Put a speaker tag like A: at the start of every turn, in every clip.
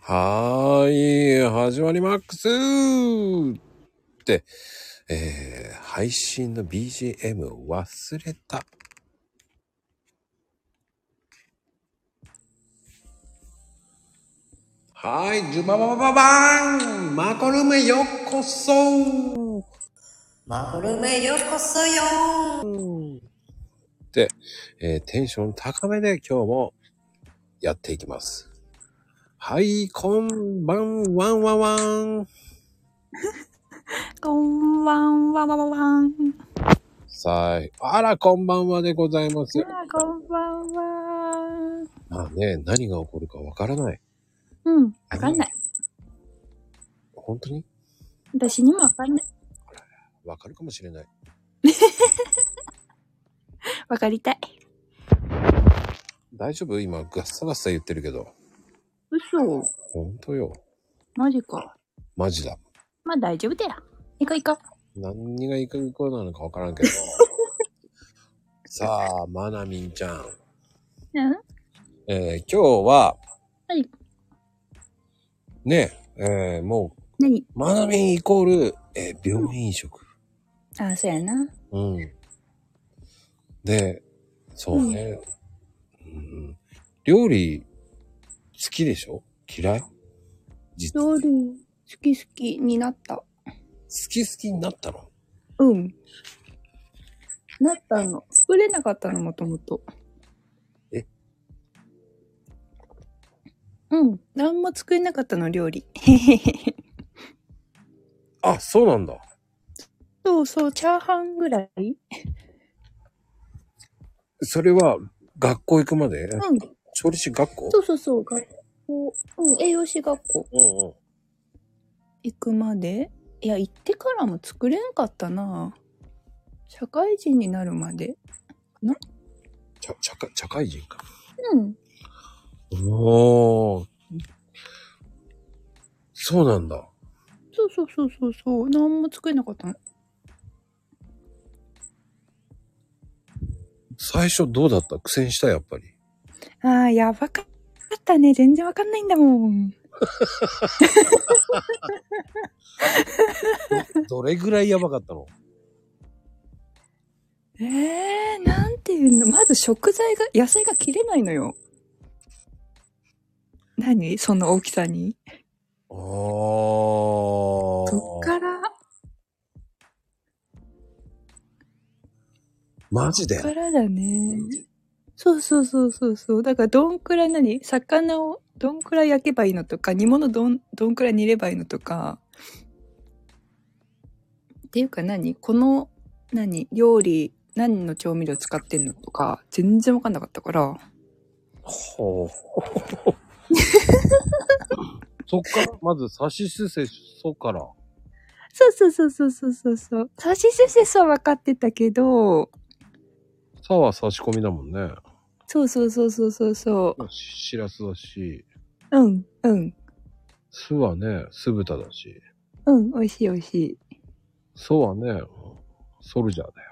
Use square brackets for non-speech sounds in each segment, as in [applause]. A: はーい、始まりマックスって、えー、配信の BGM を忘れた。はーい、ジュバババババーンマコルームへようこそ
B: マコルームへようこそよ
A: って、えーテンション高めで今日もやっていきます。はい、こんばんワンワンワン
C: こんばんは、わわわん。
A: さあ、あら、こんばんはでございます。
C: こんばんは。
A: まあね、何が起こるかわからない。
C: うん、わかんない。
A: 本当に
C: 私にもわかんない。
A: わかるかもしれない。
C: わかりたい。
A: 大丈夫今、ガッサガッサ言ってるけど。
C: 嘘。
A: 本当よ。
C: マジか。
A: マジだ。
C: まあ大丈夫だよ。行こう行こ
A: 何がいかにこうなのかわからん
C: [laughs]
A: けど。さあ、まなみんちゃん。
C: う。うん
A: えー今日は、
C: はい。
A: ね、えーもう、
C: 何
A: まなみんイコール、えー病院移植。
C: あ、そうやな。
A: うん。で、そうね。うん、料理、好きでしょ嫌い実好
C: 料理、好き好きになった。
A: き好きになったの
C: うん。なったの。作れなかったの、もともと。
A: え
C: うん。何も作れなかったの、料理。
A: あ、そうなんだ。
C: そうそう、チャーハンぐらい
A: それは、学校行くまで
C: うん。
A: 調理師学校
C: そうそうそう、学校、うん、栄養士学校
A: うんうん。
C: 行くまで、いや、行ってからも作れんかったな社会人になるまで。
A: ちゃ、社会、社会人か。
C: うん。
A: おー。そうなんだ。
C: そうそうそうそうそう、何も作れなかったの。
A: 最初どうだった苦戦したやっぱり。
C: ああ、やばかったね。全然わかんないんだもん。
A: どれぐらいやばかったの
C: ええー、なんていうのまず食材が、野菜が切れないのよ。何その大きさに。
A: あ
C: そっ
A: ー。
C: から、
A: マジで
C: そっからだね。そうそうそうそうそう。だからどんくらい何魚をどんくらい焼けばいいのとか、煮物どんどんくらい煮ればいいのとか。っていうか何この何料理何の調味料使ってんのとか全然わかんなかったから。
A: ほう。 [laughs] そっから、まず、さしすせそから。
C: そうそうそうそうそうそうそう。さしすせそは分かってたけど、
A: さは差し込みだもんね。
C: そうそうそうそうそうそ
A: ししらすだし、
C: う。うんうん
A: すはね、酢豚だし。
C: うん。美味しい美味しい。
A: そうはね、ソルジャーだよ。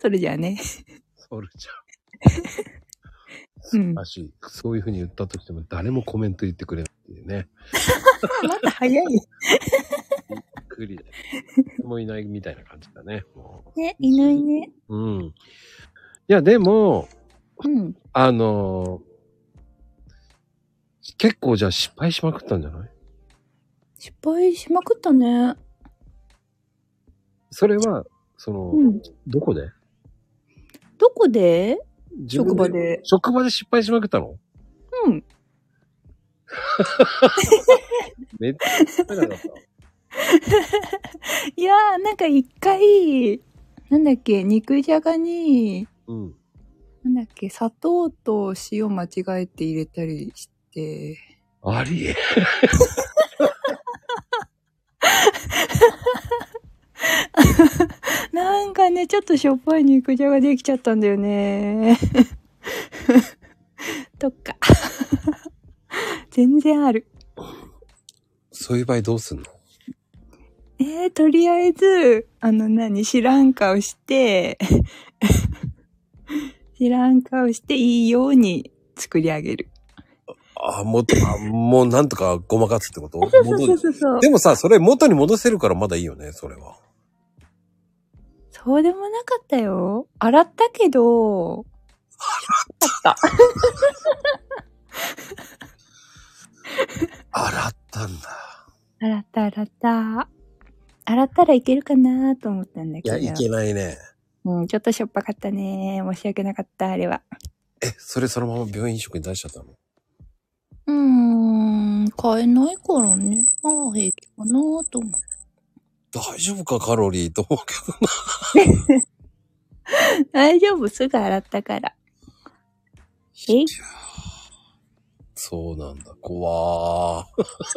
C: それじゃあね。
A: ソルジャー。
C: うん。
A: だし、そういうふうに言ったとしても誰もコメント言ってくれないっていうね。
C: あ、また早い。
A: びっくりだよ。誰もいないみたいな感じだね。も
C: ね、いないね。
A: ううん。いや、でも、
C: うん。
A: あのー結構じゃあ失敗しまくったんじゃない
C: 失敗しまくったね。
A: それは、その、
C: うん。
A: どこで
C: どこで
A: 自分
C: 職場。で。
A: 職場で失敗しまくったの
C: うん。
A: [laughs] めっちゃ失敗だった。
C: いやー、なんか一回、なんだっけ、肉じゃがに、
A: うん。
C: なんだっけ、砂糖と塩間違えて入れたりして、
A: ありえん。
C: なんかね、ちょっとしょっぱい肉じゃができちゃったんだよ [laughs] ね。とか。 [laughs] 全然ある。
A: そういう場合どうすんの
C: えー、とりあえず、あの何、知らん顔して、 [laughs] 知らん顔していいように作り上げる。
A: ああ、もう、あもうなんとかごまかすってこと
C: そうそうそうそう。
A: でもさ、それ元に戻せるからまだいいよね、それは。
C: そうでもなかったよ。洗ったけど、
A: 洗ったんだ。
C: 洗った洗った。洗ったらいけるかなと思ったんだ
A: い
C: けど。
A: や、いけないね。
C: うん、ちょっとしょっぱかったね。申し訳なかった、あれは。
A: え、それそのまま病院食に出しちゃったの
C: うーん、買えないからね。ああ、平気かなと思っ
A: 大丈夫か、カロリーと思うけど。
C: て。 [laughs] 大丈夫、すぐ洗ったから。え
A: そうなんだ、怖ー。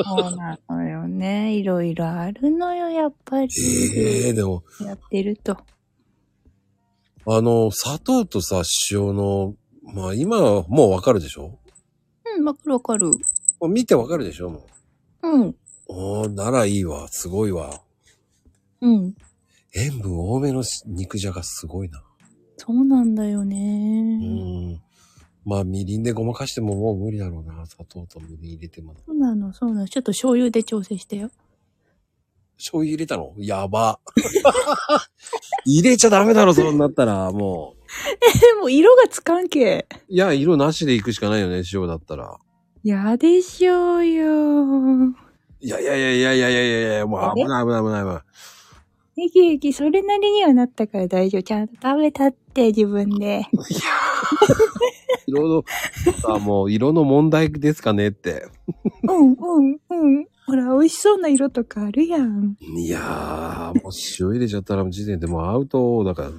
C: そうなのよね。いろいろあるのよ、やっぱり。
A: ええでも、
C: やってると。
A: あの、砂糖とさ、塩の、まあ今はもうわかるでしょ
C: うん、わかるわかる。
A: もう見てわかるでしょも
C: うん、
A: うおー、ならいいわ、すごいわ。
C: うん。
A: 塩分多めのし肉じゃがすごいな。
C: そうなんだよ
A: う
C: ね。
A: ん。まあ、みりんでごまかしてももう無理だろうな。砂糖とみりん入れても。
C: そうなの、そうなの。ちょっと醤油で調整してよ。 [laughs]
A: 醤油入れたのやば。 [laughs] 入れちゃダメだろ、そうなったら。も
C: でも、色がつかんけ。
A: う。いや、色なしでいくしかないよね、塩だったら。
C: やでしょうよ。
A: いやいやいやいやいやいやいやいや、もう
C: あれ
A: 危ない危ない危ない危ない。
C: えきえき、それなりにはなったから大丈夫。ちゃんと食べたって、自分で。
A: 色の、さあもう色の問題ですかねって。
C: うん、うん、うん。ほら、美味しそうな色とかあるやん。
A: いやー、もう塩入れちゃったら時点でもうアウトだからね。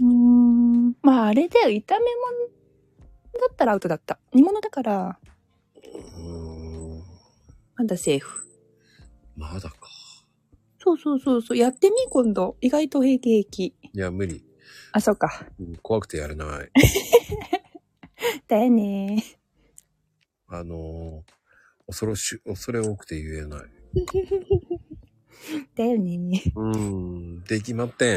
C: うーん。まあ、あれだよ。炒め物だったらアウトだった。煮物だから、
A: うーん。
C: まだセーフ。
A: まだか。
C: そうそうそうそう。やってみ、今度。意外と平気平気。
A: いや、無理。
C: あ、そうか。
A: うん怖くてやれない。
C: だよね
A: あのー、恐ろし、恐れ多くて言えない。
C: だよね
A: うーん、できまってん。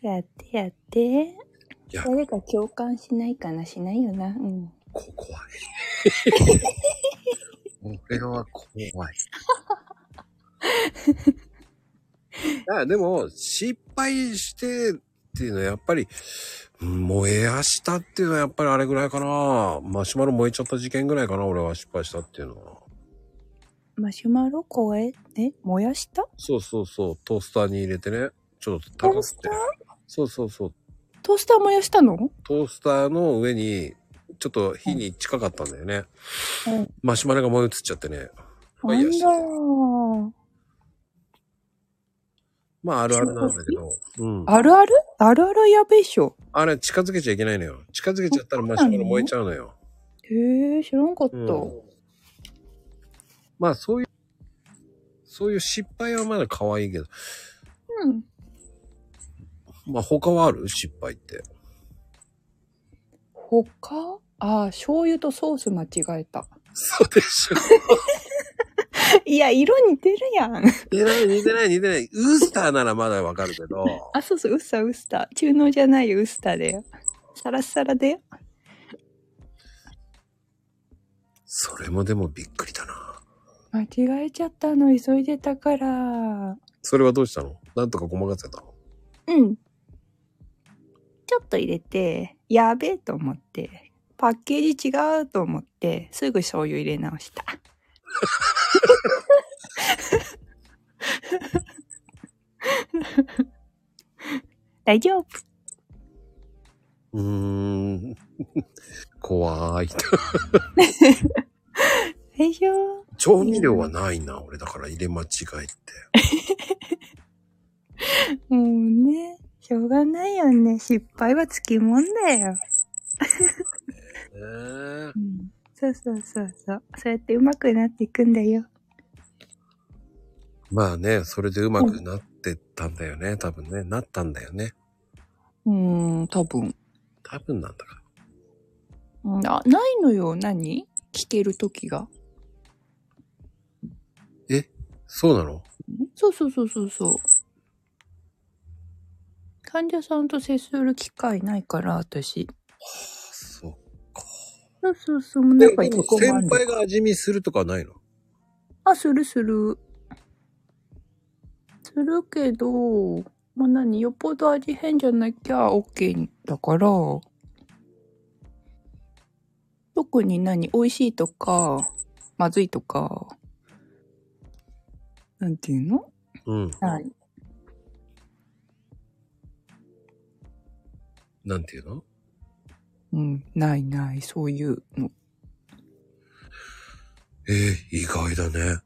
C: やってやって
A: や。
C: 誰か共感しないかなしないよな。うん。
A: こ、怖い。これは怖
C: [laughs]
A: い。あでも、失敗してっていうのはやっぱり、うん燃えやしたっていうのはやっぱりあれぐらいかな。マシュマロ燃えちゃった事件ぐらいかな、俺は失敗したっていうのは。
C: マシュマロ怖え、え、燃やした
A: そうそうそう、トースターに入れてね、ちょっと高くて
C: トースター。
A: そうそうそう、
C: トースター燃やしたの
A: トースターの上に、ちょっと火に近かったんだよね。
C: うん
A: マシュマロが燃え移っちゃってね。ファ
C: な
A: イヤー
C: ん
A: し
C: だ
A: た。まあ、あるあるなんだけど。うん。
C: あるあるあるあるやべえっしょ。
A: あれ、近づけちゃいけないのよ。近づけちゃったらマシュマロ燃えちゃうのよ。
C: へえ、知らんかった。
A: うんまあ、そういう、そういう失敗はまだ可愛いけど。
C: うん。
A: まあ、他はある失敗って。 [laughs]
C: 他あー、醤油とソース間違えた。
A: そうでしょ。
C: いや、色似てるやん。
A: 似てない、似てない、似てない。ウースターならまだわかるけど。
C: あ、そうそう、ウッサウッサ。中濃じゃないよウッサで。サラッサラで。
A: それもでもびっくりだな。
C: 間違えちゃったの、急いでたから。
A: それはどうしたのなんとかごまかせたの
C: うん。ちょっと入れて、やべえと思って、パッケージ違うと思って、すぐ醤油入れ直 [laughs] した。大丈夫。
A: うーん。 [laughs] 怖い。
C: 大丈夫。
A: 調味料はないな、俺だから入れ間違 [laughs] いって。
C: もうね、しょうがないよね。失敗はつきもんだよ。
A: えー、
C: うん。そうそうそうそう。そうやってうまくなっていくんだよ。
A: まあね、それでうまくなってったんだよね、多分ね。なったんだよね。
C: うーん、多分。
A: 多分なんだか。
C: な、ないのよ。何聞ける時が。
A: そうなの
C: そうそうそうそうそう。患者さんと接する機会ないから、私。
A: そっか。
C: そうそうそう、もう
A: で
C: 中
A: で
C: に
A: も
C: こうもある
A: 先輩が味見するとかはないの
C: あ、するする。するけど、まあ何、よっぽど味変じゃなきゃ OK だから、特に何、美味しいとか、まずいとか、なんていうの
A: うん。
C: はい。
A: なんていうの
C: うん、ないない、そういうの。
A: えー、意外だね。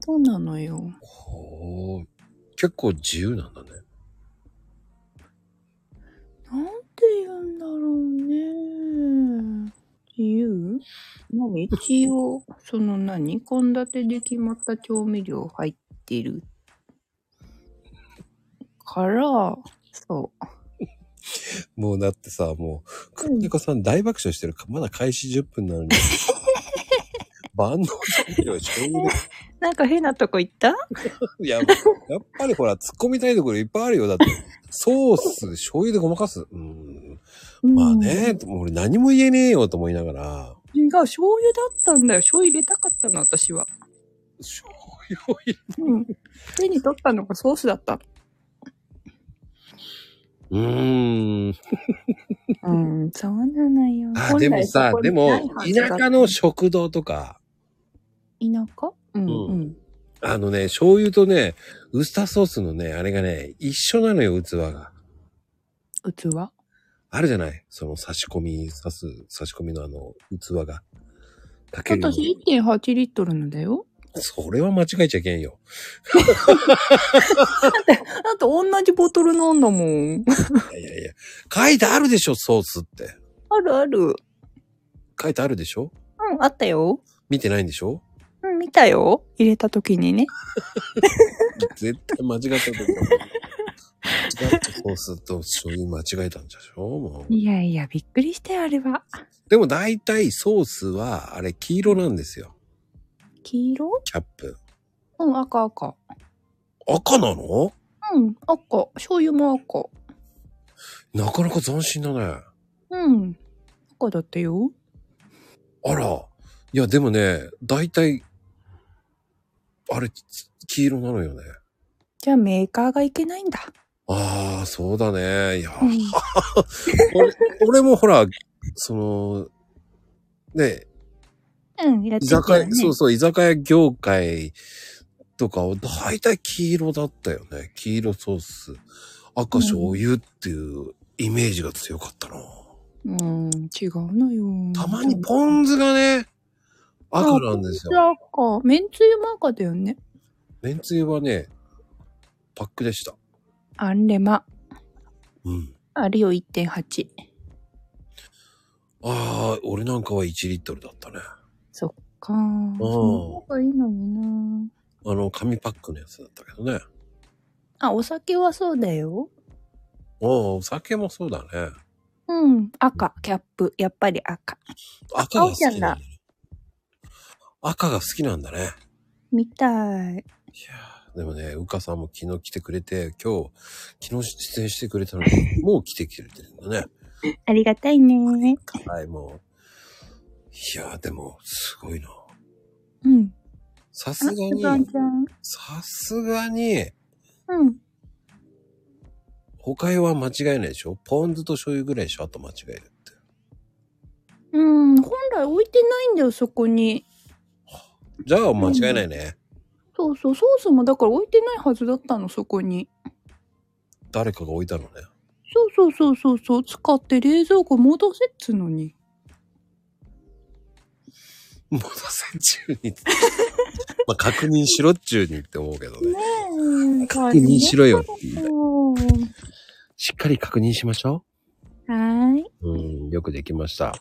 C: そうなのよ。
A: ほう。結構自由なんだね。
C: なんて言うんだろうね。自由まあ一応、その何献立で決まった調味料入ってる。から、そう。
A: もうだってさ、もう、
C: う
A: く
C: ん
A: んにこさん大爆笑してるか、まだ開始10分
C: [laughs]
A: なのに。万能調味料、醤油だ
C: なんか変なとこ行った
A: いや、やっぱりほら、突っ込みたいところいっぱいあるよ。だって、ソース、醤油でごまかす。うん。まあ。ね、もう俺何も言えねえよと思いながら、
C: うん違う、醤油だったんだよ。醤油入れたかったの、私は。
A: 醤油を入れ
C: うん。手に取ったのがソースだった。
A: うーん。
C: うん、そうなのよ。
A: あ、でもさ
C: 本、来
A: でも
C: そこ、にないはずだ
A: 田舎の食堂とか、
C: 田舎うん、
A: う
C: うん。
A: あのね、醤油とね、ウスターソースのね、あれがね、一緒なのよ、器が。
C: 器
A: あるじゃないその差し込み、差す、差し込みのあの、器が。かけるの。
C: 私1.8リットルのだよ。
A: それは間違えちゃいけんよ。
C: だって同じボトルなんだもん。
A: いやいやいや。書いてあるでしょ、ソースって。
C: [laughs] あるある。うん、
A: 書いてあるでしょ
C: あったよ。
A: 見てないんでしょ
C: うん、見たよ。入れた時にね。
A: 絶対間違っちゃうと思う。間違ってソースと醤油間違えたんじゃでしょもう。
C: いやいや、びっくりしたよ、あれは。
A: でも大体ソースは、あれ黄色なんですよ。
C: 黄色
A: キャップ。
C: うん、赤赤。
A: 赤なの
C: うん、赤。醤油も赤。
A: なかなか斬新だね。
C: うん。赤だったよ。
A: あら。いや、でもね、大体、あれ、つ黄色なのよね。
C: じゃあメーカーがいけないんだ。
A: ああ、そうだね。いや、
C: うん。
A: 俺俺もほら、その、ね、
C: うん、やっ
A: 居
C: てた
A: 酒
C: よ
A: 屋、
C: ね。
A: そうそう、居酒屋業界とかを大体黄色だったよね。黄色ソース、赤醤油っていうイメージが強かったな。
C: うん、違うのよ。
A: たまにポン酢がね、赤なんですよ。
C: あポン酢赤。めんつゆも赤だよね。
A: めんつゆはね、パックでした。
C: アンレマ。
A: うん。
C: あるよ、1.8。
A: ああ、俺なんかは1リットルだったね。
C: そっかー。その方がいいのにな
A: あの、紙パックのやつだったけどね。
C: あ、お酒はそうだよ。
A: ああ、お酒もそうだね。
C: うん。赤、キャップ。やっぱり赤。
A: 赤が好きなんだ、ね。赤が好きなんだね。いや
C: みたい。
A: ーでもね、うかさんも昨日来てくれて、今日、昨日出演してくれたの
C: [laughs]
A: に、もう来てきてるんだね。
C: ありがたいね。
A: はい、もう。いやー、でも、すごいな。
C: うん。
A: さす
C: あ
A: がに
C: す、がちゃん。
A: さすがに、
C: うん。
A: 他は間違えないでしょポン酢と醤油ぐらいでしょあと間違えるって。
C: うん。本来置いてないんだよ、そこに。
A: じゃあ、間違えないね。
C: そうそう。ソースもだから置いてないはずだったの、そこに。
A: 誰かが置いたのね。
C: そうそうそうそうそう。使って冷蔵庫戻せっつのに。
A: 戻せっちゅう
C: [laughs]
A: にって。まあ、確認しろっちゅうにって思うけどね。
C: うん。
A: 確認しろよって言いたい
C: そう。
A: しっかり確認しましょ
C: はーい。
A: う。うん、よくできました。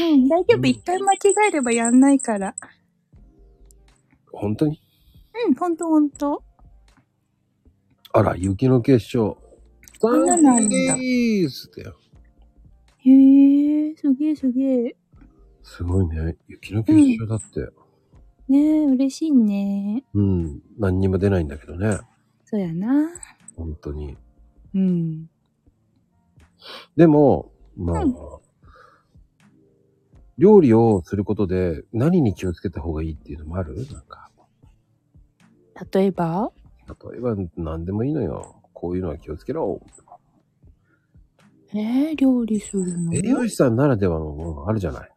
C: うん、大丈
A: うん
C: 夫。一回間違えればやんないから。
A: 本当に
C: うん、ほんとほんと。
A: あら、雪の結晶。
C: こんなのあるんだ
A: サンデーズだよ。
C: へえ、すげえすげえ。
A: すごいね。雪の結晶だって。
C: ねえ、嬉しいね。
A: うん、何にも出ないんだけどね。
C: そうやな。
A: 本当に。
C: うん。
A: でも、まあ、
C: うん
A: 料理をすることで何に気をつけた方がいいっていうのもあるなんか、
C: 例えば
A: 例えば何でもいいのよ。こういうのは気をつけろ。
C: えー、料理するの
A: 栄養士さんならではのものあるじゃない。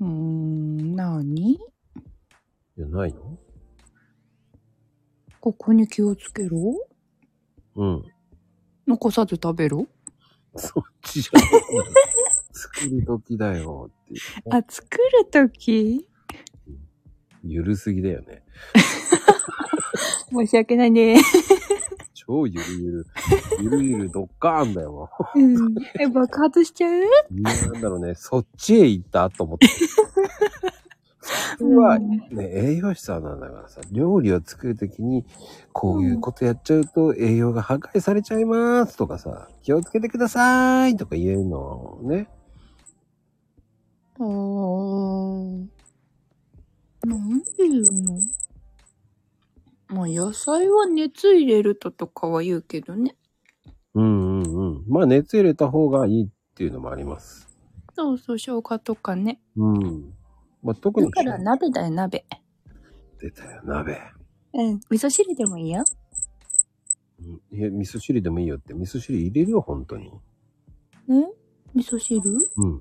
C: うーん、なに
A: いや、ないの
C: ここに気をつけろ
A: うん。
C: 残さず食べろ
A: そっちじゃ
C: [laughs]
A: ない。作る時だよって
C: あ、作るとき
A: ゆるすぎだよね。
C: 申し訳ないね。
A: 超ゆるゆる。 [laughs] ゆるゆるドッカーンだよ。
C: [laughs] [laughs] うん。え、爆発しちゃう
A: なんだろうね。そっちへ行ったと思って。うわ、
C: ん
A: ね、栄養士さんなんだからさ、料理を作るときに、こういうことやっちゃうと栄養が破壊されちゃいますとかさ、気をつけてくださいとか言えるのね。
C: あーなんで言うのまあ野菜は熱入れるととかは言うけどね。
A: うんうんうん。まあ熱入れた方がいいっていうのもあります。
C: そうそう、生姜とかね。
A: うん。まあ特
C: だ
A: に、
C: から鍋だよ、鍋。
A: 出たよ、鍋。
C: うん、味噌汁でもいいよ。
A: うんいや、味噌汁でもいいよって、味噌汁入れるよ、本当に。
C: うん味噌汁
A: うん。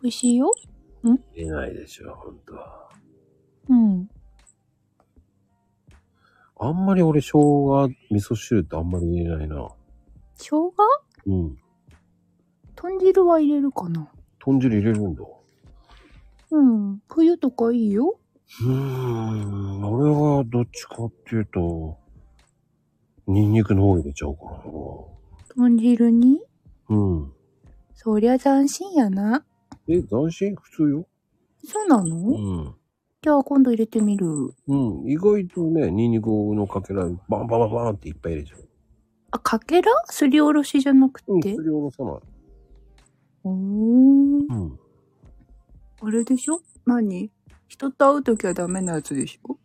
C: 美味しいよ。
A: 入れないでしょ、本当は。
C: うん。
A: あんまり俺、生姜、味噌汁ってあんまり入れないな。
C: 生姜
A: うん。
C: 豚汁は入れるかな
A: 豚汁入れるんだ。
C: うん。冬とかいいよ。
A: うーん、俺はどっちかっていうと、ニンニクの方入れちゃうから
C: 豚汁に
A: な。うん。
C: そりゃ斬新やな。
A: え、斬新普通よ。
C: そうなの、
A: うん。
C: じゃあ今度入れてみる。
A: うん。意外とね、ニンニクのかけら、バンバンバンバンっていっぱい入れちゃう。
C: あ、かけらすりおろしじゃなく
A: うん。
C: て
A: すりおろさない。
C: おー。
A: うん。
C: あれでしょ何人と会うときはダメなやつでしょ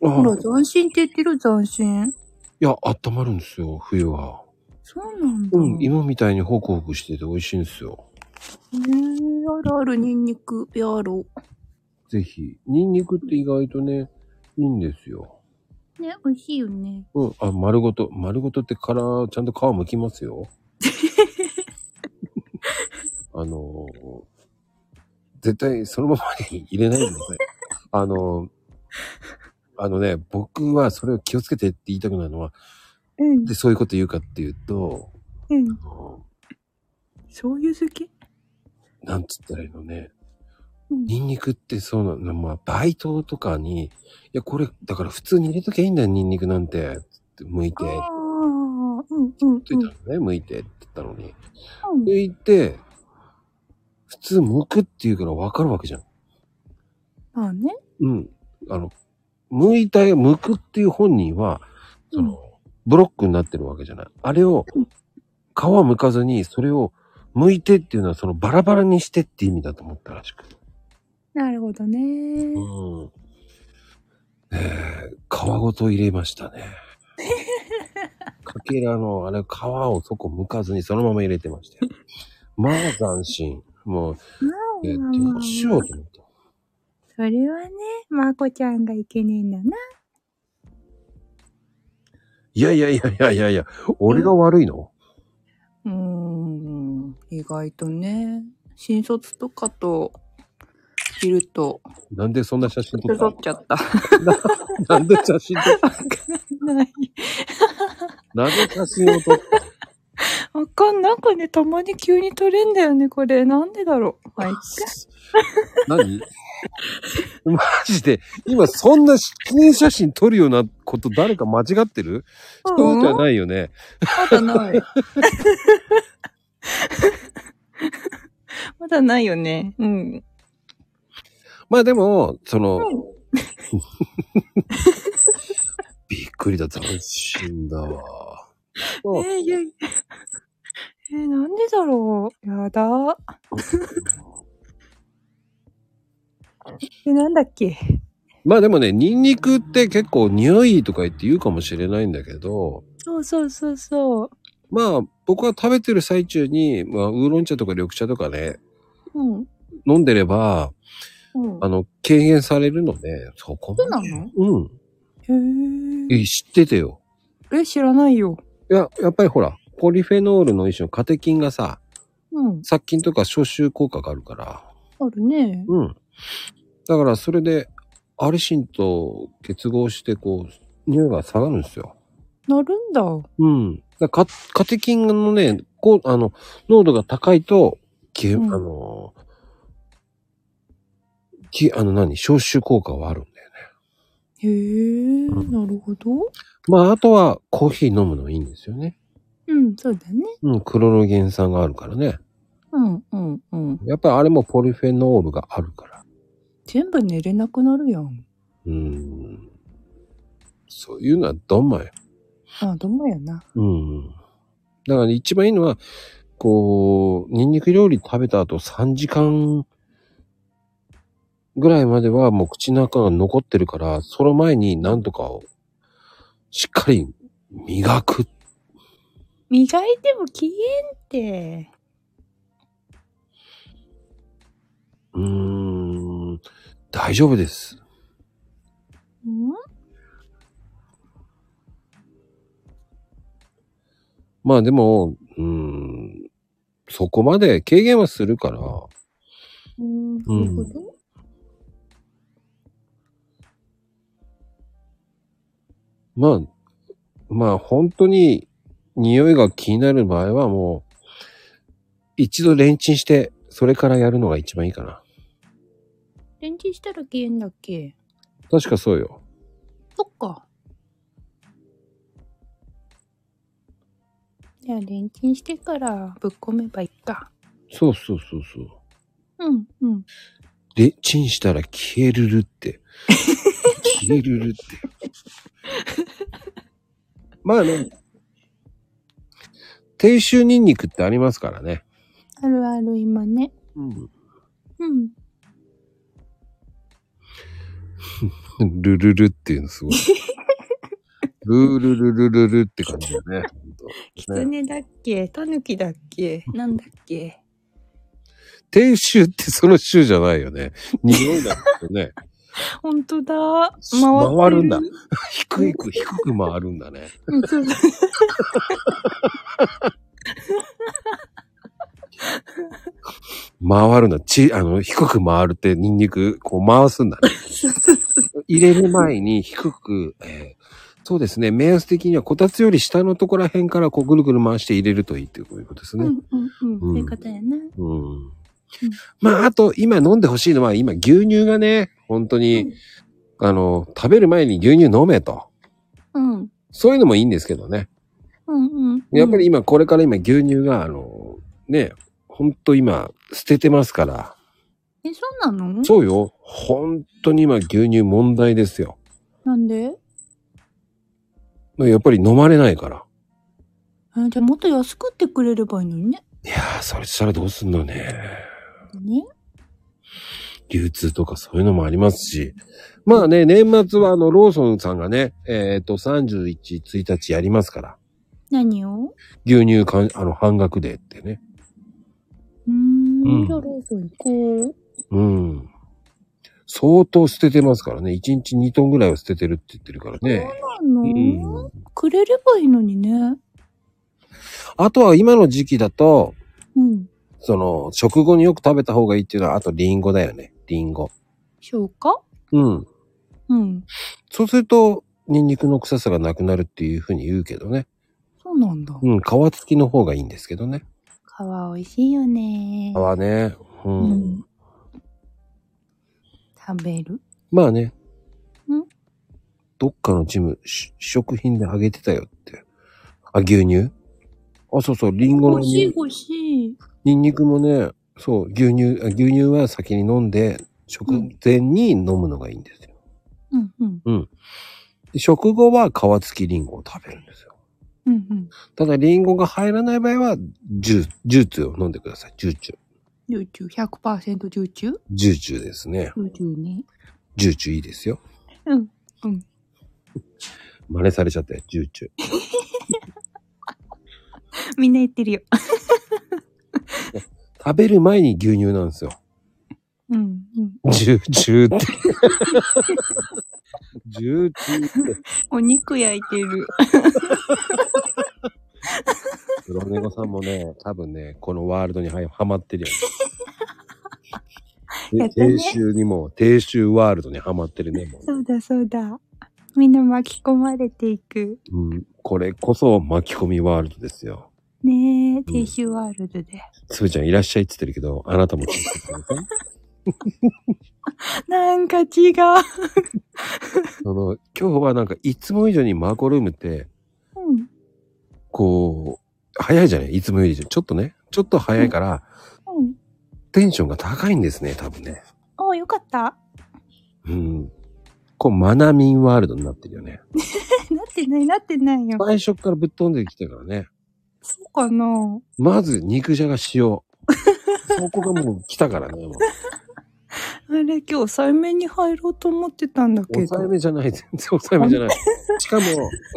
C: ほら、
A: あ
C: 斬新って言ってる斬新。
A: いや、温まるんですよ、冬は。
C: そうなんだ。
A: うん、
C: へえ
A: 今みたいにホクホクしてて美味しいんですよ。
C: あるあるニンニク、やろ
A: ぜひ。ニンニクって意外とね、いいんですよ。
C: う。ね、美味しいよね。
A: うん、あ、丸ごと。丸ごとって殻、ちゃんと皮剥きますよ。 [laughs] あのー、絶対そのままに [laughs] 入れないでください。あのー、あのね、僕はそれを気をつけてって言いたくなるのは、
C: うん
A: で、そういうこと言うかっていうと、
C: うん。
A: あの
C: そういう好き
A: ーなんつったらいいのね、
C: うん
A: ニンニクってそうなの、まあ、バイトとかに、いや、これ、だから普通に入れときゃいいんだよ、ニンニクなんて。つって、剥いて、
C: あ
A: 言っ
C: あ、うんうんうん。
A: といたのね、剥いてって言ったのに。
C: うん
A: 剥いて、普通剥くって言うから分かるわけじゃん。
C: まあね。
A: うん。あの、剥いた、剥くっていう本人は、その、ブロックになってるわけじゃない。あれを、皮剥かずに、それを剥いてっていうのは、そのバラバラにしてって意味だと思ったらしく。
C: なるほど
A: う
C: ね。
A: ん。ねえ皮ごと入れました [laughs] ね。かけらの、あれ、皮をそこ剥かずにそのまま入れてましたよ。まあ斬新。もう、え、
C: まあまあまあ
A: どうしようと思った。
C: それはね、まこちゃんがいけねえんだな。
A: いやいやいやいやいやいや、俺が悪いの、
C: うーん、意外とね、新卒とかといると、
A: なんでそんな写真撮
C: 誘
A: っ
C: っちゃった。
A: たなんで写真撮っ
C: わかん [laughs] ない。
A: たなんで写真を撮った
C: わかんない。なんかね、たまに急に取れんだよね、これ。なんでだろう。はい。
A: 何マジで、今そんな記念写真撮るようなこと誰か間違ってる、そうじゃ
C: い。
A: ないよね。
C: まだない。 [laughs] まだないよね。うん。
A: まあでも、その、
C: うん
A: [laughs] びっくりだ、斬新だわ。
C: え
A: うん
C: ー、いやいや。えー、なんでだろう。やだ。 [laughs] え、なんだっけ。
A: まあでもね、ニンニクって結構匂いとか言って言うかもしれないんだけど、
C: そうそうそうそう。
A: まあ、僕は食べてる最中に、まあ、ウーロン茶とか緑茶とかね、
C: うん。
A: 飲んでれば、
C: うん。
A: あの、軽減されるので、そこ
C: そうな
A: まで。
C: の
A: うん。
C: へえ。
A: え、知っててよ。
C: え、知らないよ。
A: いや、やっぱりほら、ポリフェノールの一種のカテキンがさ、
C: うん。
A: 殺菌とか消臭効果があるから。
C: あるね。
A: うん。だからそれで、アリシンと結合して、こう、匂いが下がるんですよ。
C: なるんだ。
A: うん。だからカカテキンのね、こう、あの、濃度が高いと、き
C: うん
A: あの、きあの何、消臭効果はあるんだよね。
C: へえ、
A: うん
C: なるほど。
A: まあ、あとは、コーヒー飲むのいいんですよね。
C: うん、そうだね。
A: うん、クロロゲン酸があるからね。
C: うん、うん、うん。
A: やっぱりあれもポリフェノールがあるから。
C: 全部寝れなくなるやん。
A: うん。そういうのはどんまい。
C: あ、どうもやな。
A: うん。だから、一番いいのは、こう、ニンニク料理食べた後3時間ぐらいまではもう口の中が残ってるから、その前に何とかをしっかり磨く。
C: 磨いても消えんって。
A: うーん。大丈夫です。
C: うん
A: まあでも、うーん。そこまで軽減はするから、
C: うん、なるほど。
A: まあ、まあ本当に匂いが気になる場合はもう、一度レンチンして、それからやるのが一番いいかな。
C: レンチンしたら消えんだっけ
A: 確かそうよ。
C: そっか。じゃあ、レンチンしてからぶっ込めばいいか。
A: そうそうそうそう。
C: うん、うん。
A: レンチンしたら消えるるって。消えるるって。まあね。低臭ニンニクってありますからね。
C: あるある、今ね。
A: うん。
C: うん。
A: ルルルっていうのすごい。ルルルルルルって感じだね。ほんと
C: キツネだっけタヌキだっけなんだっけ
A: 低臭ってその臭じゃないよね。匂いだよね。
C: ほんとだ。回
A: 回るんだ
C: って。
A: 低く低く回るんだね。
C: うんそうだ
A: 回るんだ。ち、あの、低く回るってニンニク、こう回すんだね。入れる前に低く、えーそうですね。目安的にはこたつより下のところら辺からこうぐるぐる回して入れるといいっていうこういうことです
C: [laughs] う
A: ね。
C: んうんうん。そういうことやな。
A: うん。まあ、あと、今飲んでほしいのは、今牛乳がね、本当に、あの、食べる前に牛乳飲めと。
C: うん。
A: そういうのもいいんですけどね。
C: うんうん。
A: やっぱり、今、これから今牛乳が、あの、ね、本当今、捨ててますから。
C: え、そうなの
A: そうよ。本当に今、牛乳問題ですよ。
C: なんで
A: やっぱり飲まれないから。
C: えじゃあもっと安く売ってくれればいいのにね。
A: いやー、それしたらどうすんのね。
C: ね。
A: 流通とかそういうのもありますし。まあね、年末はあの、ローソンさんがね、えっ、と、31、1日やりますから。
C: 何を
A: 牛乳かん、あの、半額でってね。
C: うー
A: うん
C: ん。じゃあローソン行こう。
A: うん。相当捨ててますからね。1日2トンぐらいは捨ててるって言ってるからね。
C: そうなの、
A: うん
C: くれればいいのにね。
A: あとは今の時期だと、
C: うん。
A: その、食後によく食べた方がいいっていうのは、あとリンゴだよね。リンゴ。
C: 消化
A: うん。
C: うん。
A: そうすると、ニンニクの臭さがなくなるっていうふうに言うけどね。
C: そうなんだ。
A: うん、皮付きの方がいいんですけどね。
C: 皮美味しいよね。
A: 皮ね。うん。
C: うん。食べる。
A: まあね。
C: うん
A: どっかのジム、し試食品であげてたよって。あ、牛乳あ、そうそう、リンゴの
C: 欲しい
A: に
C: 欲しい。
A: ニンニクもね、そう、牛乳、あ牛乳は先に飲んで、食前に飲むのがいいんですよ。
C: うんうん。
A: で食後は皮付きリンゴを食べるんですよ。
C: うんうん。
A: ただ、リンゴが入らない場合は、ジュー、ジューツを飲んでください。ジューチュー。
C: ジューチュー、100%ジューチュー
A: ジューチューですね。
C: ジューチューね。
A: ジューチューいいですよ。
C: うん。うん。
A: 真似されちゃったよ、ジューチュー。
C: みんな言ってるよ。
A: 食べる前に牛乳なんですよ。
C: うん、うん。
A: ジュー、ジューって。ジュー、ジューって。
C: お肉焼いてる。
A: 黒猫さんもね、多分ね、このワールドにははまってるよ
C: や
A: ね。
C: った
A: 定
C: ね
A: 州にも、定州ワールドにはまってるね。も
C: そうだそうだ。みんな巻き込まれていく。
A: ううん、これこそ巻き込みワールドですよ。
C: ねえ、低周ワールドで。
A: つぶちゃんいらっしゃいって言ってるけど、あなたも聞いてくださいね。 [laughs]
C: なんか違う。
A: その、今日はなんかいつも以上にマコルームって、
C: うん。
A: こう、早いじゃないいつもよりじゃ、ちょっとね、ちょっと早いから、
C: うん。
A: テンションが高いんですね、多分ね。
C: およかった。
A: うん。こう、マナミンワールドになってるよね。
C: [laughs] なってない、なってないよ。
A: 最初からぶっ飛んできたからね。
C: そうかな
A: まず、肉じゃが塩。そこがもう来たからね、もう。
C: あれ、今日、催眠に入ろうと思ってたんだけ
A: 抑え
C: ど。
A: めじゃない、全然抑えめじ
C: [laughs]
A: ゃない。しかも、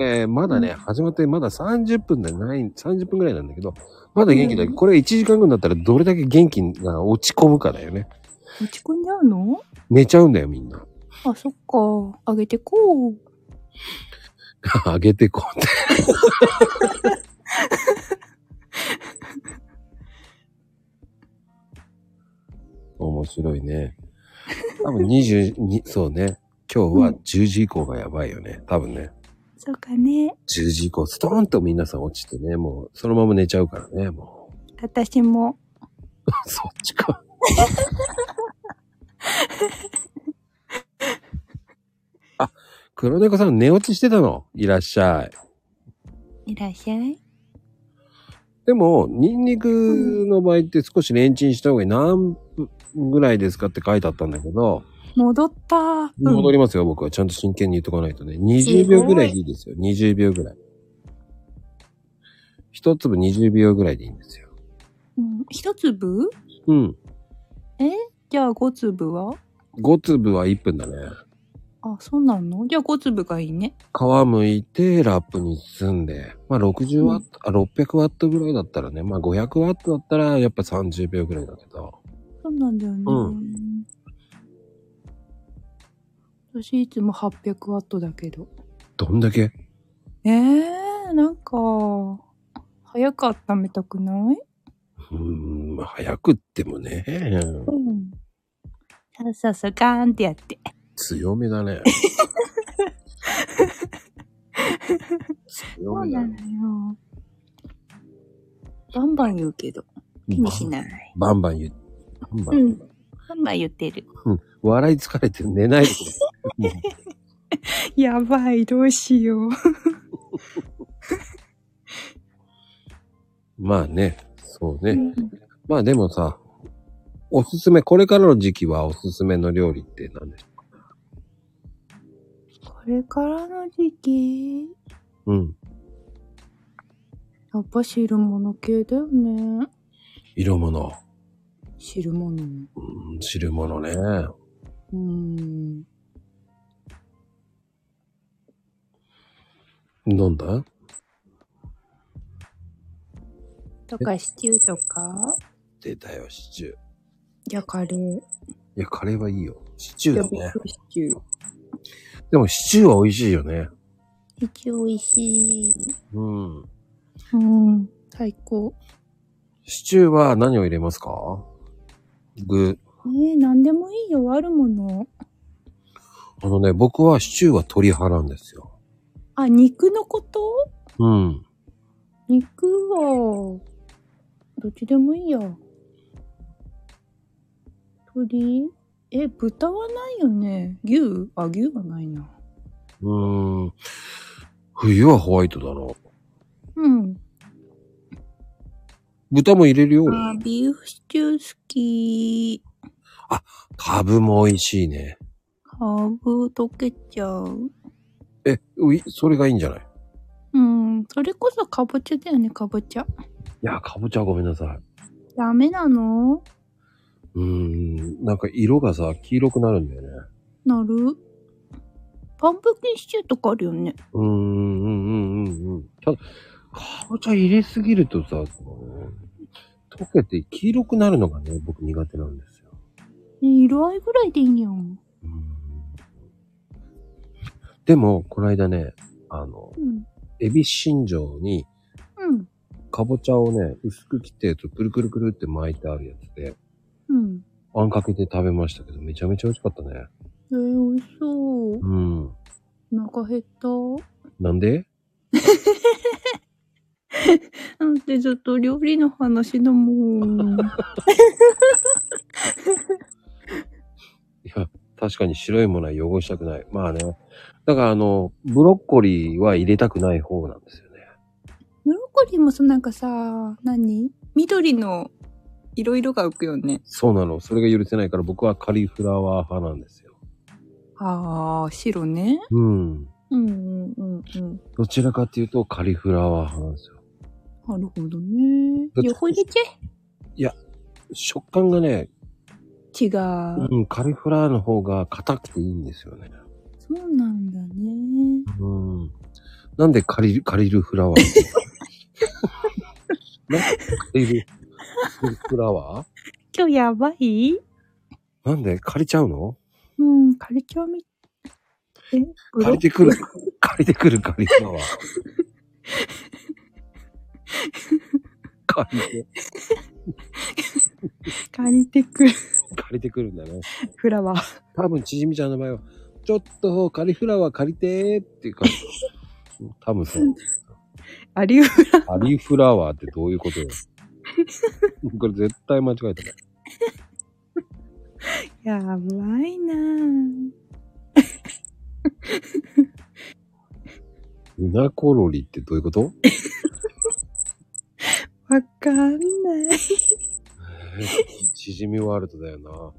A: えーまだね、始まってまだ30分でない、30分ぐらいなんだけど、まだ元気だ。
C: うん
A: これ1時間後になったらどれだけ元気が落ち込むかだよね。
C: 落ち込んじゃうの
A: 寝ちゃうんだよ、みんな。 [laughs]
C: あ、そっか。あげてこう。
A: あげてこう
C: [laughs]
A: って。面白いね。多分22、そうね。今日は
C: うん
A: 10時以降がやばいよね。多分ね。
C: そうかね。
A: 10時以降、ストーンと皆さん落ちてね、もうそのまま寝ちゃうからね、も
C: 私も。
A: う。 [laughs] そっちか。あ、黒猫さん寝落ちしてたの。いらっしゃい。
C: いらっしゃい。
A: でも、ニンニクの場合って少しレンチンした方がいい。何分ぐらいですかって書いてあったんだけど、
C: 戻った。うん
A: 戻りますよ、僕は。ちゃんと真剣に言っとかないとね。20秒ぐらいでいいですよ。20秒ぐらい。一粒20秒ぐらいでいいんですよ。
C: うん一粒
A: うん。
C: じゃあ5粒は
A: 5粒は1分だね。
C: あ、そうなのじゃあ5粒がいいね。
A: 皮むいて、ラップに包んで。まあ、60ワット、あ、600ワットぐらいだったらね。まあ、500ワットだったら、やっぱ30秒ぐらいだけど。
C: そうなんだよね。
A: う
C: 私いつも800ワットだけど。
A: どんだけ
C: えー、なんか、早く温めたくないう
A: ーん、早くってもね。
C: うん。そうそうそう、ガーンってやって。
A: 強めだね。強
C: そう
A: め
C: な
A: だ
C: の
A: ね。
C: よ。バンバン言うけど、気にしない。
A: バンバン言う。バンバン。
C: うん。バンバン言ってる。
A: 笑い疲れて寝ないでくれ。も
C: やばい、どうしよう。
A: うまあね、そうね。
C: うん
A: まあでもさ、おすすめ、これからの時期はおすすめの料理って何でしょ
C: これからの時期、
A: ううん。
C: やっぱ汁物系だよね。
A: 色物。
C: 汁物。
A: うん、汁物ね。
C: うん。
A: なんだ
C: とかシチューとか
A: 出たよ、シチュー。い
C: じゃあカレー。
A: や、カレーはいいよ。シチュー
C: じゃ
A: だ
C: あビ
A: ね
C: ー。フシチュー。
A: でもシチューは美味しいよね。
C: シチュー美味しい。
A: うん。
C: うん。最高。
A: シチューは何を入れますか具。
C: えー、なんでもいいよ、あるもの。
A: あのね、僕はシチューは鶏派なんですよ。
C: あ、肉のこと
A: うん。
C: 肉は、どっちでもいいや。鶏え、豚はないよね。牛あ、牛はないな。
A: うーん。冬はホワイトだな。
C: うん。
A: 豚も入れるよ。俺
C: あー、ビーフシチュー好き。
A: カブも美味しいね。
C: ハーブ溶けちゃう。
A: え、ういそれがいいんじゃないい
C: うん、それこそかぼちゃだよね、かぼちゃ。
A: や、かぼちゃごめんなさい。
C: ダメなの
A: うーん。なんか色がさ、黄色くなるんだよね。
C: なるパンプキンシチューとかあるよね。
A: うーん、うん、うん、うん。うん。たかぼちゃ入れすぎるとさ、こう溶けて黄色くなるのがね、僕苦手なんですよ。
C: 色合いぐらいでいいよ。
A: うんでも、この間ね、あの、
C: うん。
A: エビ新庄に、
C: うん。
A: かぼちゃをね、薄く切ったやつをくるくるくるって巻いてあるやつで、
C: うん。
A: あんかけて食べましたけど、めちゃめちゃ美味しかったね。
C: えー、美味しそう。
A: うん。
C: お腹減った。
A: なんで
C: なんてずっと料理の話だも [laughs] ん。
A: いや、確かに白いものは汚したくない。まあね。だからあの、ブロッコリーは入れたくない方なんですよね。
C: ブロッコリーもそうなんかさ、何緑の色々が浮くよね。
A: そうなの。それが許せないから僕はカリフラワー派なんですよ。
C: ああ、白ね。
A: うん。
C: うんうんうんうん。
A: どちらかっていうとカリフラワー派なんですよ。
C: なるほどね
A: だっ。て
C: 横入れ
A: 食感がね、
C: ち違う。
A: うん、カリフラワーの方が硬くていいんですよね。
C: そうなんだね。
A: うん。なんでカリ、カリルフラワー [laughs] なんでカリル、カリルフラワー
C: 今日やばい
A: なんで借りちゃうの
C: うん、カリキュアみ、えブ
A: 借
C: ロ
A: りてくる、借りてくるカリフラワー。借りて、
C: カリテク
A: 借りてくるんだね。
C: フラワー。
A: 多分、ちじみちゃんの場合は、ちょっとカリフラワー借りてーっていうか、多分そう。
C: アリウム。
A: カリフラワーってどういうことよ。これ絶対間違えたね。
C: やばいなぁ。
A: うなころりってどういうこと
C: わかんない。
A: ちじみワールドだよな。う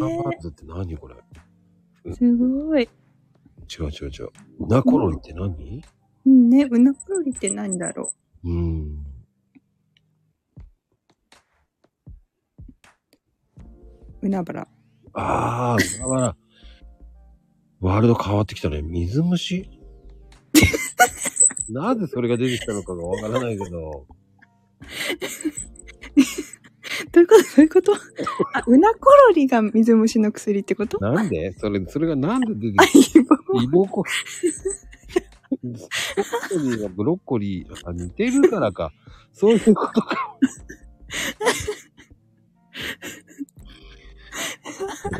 A: な
C: ね
A: ワールドって何これ
C: え。すごい。
A: 違う違う違う。うなころりって何
C: うんね、うなころりって何だろ
A: うん。
C: う。うなばら。
A: ああ、だから、ワールド変わってきたね。水虫なぜそれが出てきたのかがわからないけど。
C: どういうことどういうこと
A: [laughs]
C: あ、うなころりが水虫の薬ってこと
A: なんでそれ、それがなんで
C: [laughs]
A: 出てき
C: イボ
A: たイボコリ。ブロッコリーがブロッコリー、あ、似てるからか。そういうことか。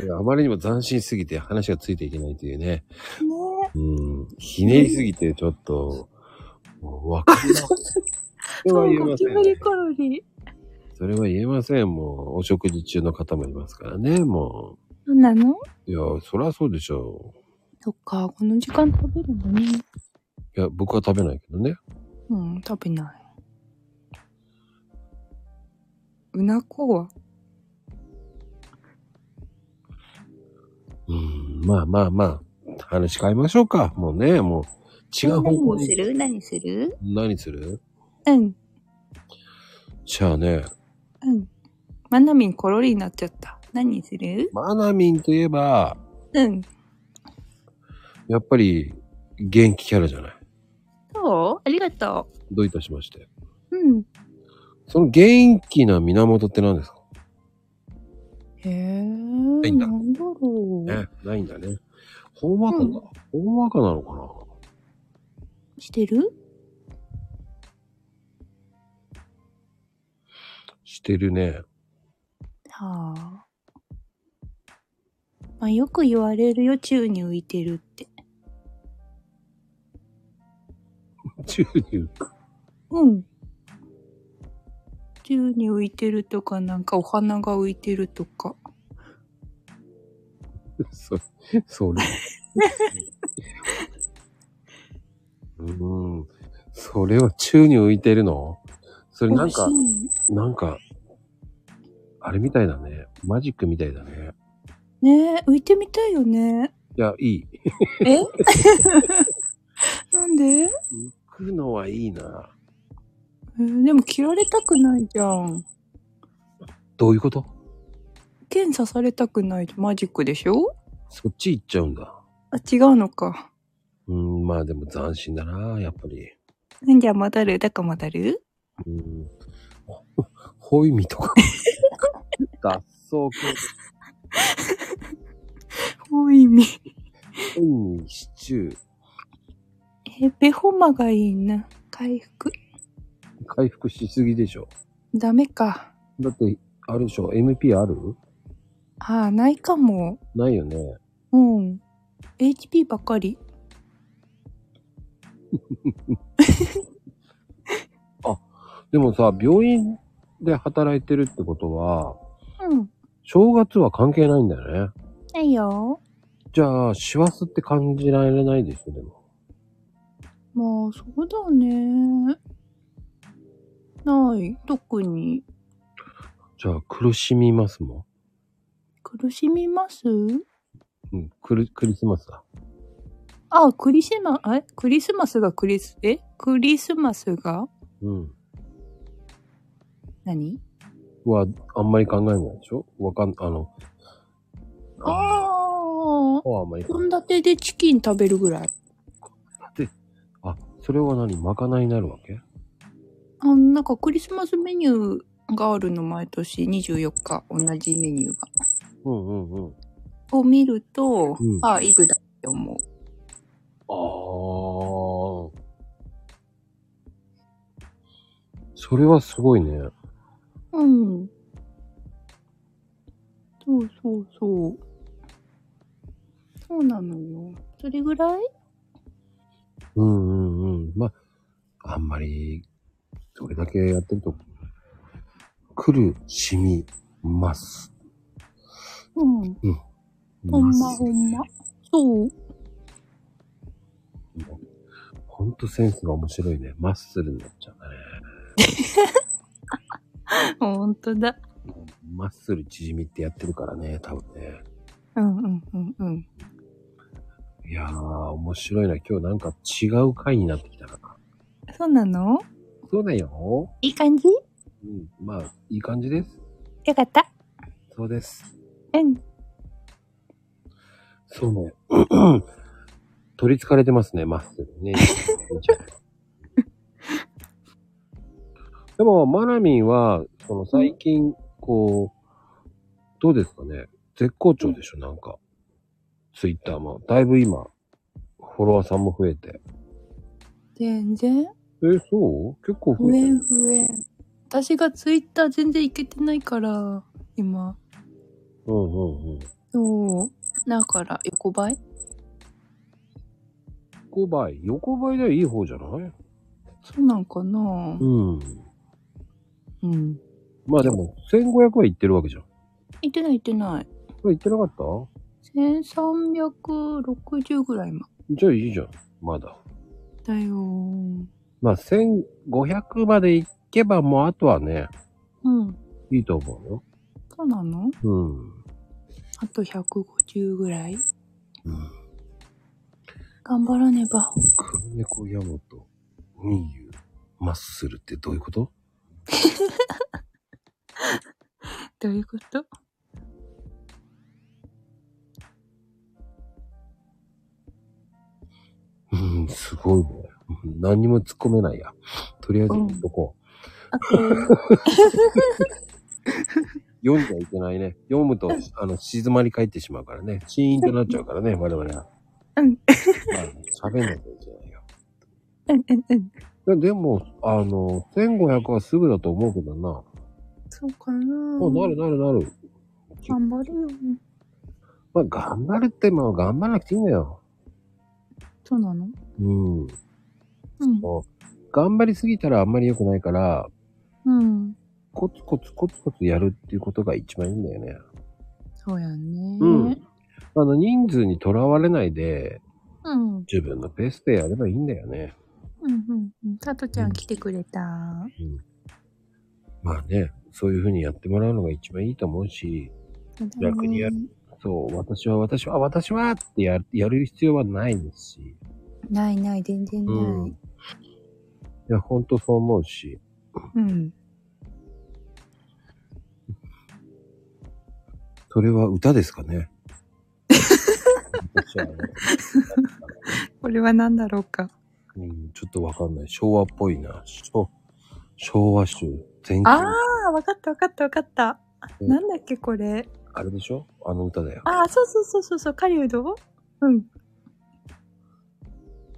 A: いやあまりにも斬新すぎて話がついていけないというね。
C: ね
A: うんひねりすぎて、ちょっと、もうわかりません。それは言え
C: ゴ
A: ま
C: キ
A: せ
C: ブリ
A: ん。
C: コロリ。
A: それは言えません。もう、お食事中の方もいますからね、も
C: そうなの
A: う。いや、そりゃそうでしょ
C: そっか、この時間食べるのね。
A: う。いや、僕は食べないけどね。
C: うん、食べない。うなこは
A: うん、まあまあまあ、話変えましょうか。もうね、もう、違う方向に。
C: る何する
A: 何する
C: うん、
A: じゃあね、
C: うん。まなみんコロリになっちゃった。何する
A: マナミンといえば、
C: うん。
A: やっぱり、元気キャラじゃない。
C: そうありがと
A: どういたしまして。
C: う。うん。
A: その元気な源って何ですか
C: へえ。
A: いんだ
C: なんだろう。
A: ね、ないんだね。ほんわかな、
C: うん
A: ほんわかなのかな
C: してる
A: してるね。 [laughs]
C: はあ。まあ、よく言われるよ、宙に浮いてるって。
A: 宙に
C: うん。宙に浮いてるとか、なんかお花が浮いてるとか。
A: [laughs] そ、それ。うーん。それは宙に浮いてるのそれなんか
C: 美、味し
A: なんか、あれみたいだね。マジックみたいだね。
C: いねえ、浮いてみたいよね。
A: いや、いい。
C: えなんで、え
A: 浮くのはいいな。
C: ーでも切られたくないじゃん。
A: どういうこと
C: 剣刺されたくないマジックでしょ
A: そっち行っちゃうんだ。
C: あ、違うのか。
A: うーん、まあでも斬新だな、やっぱり。
C: うんじゃあ戻るどこ戻る
A: うん。 [laughs] ほホイミとか。脱走系。
C: 多い意味。
A: ホイミ、シチュー、
C: え、ベホマがいいな。回復。
A: 回復しすぎでしょ。
C: ダメか。
A: だって、あるでしょ ?MP ある
C: ああ、ないかも。
A: ないよね。
C: うん。HP ばかり。
A: でもさ、病院で働いてるってことは、
C: うん。
A: 正月は関係ないんだよね。
C: ないよ。
A: じゃあ、師走って感じられないでしょ、でも。
C: まあ、そうだね。ない。特に。
A: じゃあ、苦しみますも
C: 苦しみます
A: ん。うん、クリクリスマスだ。
C: あ、クリスマ、えクリスマスがクリス、えクリスマスが
A: うん。
C: 何
A: は、あんまり考えないでしょわかん、あの、
C: ああ。
A: はあんまり考え
C: 献立でチキン食べるぐらい。
A: あ、それは何まかないになるわけ
C: あの、なんかクリスマスメニューがあるの、毎年24日、同じメニューが。
A: うんうんうん。
C: を見ると、
A: うん
C: あ、イブだって思う。
A: ああ。それはすごいね。
C: うん。そうそうそう。そうなのよ。それぐらい
A: うんうんうん。まあ、あんまり、それだけやってると、苦しみます。
C: うん。ほ
A: ほ
C: んまほんま。。そう。
A: ほんとセンスが面白いね。マッスルになっちゃうんだね。
C: ほんとだ。
A: マッスル縮みってやってるからね、多分ね。
C: うんうんうんうん。
A: いやー、面白いな。今日なんか違う回になってきたな。
C: そうなの
A: そうだよ。
C: いい感じ
A: うん。まあ、いい感じです。
C: よかった。
A: そうです。
C: うん。
A: そうね。 [clears throat] 取り憑かれてますね、マッスルね。 [laughs] でも、マナミンは、その最近、こう、どうですかね。絶好調でしょ、なんか。ツイッターも。だいぶ今、フォロワーさんも増えて。
C: 全然。
A: え、そう結構増
C: ふ
A: え
C: え
A: て
C: ん
A: る。
C: ふえん。私がツイッター全然いけてないから、今。
A: うんうんうん。
C: そう。だから、横ばい
A: 横ばい。横ばいではいい方じゃない
C: そうなんかな
A: うん。
C: うん。
A: まあでも、1500はいってるわけじゃん。
C: いってないいってない。
A: これいってなかった
C: 1360ぐらい今。
A: じゃあいいじゃん。まだ。
C: だよー。
A: まあ、1500まで行けばもうあとはね、
C: うん。
A: いいと思うよ。
C: そうなの
A: うん。
C: あと150ぐらい
A: うん。
C: 頑張らねば。
A: 黒猫ヤモト、ミユ、マッスルってどういうこと
C: どういうこと
A: うん、すごいね。うん何にも突っ込めないや。とりあえず言っとこう。 [laughs] 読んじゃいけないね。読むと、あの、静まり返ってしまうからね。シーンとなっちゃうからね、我々は。
C: う
A: まあ
C: ん。
A: ね、喋んなきゃいけないよ。
C: うんうんうん。
A: いやでも、あの、1500はすぐだと思うけどな。
C: そうかな
A: もうなるなるなる。
C: 頑張るよ。
A: まあ、頑張るって、まあ、頑張らなくていいんだよ。
C: そうなの
A: うん。
C: うん。
A: 頑張りすぎたらあんまり良くないから、
C: うん。
A: コツコツコツコツやるっていうことが一番いいんだよね。
C: そうやね。
A: うん。あの、人数にとらわれないで、
C: うん。
A: 自分のペースでやればいいんだよね。
C: うんうんうん。さとちゃん来てくれた。
A: まあね、そういうふうにやってもらうのが一番いいと思うし、
C: そうだね
A: 逆にやるそう、私は私は、私はってやるやる必要はないですし。
C: ないない、全然ない。
A: うん。いや、ほんとそう思うし。
C: うん。
A: それは歌ですかね。私はね
C: これは何だろうか。
A: うん、ちょっとわかんない。昭和っぽいな。昭昭和集全
C: あ
A: 巻
C: あ、わかったわかったわかった。
A: うん
C: なんだっけこれ。
A: あれでしょあの歌だよ。
C: ああ、そうそうそうそうそう、狩人うん。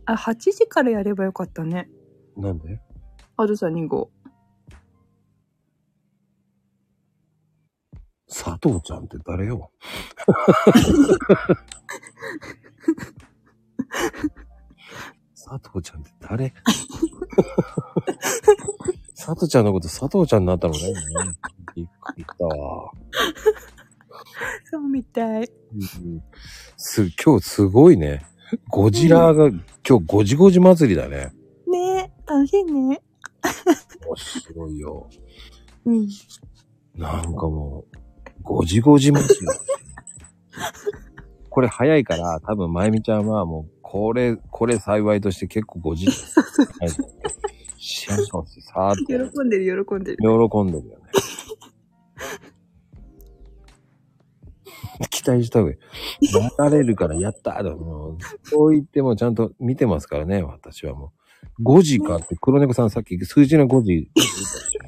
C: あ、8時からやればよかったね。
A: なんで
C: あずさ2号。
A: 佐藤ちゃんって誰よ佐藤ちゃんって誰佐藤ちゃんのこと佐藤ちゃんになったのね。びっくりしたわ。
C: [laughs] そうみたい。
A: うんす、今日すごいね。ゴジラが、今日ゴジゴジ祭りだね。
C: ねえ、楽しいね。
A: 面白いよ。
C: うん。
A: なんかもう、ゴジゴジ祭り。これ早いから、多分、まゆみちゃんはもう、これ、これ幸いとして結構ゴジ、はい、シャンシャンってさーって、
C: 喜んでる、喜んでる。
A: 喜んでるよね。期待した方がいい。流れるから、やったーだもう、そう言ってもちゃんと見てますからね、私はもう。5時かって、黒猫さんさっき数字の5時、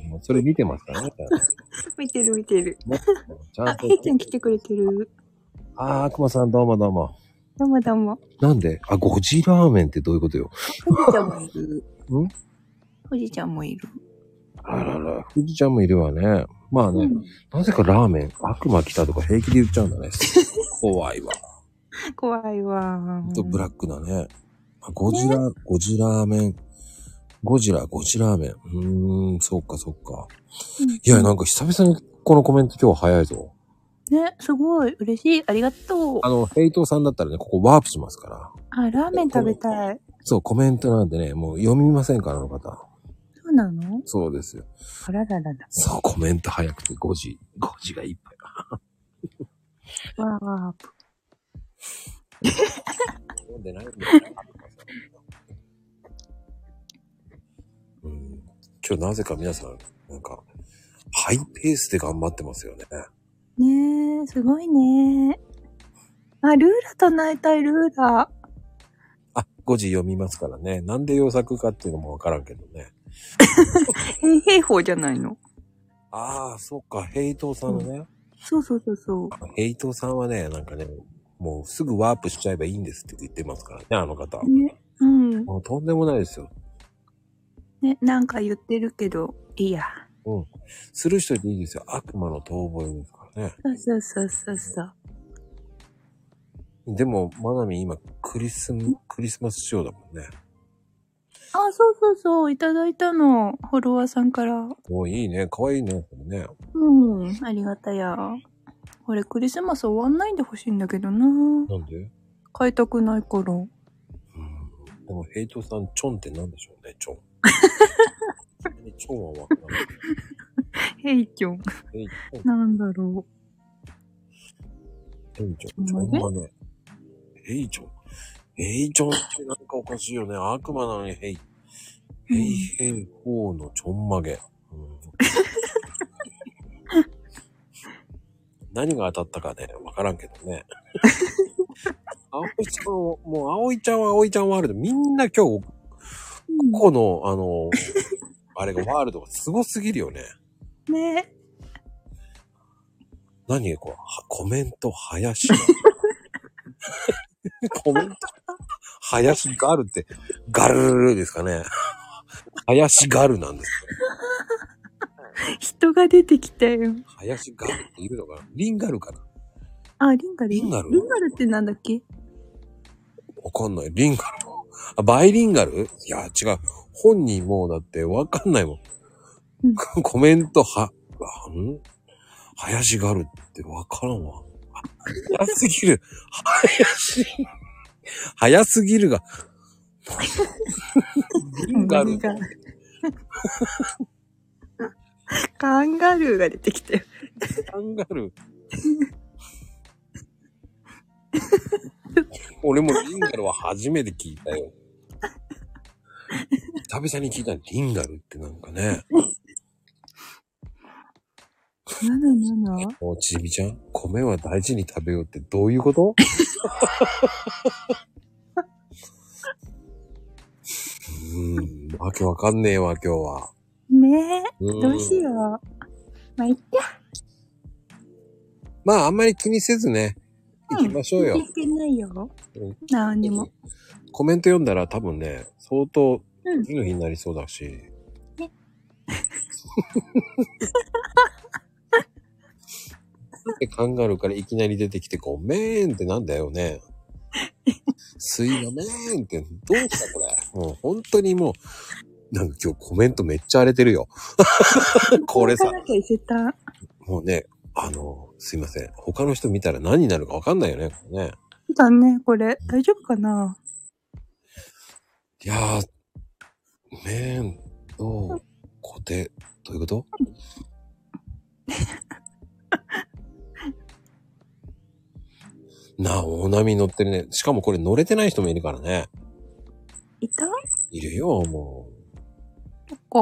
A: もうそれ見てますからね。
C: 見てる、見てる。
A: ちゃ
C: あ
A: ん、と
C: えい。ちゃん来てくれてる。
A: あー、悪魔さんどうもどうも。
C: どうもどうも。
A: なんであ、ゴジラーメンってどういうことよ
C: ふじちゃんもいる。
A: ん
C: ふじちゃんもいる。
A: あらら、富士ちゃんもいるわね。まあね、
C: うん
A: なぜかラーメン、悪魔来たとか平気で言っちゃうん
C: [laughs]
A: だね。怖いわ。
C: 怖いわ
A: ほん
C: ー。
A: とブラックだね。あゴジラ、ゴジラーメン、ゴジラ、ゴジラーメン。うーん、そっかそっか。
C: うん
A: いや、なんか久々にこのコメント今日早いぞ。
C: ね、すごい。嬉しい。ありがとう
A: あ。の、ヘイトさんだったらね、ここワープしますから。
C: あ、ラーメン食べたい。
A: そう、コメントなんでね、もう読みませんから、あの方。
C: そうなの
A: そうですよ。
C: あらららら。
A: そう、コメント早くて5時、5時がいっぱい。
C: わー。
A: 読んでないんだうん、今日なぜか皆さん、なんか、ハイペースで頑張ってますよね。
C: ねえ、すごいねあ、ルーラと泣いたい、ルーラ。
A: あ、5時読みますからね。なんで洋作かっていうのもわからんけどね。
C: 平平法じゃないの
A: ああ、そっか、ヘイトーさんのね。
C: そうそうそうそう。
A: ヘイトーさんはね、なんかね、もうすぐワープしちゃえばいいんですって言ってますからね、あの方。
C: ね。うん。
A: もうとんでもないですよ。
C: ね、なんか言ってるけど、いいや。
A: うん。する人でいいですよ。悪魔の遠吠えですからね。
C: そうそうそうそうそう。
A: でも、まなみ今、クリスマ、クリスマス仕様だもんね。
C: あ、そうそうそう。いただいたの。フォロワーさんから。
A: おいいね。かわいいね。これね。
C: うん。ありがたや。これクリスマス終わんないでほしいんだけどな
A: なんでう
C: 買いたくないから。
A: ん。でも、ヘイトさん、チョンってなんでしょうね、チョン。チョンはわからない。
C: ヘイキョン。
A: ヘイチョン、
C: なんだろ
A: ヘイチョン、チョンはね。ヘイチョン。ヘイチョンってなんかおかしいよね。悪魔なのにヘイ。
C: う
A: ヘ
C: ん
A: イヘイホーのちょん [laughs] まげ。うん、何が当たったかね、わからんけど
C: [laughs]
A: ね。葵ちゃんを、もう葵ちゃんは葵ちゃんワールド、みんな今日
C: う。
A: ここの、あの、あれがワールドがすごすぎるよね。
C: ね。
A: 何こう、はコメント、林。 [laughs] コメント、林ガルって、ガルルルですかね。林ガルなんですよ。
C: 人が出てきたよ。
A: 林ガルっているのかなリンガルかな
C: あ、リンガル
A: リンガル
C: リンガルってなんだっけ
A: わかんない。リンガル。あ、バイリンガルいや、違う。本人もうだってわかんないもん。
C: う
A: [laughs]
C: ん
A: コメント、は、はん林ガルってわからんわ。早すぎる。林。早すぎる
C: [laughs]
A: が。リンガル。
C: ガル。カン [laughs] ガルーが出てきたよ。
A: カンガルー。 [laughs] 俺もリンガルは初めて聞いたよ。久々に聞いたリンガルってなんかね。
C: なななな
A: おちびちゃん、米は大事に食べようってどういうことううん。わけわかんねえわ、今日は。
C: ねえ、
A: うん
C: どうしよう。まあ、いっか。
A: まあ、あんまり気にせずね、
C: うん
A: 行きましょうよ。
C: 聞いてないよ
A: うん。
C: 何にも。
A: コメント読んだら多分ね、相当、
C: うん
A: いいの日になりそうだし。
C: ね
A: [laughs] なんでカンガルーからいきなり出てきて、ごめーんってなんだよね。すいまめーんって、どうしたこれ。もう本当にもう、なんか今日コメントめっちゃ荒れてる
C: [laughs]
A: よ。これさ
C: 行かなきゃいけた。
A: もうね、あの、すいません。他の人見たら何になるかわかんないよね、これね。
C: だね、これ。大丈夫かない
A: やー、めーん、どう、固定、どういうことなあ、大波に乗ってるね。しかもこれ乗れてない人もいるからね。
C: いた
A: いるよ、も
C: とか。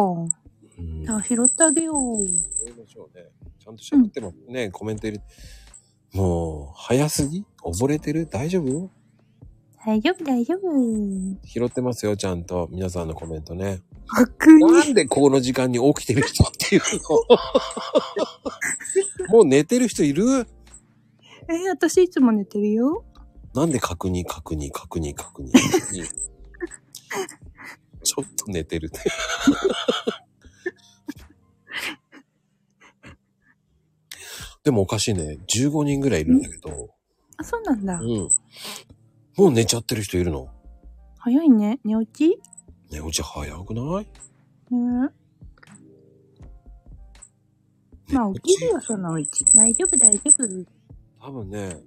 A: う。うん。
C: じゃあ拾ってあげよう。
A: 拾いましょうね。ちゃんと喋ってもね、コメント入れもう、早すぎ溺れてる大丈夫
C: 大丈夫、大丈夫。
A: 拾ってますよ、ちゃんと。皆さんのコメントね。
C: 悪
A: な
C: に。
A: んでこの時間に起きてる人っていうのもう寝てる人いる
C: え、私いつも寝てるよ。
A: なんで確認、確認、確認、確認。ちょっと寝てるね。でもおかしいね。15人ぐらいいるんだけど。
C: あ、そうなんだ
A: うん。。もう寝ちゃってる人いるの。
C: 早いね。寝落ち
A: 寝落ち早くない
C: うん。まあ、
A: 寝落
C: 起
A: ち
C: きるよ、そのうち。大丈夫、大丈夫。
A: 多分ね、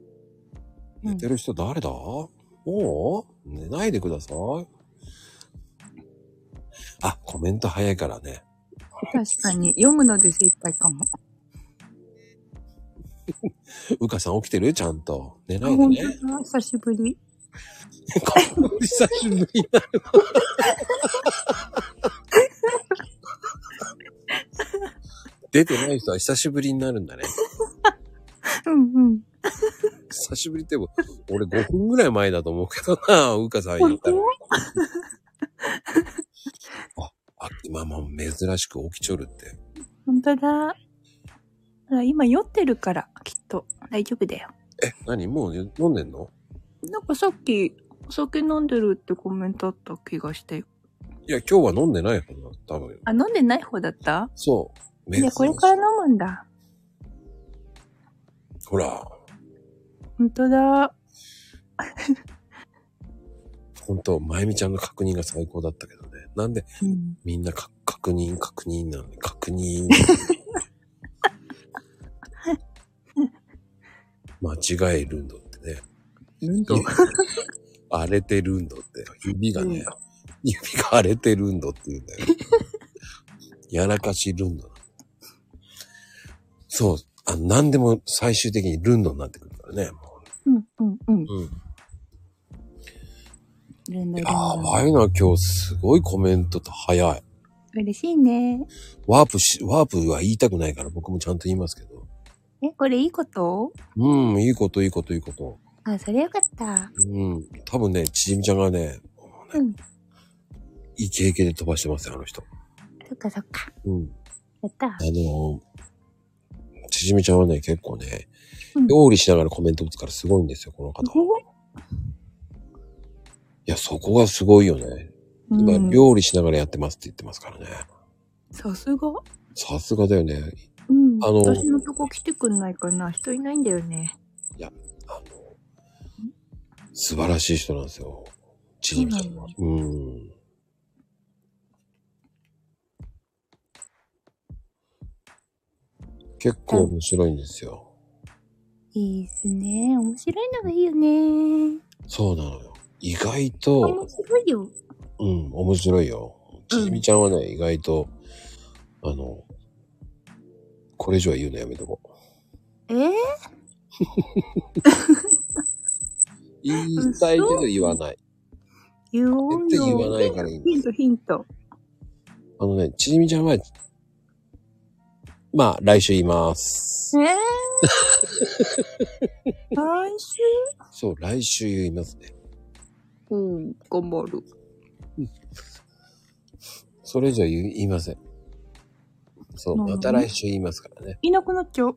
A: 寝てる人誰だ、もう寝ないでください。あ、コメント早いからね。
C: 確かに。読むので精一杯かも。
A: うかさん起きてるちゃんと。寝
C: あ
A: ないで
C: 本当
A: ね。
C: だ。久しぶり。
A: こんな久しぶりになるわ。出てない人は久しぶりになるんだね。
C: うんうん。
A: 久しぶりっても、俺5分ぐらい前だと思うけどな、うかさん言ったら。あ、あ、今も珍しく起きちょるって。
C: 本当だ。ほら、今酔ってるから、きっと。大丈夫だよ。
A: え、何もう飲んでんの
C: なんかさっき、お酒飲んでるってコメントあった気がして。
A: いや、今日は飲んでない方だ、多分。
C: あ、飲んでない方だった
A: そう。
C: いや、これから
A: ら。
C: 飲むんだ。
A: ほら、
C: 本当だ。
A: ほんと、まゆみちゃんの確認が最高だったけどね。なんで、
C: うん。
A: みんなか確認、確認なのに、確
C: [laughs]
A: 認。間違えるんだってね。
C: なんと。
A: 荒れてるんだって。指がね、
C: うん
A: 指が荒れてるんだって言うんだよ。やらかしルンド。そう。あ何でも最終的にルンドになってくるからね。も
C: うんうんうん。
A: ううん。
C: ルンドルン
A: や
C: ド
A: ばいな、今日すごいコメントと早い。
C: 嬉しいね。
A: ワープし、ワープは言いたくないから僕もちゃんと言いますけど。
C: え、これいいこと
A: うん、いいこと、いいこと、いいこと。
C: あ、それよかった。
A: うん。多分ね、ちじみちゃんがね、もうね
C: うん
A: いい経験で飛ばしてますよ、あの人。
C: そっかそっか。
A: うん。
C: やった
A: あ。のー、ちじみちゃんはね、結構ね
C: うん、
A: 料理しながらコメント打つからすごいんですよ、この方。いや、そこがすごいよね。
C: う
A: 今、
C: ん
A: 料理しながらやってますって言ってますからね。
C: さすが。
A: さすがだよね。
C: うん。
A: あの
C: 私のとこ来てくんないかな。人いないんだよね。
A: あの、素晴らしい人なんですよ。ちじみちゃんは。うん。結構面白いんですよ。
C: いいっすね。面白いのがいいよね。
A: そうなのよ。意外
C: 面
A: と、
C: 白いよ。
A: うん、面白いよ。ちじみちゃんはね、意外と、あの、これ以上は言うのやめとこう。
C: えー、
A: 言いたいけど言わない。
C: 言おうよ。
A: 絶対言わないからいいんだ
C: ヒント、ヒント。
A: あのね、ちじみちゃんは、まあ、来週言います。
C: [laughs] えー、来週
A: そう、来週言いますね。
C: うん、頑張る。
A: それ以上言い言いません。そう、
C: なる
A: ま
C: ほ
A: た
C: どね
A: 来週言いますからね。
C: いなくなっちゃう。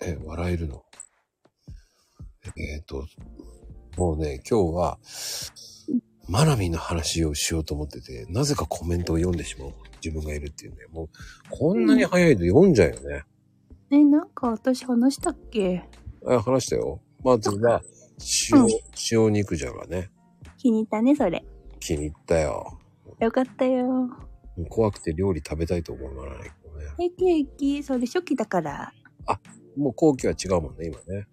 A: え、笑えるの。えっ、と、もうね、今日は、マナミの話をしようと思ってて、なぜかコメントを読んでしまう自分がいるっていうね。もう、こんなに早いと読んじゃうよね。
C: ね、なんか私話したっけ
A: あ、話したよ。まずは、塩、塩肉じゃがね。
C: 気に入ったね、それ。
A: 気に入ったよ。
C: よかったよ。
A: 怖くて料理食べたいと思わないけどね。
C: え、ケーキ、それ初期だから。
A: もう後期は違うもんね、今ね。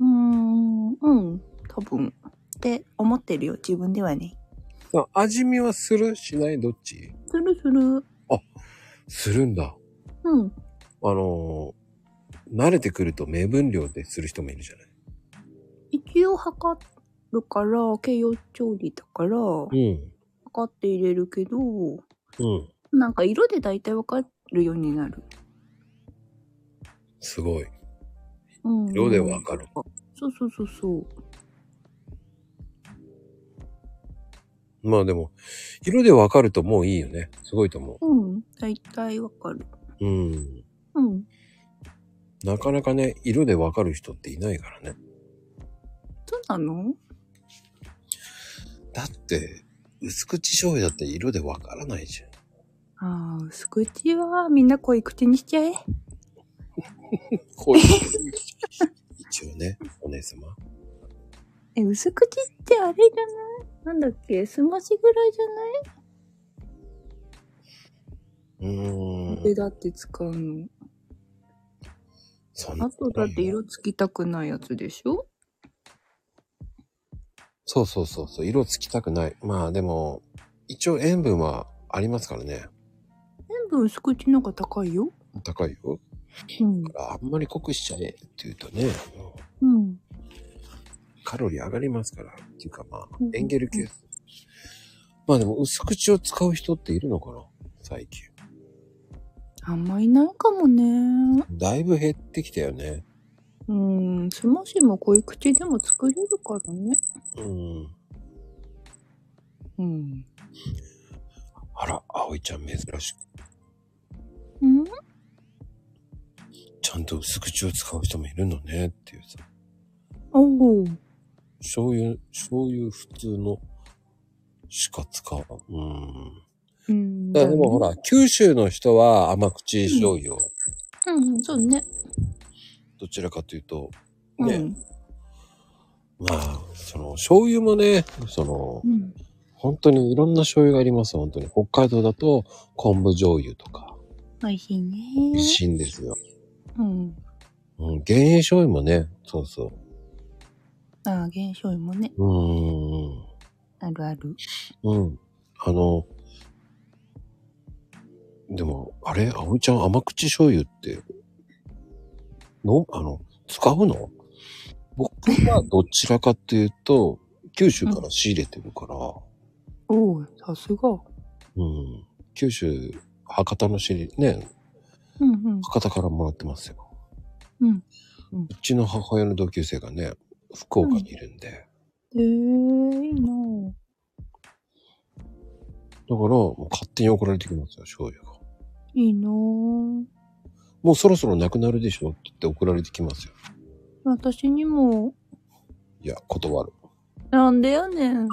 C: うーん、うん、多分。って思ってるよ、自分ではね。
A: さあ味見はするしないどっち
C: するする。
A: するんだ。
C: うん。
A: あのー慣れてくると目分量でする人もいるじゃない。
C: 一応測るから、形容調理だから、
A: う
C: 測って入れるけど、
A: ん。うん。
C: なんか色で大体わかるようになる。
A: すごい。
C: うん、
A: 色でわかる。
C: そうそうそうそう。
A: まあでも、色でわかるともういいよね。すごいと思
C: うん、大体わかる。
A: う。うん。
C: うん。
A: なかなかね、色でわかる人っていないからね。
C: そうなの
A: だって、薄口醤油だって色でわからないじゃん。
C: ああ、薄口はみんな濃い口にしちゃえ。
A: こういう。 [laughs] 一応ね、お姉様。
C: え、薄口ってあれじゃないなんだっけすましぐらいじゃない、
A: うー
C: で
A: ん。
C: だって使うの。
A: そんな
C: あとだって色つきたくないやつでしょ
A: そうそうそうそう、色つきたくない。まあでも、一応塩分はありますからね。
C: 全部薄口の方が高いよ。
A: 高いよ。
C: うん。
A: あんまり濃くしちゃえって言うとね、もう
C: うん。
A: カロリー上がりますから。っていうかまあ
C: うん、
A: エンゲル係数。まあでも薄口を使う人っているのかな最近。
C: あんまいないかもね。
A: だいぶ減ってきたよね。
C: うん。すましも濃い口でも作れるからね。
A: うん。
C: うん。
A: あら、葵ちゃん珍しく。
C: うん
A: ちゃんと薄口を使う人もいるのねっていうさ。
C: おお。
A: 醤油、醤油普通のしか使う。うん。
C: うん。
A: だからでもほら、九州の人は甘口醤油を、
C: うん、そうね。
A: どちらかというと、
C: う
A: ね、
C: ん。
A: まあ、その、醤油もね、その
C: う、ん。
A: 本当にいろんな醤油があります、本当に。北海道だと、昆布醤油とか、
C: 美味しいね。
A: 美味しいんですよ。
C: うん。
A: うん、減塩醤油もね、そうそ
C: ああ、減少もね、
A: う。う
C: あるある。
A: ーん、うん。あの、でも、あれ、葵ちゃん甘口醤油って、の、あの、使うの僕はどちらかっていうと、九州から仕入れてるから、
C: おお、さすが。
A: うん。九州、博多の知り、ね、
C: うんうん。
A: 博多からもらってますよ。
C: うん。
A: うちの母親の同級生がね、福岡にいるんで。だから、
C: ええいいなぁ
A: もう勝手に送られてきますよ、醤油が。
C: いいなぁ
A: もうそろそろなくなるでしょって言って送られてきますよ。
C: 私にも。
A: いや、断る。
C: なんでやねん。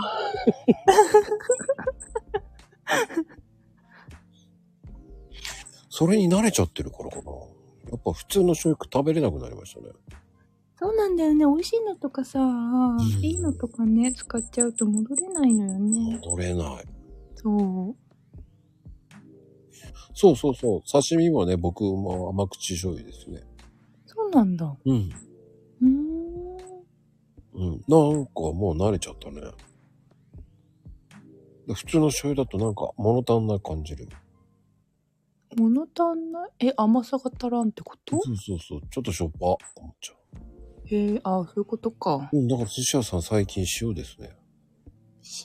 A: それに慣れちゃってるからかな。やっぱ普通の醤油食べれなくなりましたね。
C: そうなんだよね。美味しいのとかさ、いいのとかね、使っちゃうと戻れないのよね。
A: 戻れない。
C: そう。
A: そうそうそう。刺身もね、僕も甘口醤油ですね。
C: そうなんだ。
A: うん。
C: うーん。
A: うん。なんかもう慣れちゃったね。で普通の醤油だとなんか物足んない感じる。
C: 物足んない。え、甘さが足らんってこと
A: そうそうそう。ちょっとしょっぱって思っちゃ
C: へえ、ああ、そういうことか。
A: う。うん、だから寿司屋さん最近塩ですね。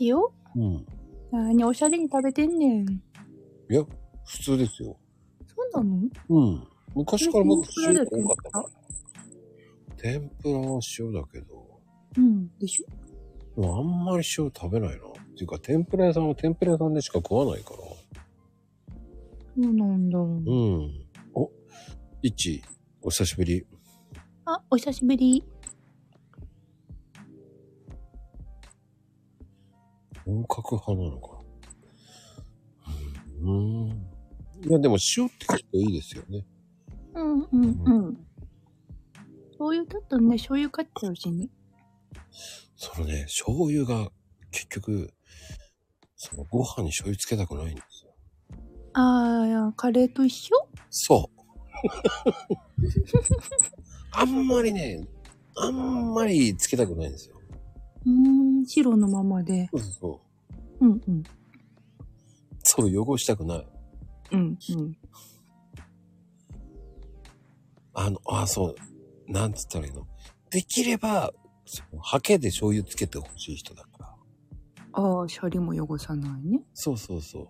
C: 塩
A: うん。
C: なーに、おしゃれに食べてんねん。
A: いや、普通ですよ。
C: そうなの
A: うん。昔から僕
C: 天ぷ
A: 塩
C: らだ
A: が
C: よ
A: 多かったから。天ぷらは塩だけど、
C: うん。でしょ
A: もうあんまり塩食べないな。っていうか、天ぷら屋さんは天ぷら屋さんでしか食わないから。
C: そうなんだ。
A: うん。お、いち、お久しぶり。
C: あ、お久しぶり。
A: 本格派なのかな。うん。いや、でも塩って結構いいですよね。
C: うんうんうん。醤油だとね、醤油買っちゃうしね。
A: そのね、醤油が結局、そのご飯に醤油つけたくないんですよ。
C: あーいや、カレーと一緒
A: そう。 [laughs] あんまりね、あんまりつけたくないんですよ。
C: うーん、白のままで。
A: そうそうそう。
C: うんうん。
A: そう、汚したくない。
C: うんうん。
A: あの、あ、そう。なんつったらいいの。できれば、そのハケで醤油つけてほしい人だから。
C: ああ、シャリも汚さないね。
A: そうそうそ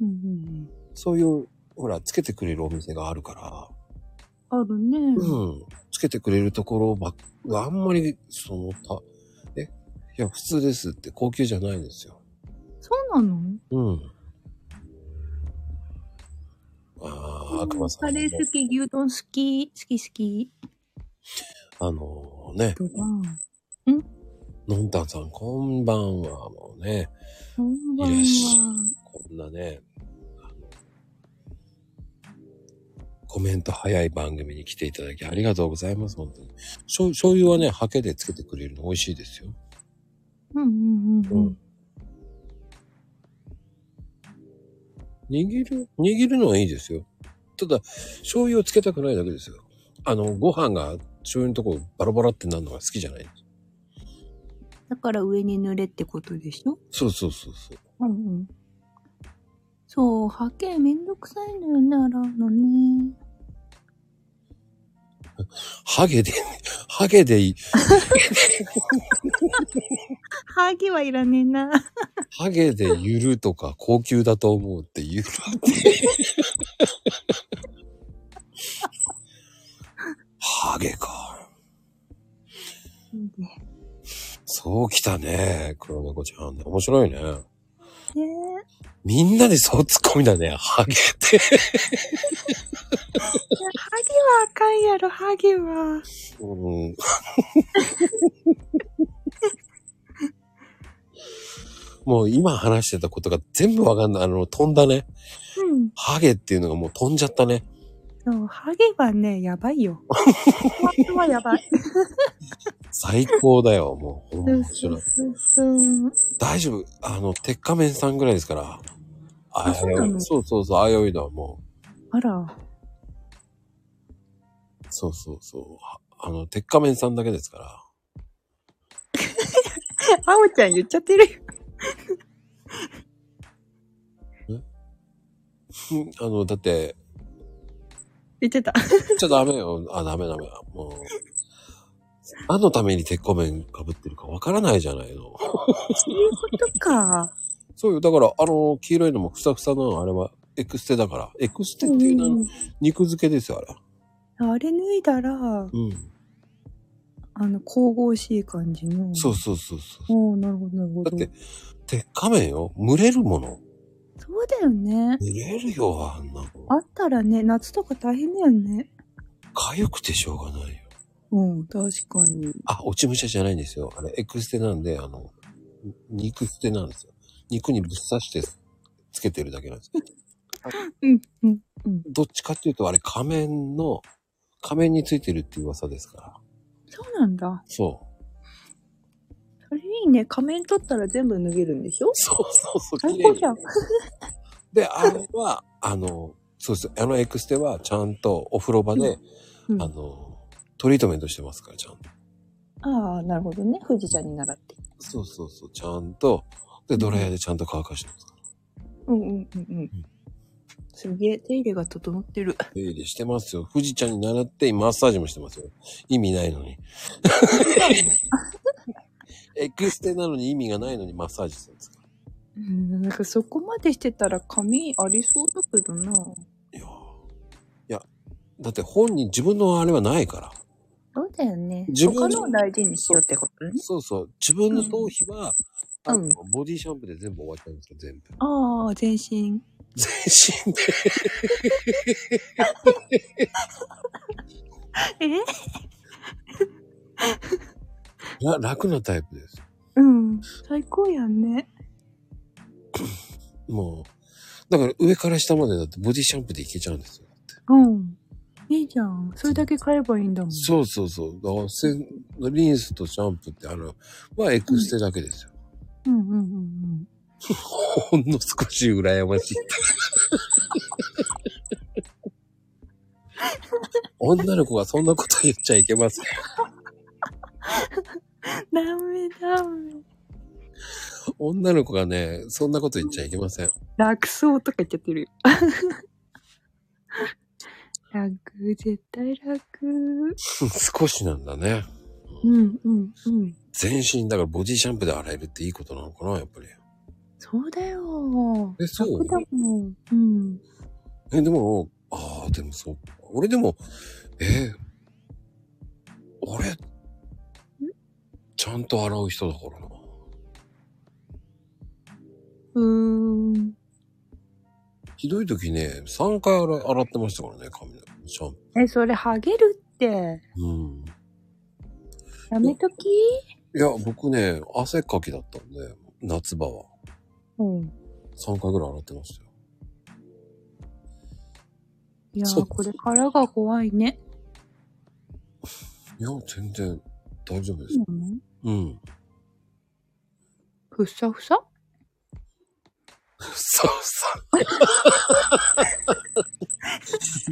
A: う。
C: うんうん
A: そういう、ほら、つけてくれるお店があるから。
C: うん。あるね。
A: うん。つけてくれるところばっがあんまり、その、た、え、いや、普通ですって、高級じゃないんですよ。
C: そうなの
A: うん。ああ、悪魔さ
C: カ
A: んも
C: レー好き、牛丼好き、好き好き。
A: あのね、
C: ドラン。
A: のんたんさん、こんばんは、もうね、
C: こんばん
A: いらっし
C: は。
A: こんなね、あのコメント早い番組に来ていただきありがとうございます、本当に。醤醤油はね、ハケでつけてくれるの美味しいですよ。
C: うんうんうんうん。
A: 握る、握るのはいいですよ。ただ、醤油をつけたくないだけですよ。あの、ご飯が醤油のとこバラバラってなるのが好きじゃない。
C: だから上に塗れってことでしょ
A: そうそうそうそう。
C: うんうん。そう、波形めんどくさいのよね、洗うのね。
A: ハゲで、ハゲでいい、
C: ハゲはいらねえな。
A: ハゲでゆるとか高級だと思うってゆるって。ハゲか。
C: ね
A: そうきたね、黒猫ちゃん。面白いね。
C: え。
A: みんなでそう突っ込みだね。ハゲって。
C: いやハゲはあかんやろ、ハゲは。
A: うんもう今話してたことが全部わかんない。あの、飛んだね。
C: うん。
A: ハゲっていうのがもう飛んじゃったね。
C: そう、ハゲはね、やばいよ。ハゲはやばい。
A: 最高だよ。もう、面
C: そ
A: 白
C: う
A: い。
C: そうそう。
A: 大丈夫。あの、鉄仮面さんぐらいですから。あ
C: そうなの
A: そうそうそう、あやおいだわ、もう。
C: あら、
A: そうそうそう。はあの、鉄仮面さんだけですから。
C: あおちゃん言っちゃってるよ。
A: うんあの、だって、
C: 言っちゃった。
A: ちょっとダメよ。あ、ダメダメ。もう。何のために鉄仮面被ってるかわからないじゃないの。
C: そういうことか。
A: そうよ。だから、あの、黄色いのもふさふさの、あれは、エクステだから。エクステっていうのは、肉漬けですよ、あれ。
C: あれ脱いだら、
A: うん。
C: あの、神々しい感じの。
A: そうそうそうそ
C: おーなるほど、なるほ
A: う。だ
C: ど
A: っ。て、鉄仮面よ。蒸れるもの。
C: そうだよね。
A: 蒸れるよ、あんなの。
C: あったらね、夏とか大変だよね。
A: 痒くてしょうがないよ。
C: うん、確かに。
A: あ、落ち武者じゃないんですよ。あれ、エクステなんで、あの、肉捨てなんですよ。肉にぶっ刺してつけてるだけなんです。
C: うん、うん。
A: どっちかっていうと、あれ、仮面の、仮面についてるっていう噂ですから。
C: そうなんだ。
A: そう。
C: それいいね。仮面取ったら全部脱げるんでしょ
A: そうそうそう。
C: 最
A: 綺麗
C: 高
A: に
C: じゃん。
A: で、あれは、あの、そうです。あのエクステは、ちゃんとお風呂場で、
C: うん
A: あ
C: あ
A: の、トリートメントしてますから、ちゃんと。
C: あー、なるほどね。富士ちゃんに習って。
A: そうそうそう、ちゃんと。で、ドライヤーでちゃんと乾かしてますから。
C: うんうんうんうん。すげえ、手入れが整って [laughs] る。
A: 手入れしてますよ。富士ちゃんに習って、マッサージもしてますよ。意味ないのに。エクステなのに意味がないのにマッサージするんですか
C: うん、なんかそこまでしてたら髪ありそうだけど
A: ら。
C: な。
A: いやー。いや、だって本人、自分のあれはないから。
C: そうだよね。
A: 自分
C: 他のを大事にしようってことね。
A: そうそう。自分の頭皮は、
C: う
A: あ
C: ん
A: のボディシャンプーで全部終わっちゃうんですよ、全部。
C: ああ、全身。
A: 全身で。
C: [laughs] え
A: [laughs] ら楽なタイプです。
C: うん。最高やんね。
A: もう。だから上から下までだってボディシャンプーでいけちゃうんですよ。
C: うん。いいじゃん。それだけ買えばいいんだもん。
A: そうそうそう。だからせんリンスとシャンプーってあの、まあエクステだけですよ。
C: うんうんうんうん。
A: ほんの少し羨 [laughs] ましい。女の子がそんなこと言っちゃいけません。
C: ダメダメ。
A: 女の子がね、そんなこと言っちゃいけません。
C: 楽そうとか言っちゃってる [laughs] よ。楽、絶対楽。
A: 少しなんだね。
C: うんうんうん。
A: 全身、だからボディシャンプーで洗えるっていいことなのかな、やっぱり。
C: そうだよ。
A: えそう
C: 楽だもん。うん。
A: え、でも、ああ、でもそう。俺でも、えー俺、ちゃんと洗う人だからな。
C: うーん。
A: ひどい時ね、3回洗洗ってましたからね、髪の毛シャンプ
C: え、それ、ハゲるって。
A: ー。うん。
C: やめとき
A: いや、僕ね、汗っかきだったんで、夏場は。
C: うん。
A: 3回ぐらい洗ってましたよ。
C: いや
A: そ
C: ー、
A: う
C: これからが怖いね。
A: いや、全然大丈夫です。
C: うん
A: うん。
C: ふっさふさ
A: ふさふさ。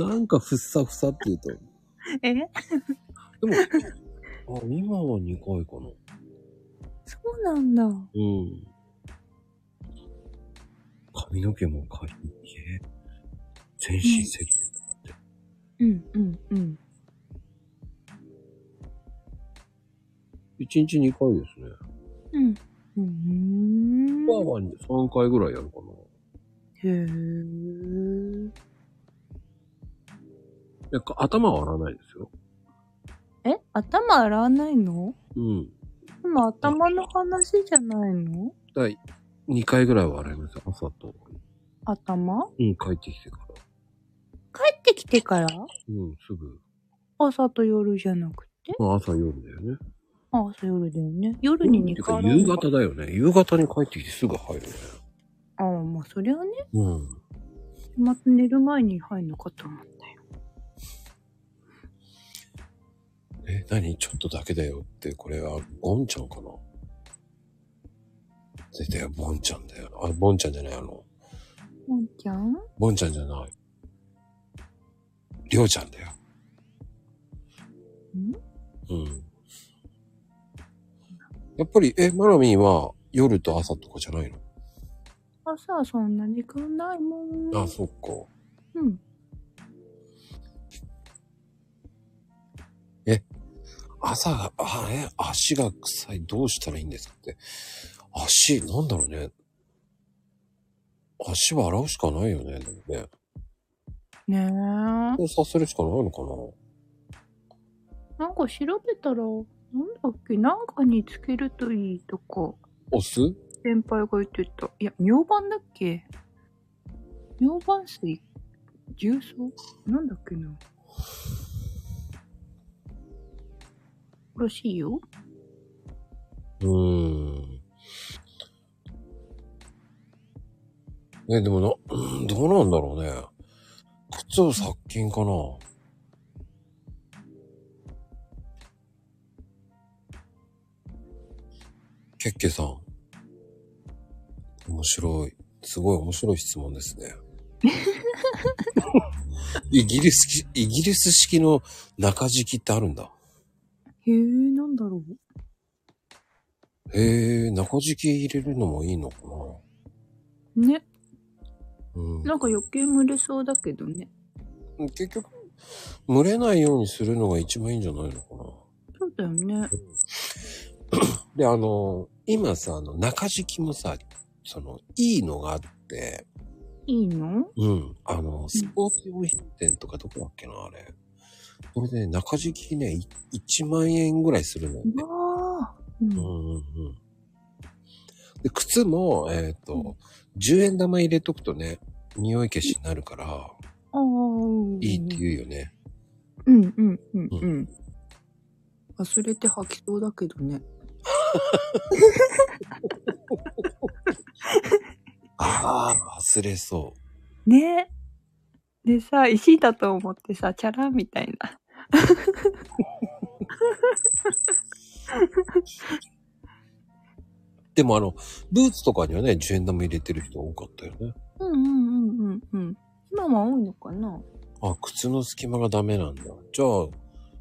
A: [laughs] なんかふっさふさって言うと。で
C: え
A: も、あ、今は2回かな。
C: そうなんだ。
A: うん。髪の毛も描いて、全身整理。
C: うんうんうん。
A: 1日2回ですね。
C: うん。うーん。
A: ワンワン3回ぐらいやるかな。
C: へー。
A: いやか頭は洗わないですよ。
C: え頭洗わないの
A: うん。
C: でも頭の話じゃないの
A: 第2回ぐらいは洗いますよ。朝と。
C: 頭
A: うん、帰ってきてから。
C: 帰ってきてから
A: うん、すぐ。
C: 朝と夜じゃなくて
A: まあ、朝夜だよね。
C: あ朝夜だよね。夜に
A: て
C: 2
A: か
C: 回
A: 夕方だよね。夕方に帰ってきてすぐ入るね。
C: ああ、まあそれはね、
A: うん。
C: また寝る前に入るのかと思ったよ。
A: え、何ちょっとだけだよって、これは、ボンちゃんかな絶対ボンちゃんだよ。あ、ボンちゃんじゃない、あの、
C: もんちゃん
A: ボンちゃんじゃない。りょうちゃんだよ。うん。やっぱり、え、マラミーは夜と朝とかじゃないの、
C: 朝はそんな時間ないもん。
A: あ、そっか。
C: うん。
A: 朝が、あれ足が臭い、どうしたらいいんですかって。足、なんだろうね。足は洗うしかないよね。でもね。
C: ねえ。
A: そうさせるしかないのかな
C: なんか調べたら、なんだっけ、なんかにつけるといいとか、
A: お酢
C: 先輩が言ってた。いや、明晩だっけ明晩水重曹なんだっけな。らしいよ。
A: うーん。ね、でもな、うんどうなんだろうね。靴を殺菌かなケッケさん。面白い。すごい面白い質問ですね。イギリス式、イギリス式の中敷きってあるんだ。
C: へえ、なんだろう。
A: へえ、中敷き入れるのもいいのかな
C: ね、
A: うん
C: なんか余計蒸れそうだけどね。
A: 結局、蒸れないようにするのが一番いいんじゃないのかな。
C: そうだよね。
A: で、あの、今さ、あの、中敷きもさ、その、いいのがあって、
C: いいの
A: うん。あの、スポーツ用品店とかどこだっけな、あれ。これね、中敷きね、い1万円ぐらいするのよね。
C: わー
A: う
C: うんん。
A: うんうん。で、靴も、えっ、と、10円玉入れとくとね、匂い消しになるから、
C: あー
A: いいって言うよね。
C: うんうんうん
A: う
C: うん。忘れて吐きそうだけどね。
A: ああ、忘れそう。
C: ねでさ、石だと思ってさ、チャラみたいな。
A: でもあの、ブーツとかにはね、10円玉入れてる人多かったよね。
C: うんうんうんうんうん。今は多いのかな
A: あ、靴の隙間がダメなんだ。じゃあ、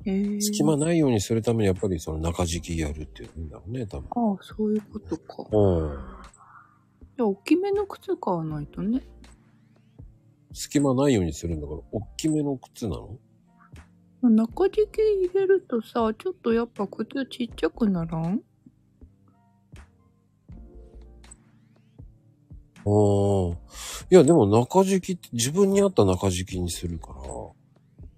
C: へえ。
A: 隙間ないようにするためにやっぱりその中敷きやるっていうんだろうね、多分。
C: ああ、そういうことか。
A: うん。
C: じゃあ、大きめの靴買わないとね。
A: 隙間ないようにするんだから、おっきめの靴なの
C: まあ中敷き入れるとさ、ちょっとやっぱ靴ちっちゃくならん
A: ああ。いや、でも中敷きって自分に合った中敷きにするから、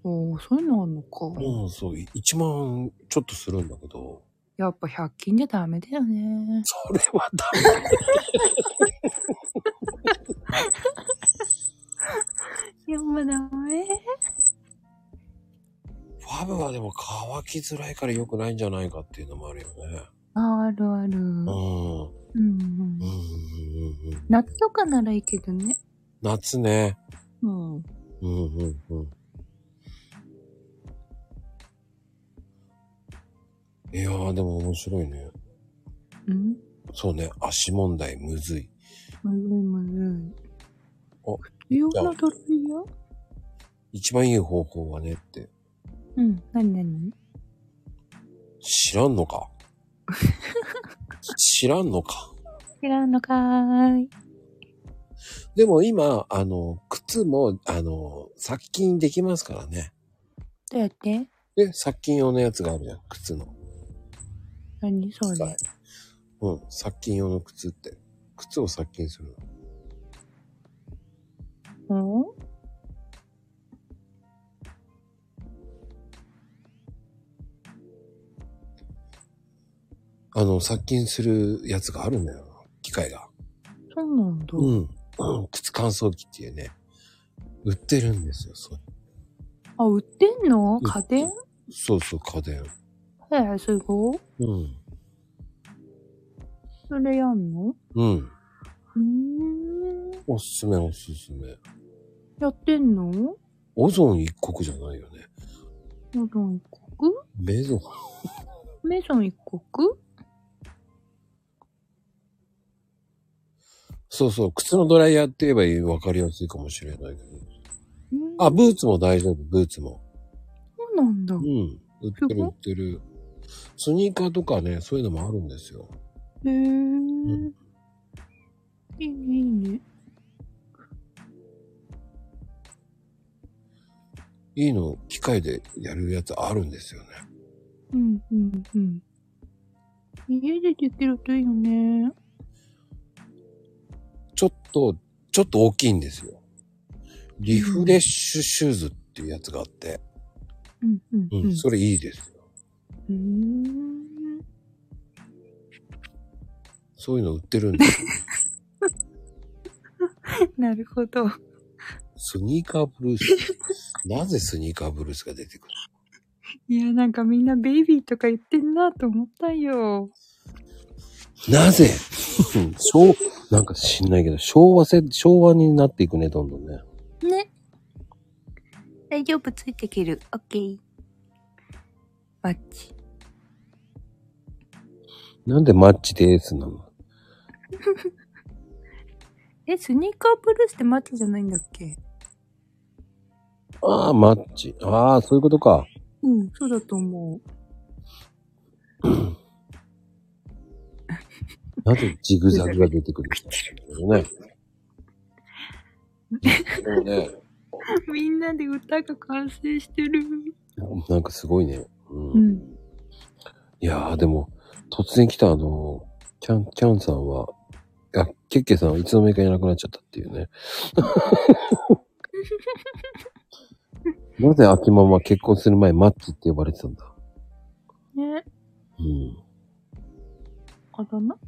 C: おおそういうのあんのか。
A: うん、そう、い1万ちょっとするんだけど、
C: やっぱ100均じゃダメだよね。
A: それはダメ。
C: やっぱダメ。
A: ファブはでも乾きづらいから良くないんじゃないかっていうのもあるよね。
C: ああるある。うん
A: う。
C: う
A: うん
C: ん
A: んうんうんうん。
C: 夏とかならいいけどね。
A: 夏ね。
C: うん。
A: うんうんうん。いやーでも面白いね。
C: うん
A: そうね、足問題むずい。
C: むずいむずい。
A: お
C: 必要なドルフィア
A: 一番いい方法はねって。
C: うん。なになに
A: 知らんのか知らんのか
C: 知らんのかーい。
A: でも今、あの、靴も、あの、殺菌できますからね。
C: どうやって
A: で、殺菌用のやつがあるじゃん、靴の。
C: 何それ。
A: うん、殺菌用の靴って。靴を殺菌するの。
C: うん
A: あの、殺菌するやつがあるんだよ。機械が。
C: そうなんだ。
A: うん。うん靴乾燥機っていうね。売ってるんですよ、そう。
C: あ、売ってんの
A: 売
C: 家
A: って
C: 電
A: るそうそう、家電。
C: へえ、すごい。
A: うん。
C: それやんの
A: うん。
C: うーん。
A: おすすめ、おすすめ。
C: やってんの
A: オゾン一国じゃないよね。
C: メゾン一国
A: メゾン。
C: メゾン一国
A: そうそう、靴のドライヤーって言えば分かりやすいかもしれないけど。
C: うん
A: あ、ブーツも大丈夫、ブーツも。
C: そうなんだ
A: う。ん。売って
C: す
A: る、
C: ご
A: 売
C: い
A: ってる。スニーカーとかね、そういうのもあるんですよ。
C: へえ
A: ん。
C: いいね、いいね。
A: いいの、機械でやるやつあるんですよね。
C: うん、うん、うん。家でできるといいよね。
A: ちょっと、ちょっと大きいんですよ。リフレッシュシューズっていうやつがあって。
C: うん、うん、
A: う、
C: うんん。
A: それいいですよ。
C: うーん。
A: そういうの売ってるんです [laughs] よ。
C: なるほど。
A: スニーカーブルース。なぜスニーカーブルースが出てくる
C: いや、なんかみんなベイビーとか言ってんなと思ったよ。
A: なぜうん昭なんか知んないけど、昭和せ、昭和になっていくね、どんどんね。
C: ね。大丈夫、ついてきる。オッケー。マッチ。
A: なんでマッチでエースなの
C: え、スニーカーブルースってマッチじゃないんだっけ
A: ああ、マッチ。ああ、そういうことか。
C: うん、そうだと思う。
A: なぜジグザグが出てくるのか。ね。ね。
C: [laughs] みんなで歌が完成してる。
A: なんかすごいね。うん
C: うん。
A: いやーでも、突然来たあの、キャン、キャンさんは、あ、ケッケさんはいつの間にかいなくなっちゃったっていうね。なぜ秋ママは結婚する前、マッチって呼ばれてたんだ。
C: ね
A: うん。
C: あだ名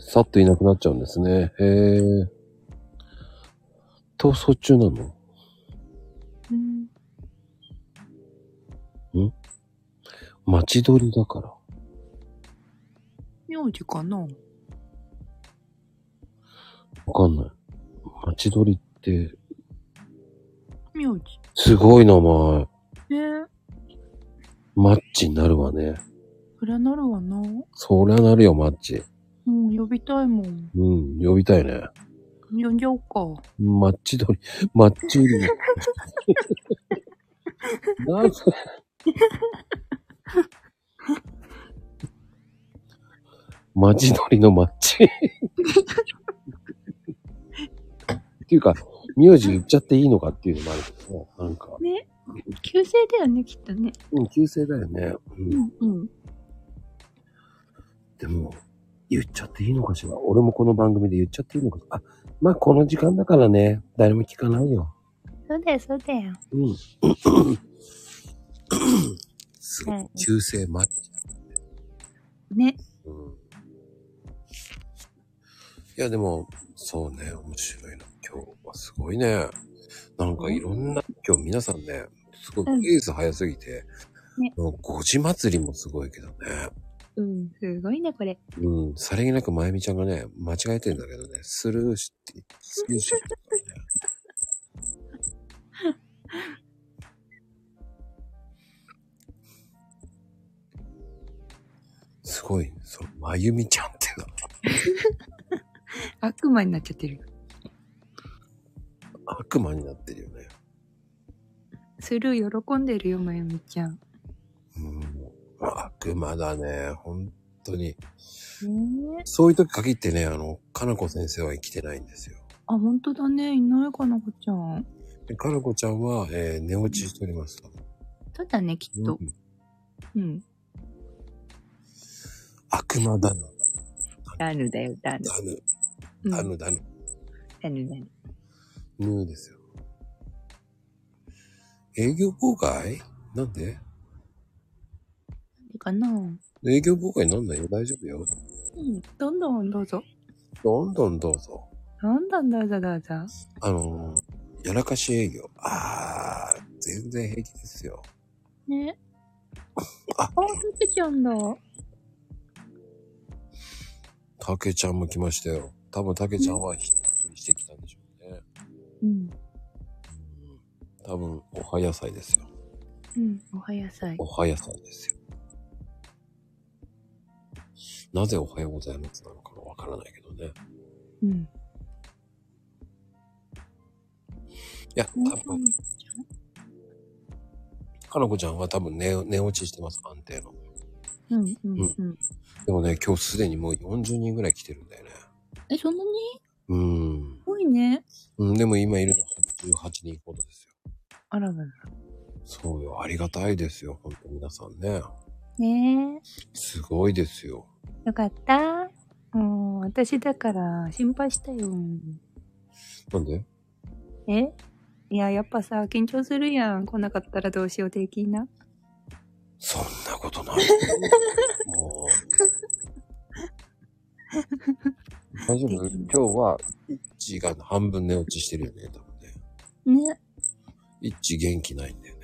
A: さっといなくなっちゃうんですね。へえ。逃走中なの
C: うん。
A: 待ち取りだから。
C: 名字かな
A: わかんない。待ち取りって、
C: 名字。
A: すごい名前。
C: ね
A: マッチになるわね。
C: そりゃなるわな。
A: そりゃなるよ、マッチ。
C: うん、呼びたいもん。
A: うん、呼びたいね。
C: 呼んじゃおうか。
A: マッチ取り、マッチ売り。なんかマジ取りのマッチ。っていうか、名字言っちゃっていいのかっていうのもあるけどね。なんか、
C: ね旧姓だよね、きっとね。
A: うん、旧姓だよね。うん
C: うん、うん。
A: でも、言っちゃっていいのかしら。俺もこの番組で言っちゃっていいのかあ、まあこの時間だからね、誰も聞かないよ。
C: そうだよ、そうだよ。
A: うん。すごい
C: うん。
A: 旧姓マッチ。
C: ね。
A: うん。いや、でも、そうね、面白いな。今日はすごいね。なんかいろんな、今日皆さんね、すごい
C: うん
A: ペース早すぎて、
C: ね
A: もう5時祭りもすごいけどね。
C: うん、すごいね、これ。
A: うん、さりげなくまゆみちゃんがね、間違えてんだけどね、スルーして、スルーしてたからね。すごい、その、まゆみちゃんってな。
C: 悪魔になっちゃってる。
A: 悪魔になってるよね。
C: スルー喜んでるよ、まゆみちゃん。
A: うん、悪魔だね、本当に。
C: ね
A: そういう時限ってね、あの、かなこ先生は生きてないんですよ。
C: あ、ほんとだね。いないかなこちゃん。
A: でかなこちゃんは、えー寝落ちしておりました。
C: そうだね、きっと
A: う。ん
C: うん。
A: 悪魔だな、
C: ダヌだよ、ダヌ。
A: だぬ、
C: うん
A: だぬだぬ。
C: ダヌダヌ。
A: ぬですよ。営業妨害なんで
C: いいかなうん。
A: 営業妨害なんだよ。大丈夫よ。
C: どんどんどうぞ。
A: どんどんどうぞ。
C: どんどんどうぞどうぞ。
A: あのーやらかし営業。あー、全然平気ですよ。
C: ね。
A: あ
C: あ、ふけちゃんだ。
A: たけちゃんも来ましたよ。多分たけちゃんは引き継ぎしてきたんでしょうね。
C: うん。
A: うん多分、お葉野菜ですよ。
C: うん。おはやさい。
A: お葉野菜ですよ。なぜおはようございますなのかわからないけどね。
C: うん。
A: いや、多分、かなこちゃんは多分寝寝落ちしてます、安定の。
C: うん。うん。うん。
A: でもね、今日すでにもう40人ぐらい来てるんだよね。
C: え、そんなに
A: うーん。
C: 多いね。
A: うん、でも今いるのは18人ほどですよ。
C: あららら。
A: そうよ、ありがたいですよ、ほんと皆さんね。
C: ね
A: すごいですよ。
C: え。よかった。うん。私だから、心配したよ。
A: なんで
C: えいや、やっぱさ、緊張するやん。来なかったらどうしよう的な。
A: そんなことない。もう。大丈夫今日は、1が半分寝落ちしてるよね、多分ね。
C: ね。
A: 1元気ないんだよね。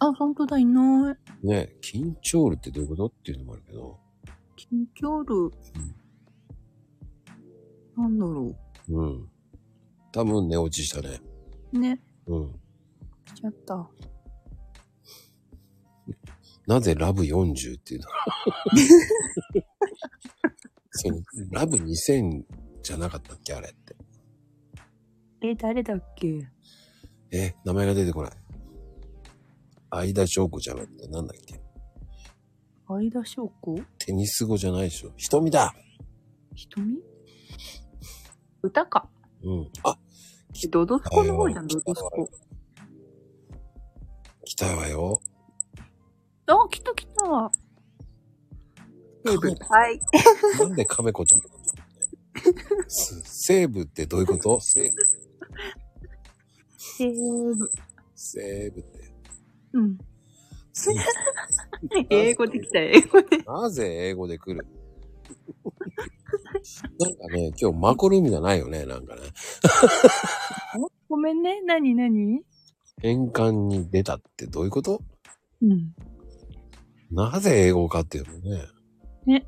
C: あ、ほんとだ、いない。
A: ね、緊張るってどういうことっていうのもあるけど。
C: 緊張る。なんだろ
A: うん。多分寝落ちしたね。
C: う。ね。
A: うん。
C: 来ちゃった。
A: なぜラブ40っていうのが。
C: [laughs]
A: そのラブ2000じゃなかったっけあれって。
C: え、誰だっけ
A: え、名前が出てこない。相田翔子じゃなくて、なんだっけ
C: 相田翔子
A: テニス語じゃないでしょ。瞳だ
C: 瞳歌か。
A: うん。あ、
C: ドドスコの方じゃん、ドドスコ。
A: 来たわよ。
C: あ、来た来た。
A: カ [laughs] メ
C: はい。
A: なんでカメ子ちゃんなんだろうね。すセーブってどういうことセーブ。
C: セーブ。
A: セーブって。
C: うん。 [laughs] 英語できた、英語で。
A: なぜ英語で来るなんかね、今日マコルームがないよね、なんかね。
C: ごめんね。なになに
A: 変換に出たってどういうこと
C: うん。
A: なぜ英語かっていうのね。
C: ね。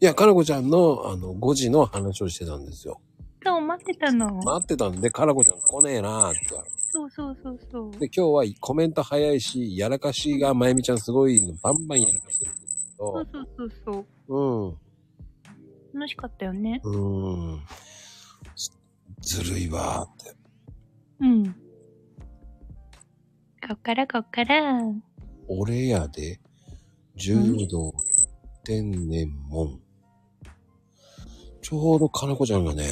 A: いや、かなこちゃんの、あの、5時の話をしてたんですよ。
C: そう、待ってたの。
A: 待ってたんで、かなこちゃん来ねえなーって。
C: そうそうそうそう。
A: で、今日はコメント早いし、やらかしが、まゆみちゃんすごいの、バンバンやらかしてるんですけ
C: そう
A: ど、
C: そうそうそう。
A: うん。
C: 楽しかったよね。
A: うーん。ずずるいわーって。
C: うん。こっからこっから。
A: 俺やで、柔道、天然門。ちょうどかなこちゃんがね、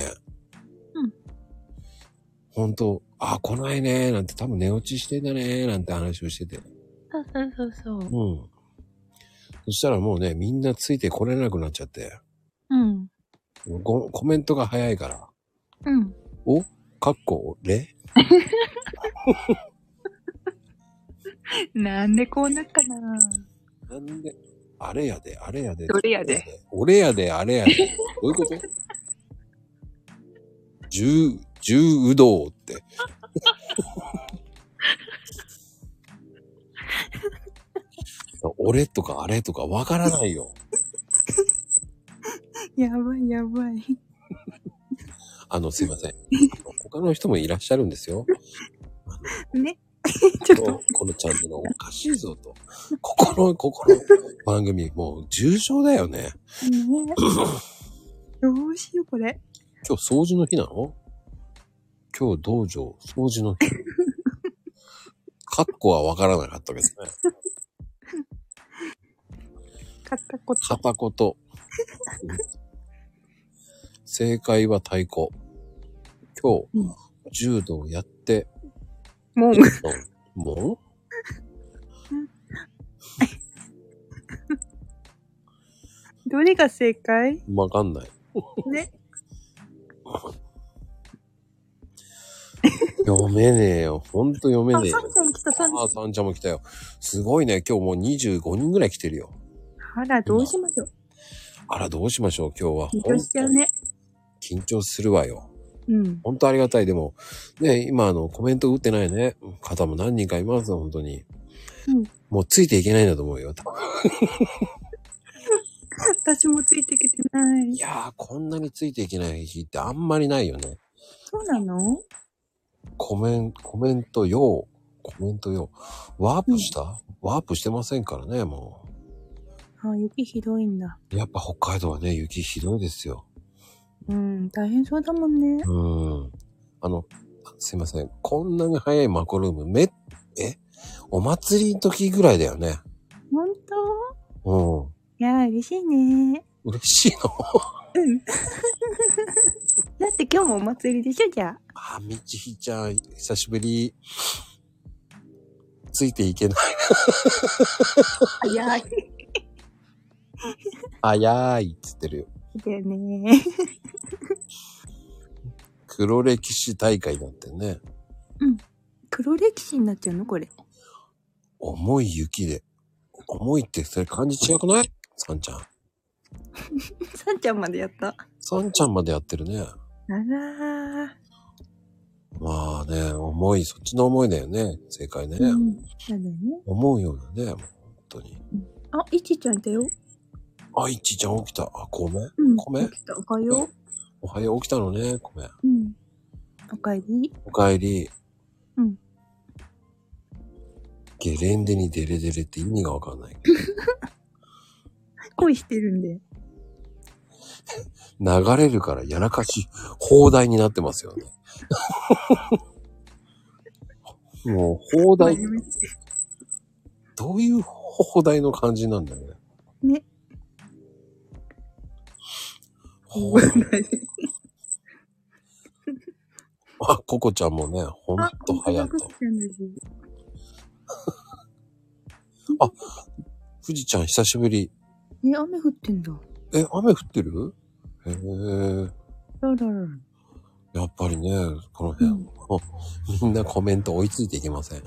C: うん。
A: ほんと、あ、来ないねーなんて多分寝落ちしてんだねーなんて話をしてて。
C: そうそうそうそう。
A: うん。そしたらもうね、みんなついてこれなくなっちゃって。
C: うん。
A: ごコメントが早いから。
C: うん。
A: おかっこ俺
C: なんでこうなっかな。
A: なんで、あれやで、あれやで。
C: どれやで。
A: 俺やで、あれやで。どういうこと [laughs] 柔、柔道って。 [laughs] 俺とかあれとかわからないよ。
C: やばいやばい。
A: あの、すいま
C: [laughs]
A: せん。あの他の人もいらっしゃるんですよ。 [laughs]
C: ね。ちょっと。
A: ここのチャンネルおかしいぞと。ここの、ここの番組、もう重症だよね。
C: [coughs] ね。どうしようこれ。
A: 今日掃除の日なの今日道場掃除の日。カッコはわからなかったけどね。
C: 買ったこと。
A: 片言。正解は太鼓。今
C: うん
A: 日、柔道やって、
C: もう、
A: も
C: どれが正解
A: うわかんない。
C: ね。
A: 読めねえよ。ほんと読め
C: あ、
A: ねえ
C: サ
A: よ。
C: ンちゃん来た、サンちゃん。
A: ああ、さんちゃんも来たよ。すごいね。今日もう25人ぐらい来てるよ。
C: あら、どうしましょう。
A: あら、どうしましょう。今日は。
C: 緊張しちゃうね。
A: 緊張するわよ。
C: うん。
A: 本当ありがたい。でも、ね、今、あの、コメント打ってないね、方も何人かいますよ、本当に。
C: うん
A: もうついていけないんだと思うよ。多分
C: 私もついてきてない
A: い。やー、こんなについていけない日ってあんまりないよね。
C: そうなの
A: コメント、コメントよ、コメントよ。ワープした、ワープしてませんからね、も
C: あ、雪ひどいんだ。
A: う。やっぱ北海道はね、雪ひどいですよ。
C: うん、大変そうだもんね。
A: うん。あの、すいません。こんなに早いマコルーム、め、えお祭りの時ぐらいだよね。
C: ほんと
A: うん。
C: いやー、嬉しいね。
A: 嬉しいの
C: うん。だって今日もお祭りでしょ、じゃあ。
A: あ、みちひちゃん、久しぶり。ついていけない。
C: 早い。
A: 早いっつってるよ。
C: だよね。
A: 黒歴史大会なんてね。
C: 黒歴史になっちゃうのこれ。
A: 重い雪で。重いってそれ漢字違くないさんちゃん。
C: さんちゃんまでやった。あ
A: さんちゃんまでやってるね。
C: らー。
A: まあね、重い、そっちの重いだよね。正解ね。
C: うん。だよね。
A: 思うようなね、もう本当に。
C: あ、いちちゃんいたよ。
A: あ、いちちゃん起きた。あ、ごめん。
C: うん。
A: ごめん
C: 起きた。おかよう。
A: おはよう起きたのね。ごめん。
C: うん。おかえり。
A: おかえり。
C: うん。
A: ゲレンデにデレデレって意味がわかんない。
C: 恋してるんで。
A: 流れるからやらかし放題になってますよ
C: [laughs]
A: ね。もう放題、どういう放題の感じなんだよね。
C: ね。
A: [laughs] 放題あ、ココちゃんもね、ほん
C: あ、
A: と
C: ほ
A: 早
C: んとだ
A: と
C: こ。っちゃんだし
A: 富士ちゃん久しぶり。
C: え、雨降ってんだ。
A: え、雨降ってるへえ。
C: あららら。
A: やっぱりね、この辺、
C: うん
A: もうみんなコメント追いついていけません。 [laughs]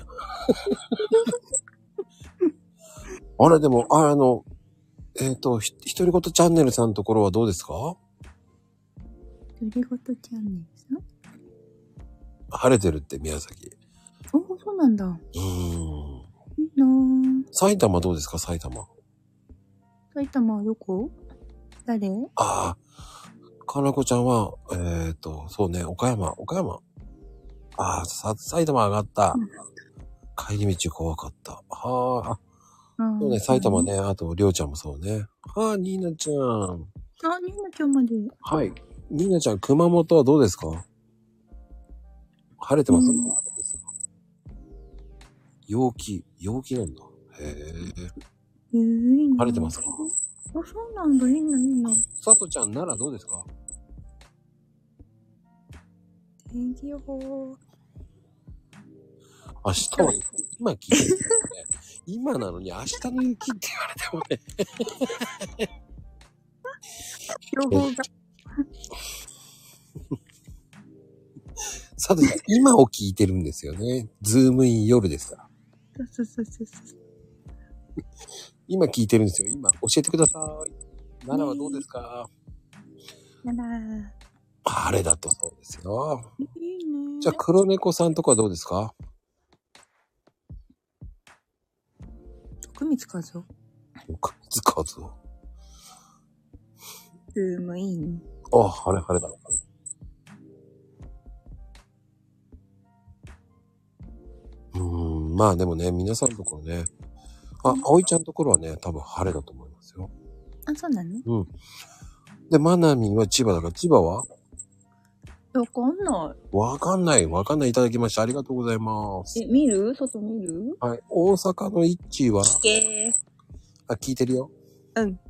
A: あれでも、ああの、えっ、と、ひ、ひとりごとチャンネルさんのところはどうですか
C: 独り言チャンネルさん
A: 晴れてるって宮崎。
C: おお、そうなんだ。
A: うーん。
C: いいなぁ。
A: 埼玉どうですか埼玉。
C: 埼玉はどこ誰
A: ああ、かなこちゃんは、えっ、と、そうね、岡山、岡山。ああ、さ、埼玉上がった
C: うん。
A: 帰り道怖かった。はあ、あ
C: あ
A: そうね、埼玉。ね、あと、りょうちゃんもそうね。はあ、ニーナちゃん。
C: あ、ニーナちゃんまで。
A: はい。ニーナちゃん、熊本はどうですか晴れてます、
C: うん
A: 晴れですか陽気、陽気なんだ。へえ。
C: えー、いいなぁ
A: 晴れてますか
C: あ、そうなんだ。いいな、いいな。
A: さとちゃん、奈良どうですか
C: 天気予報。
A: 明日は、今聞いてる、ね。 [laughs] 今なのに明日の雪って言われてもね。
C: 予報が。
A: さとちゃん、今を聞いてるんですよね。ズームイン夜ですから。
C: そうそうそうそうそう。
A: 今聞いてるんですよ。今、教えてください。奈良はどうですか、
C: なら、
A: 晴れだとそうですよ。
C: いいね。
A: じゃあ、黒猫さんとかどうですか
C: 徳光和夫。
A: 僕、つかず。
C: ズームイン。
A: あ、晴れ晴れだ。うーん、まあでもね、皆さんのところね。あ、葵ちゃんのところはね、多分晴れだと思いますよ。
C: あ、そうなの
A: で、まなみんは千葉だから、千葉は
C: わかんな
A: わかんない。わかんない。いただきましてありがとうございます。
C: い。え、見る外見る
A: はい。大阪の一位は
C: け
A: あ、聞いてるよ。
C: ー。うん。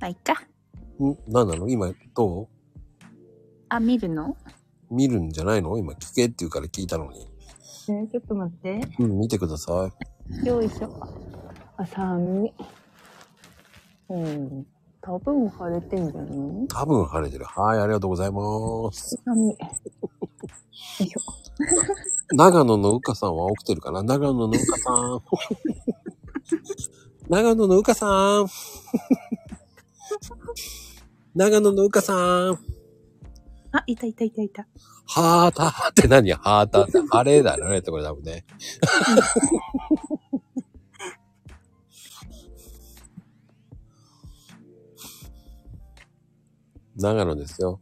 C: あ、いっか。
A: ん何なの今、ど
C: あ、見るの
A: う見るんじゃないの今、聞けって言うから聞いたのに。
D: えーちょっと待って。
A: うん、見てください。
D: よいしょ。あ、寒い。うん。多分晴れてんじゃない
A: 多分晴れてる。はい、ありがとうございます。
D: 寒い。よいしょ。
A: 長野のうかさんは起きてるかな長野のうかさん。長野のうかさん。長野のうかさん。
C: あ、いたいたいたいた。
A: はーたーって何はーたーって。あれだよね、ってこれ多分ね。長野ですよ。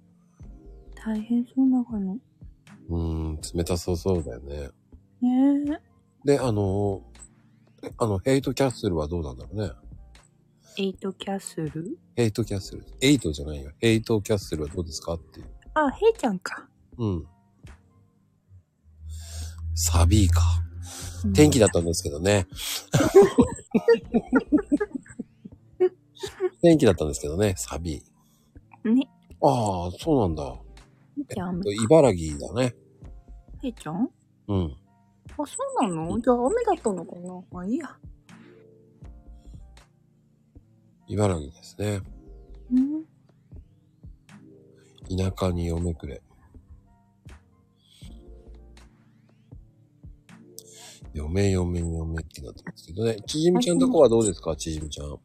C: 大変そうなの。
A: うーん、冷たそうそうだよね。
C: ね
A: で、あのーあの、ヘイトキャッスルはどうなんだろうね。
C: え。エイトキャッスル
A: ヘイトキャッスル。エイトじゃないよ。ヘイトキャッスルはどうですかっていう。
C: あ、ヘイちゃんか。
A: うん。サビーか。天気だったんですけど
C: [laughs]
A: ね。天気だったんですけどね、サビー。
C: ね。
A: ああ、そうなんだ。
C: ヘイちゃん。
A: 茨城だね。
C: ヘイちゃん
A: うん。
C: あ、そうなのじゃあ雨だったのかなまあいいや。
A: 茨城ですね。
C: うん。
A: 田舎に嫁くれ。嫁、嫁、嫁ってなってますけどね。ちじみちゃんとこはどうですかちじみちゃん。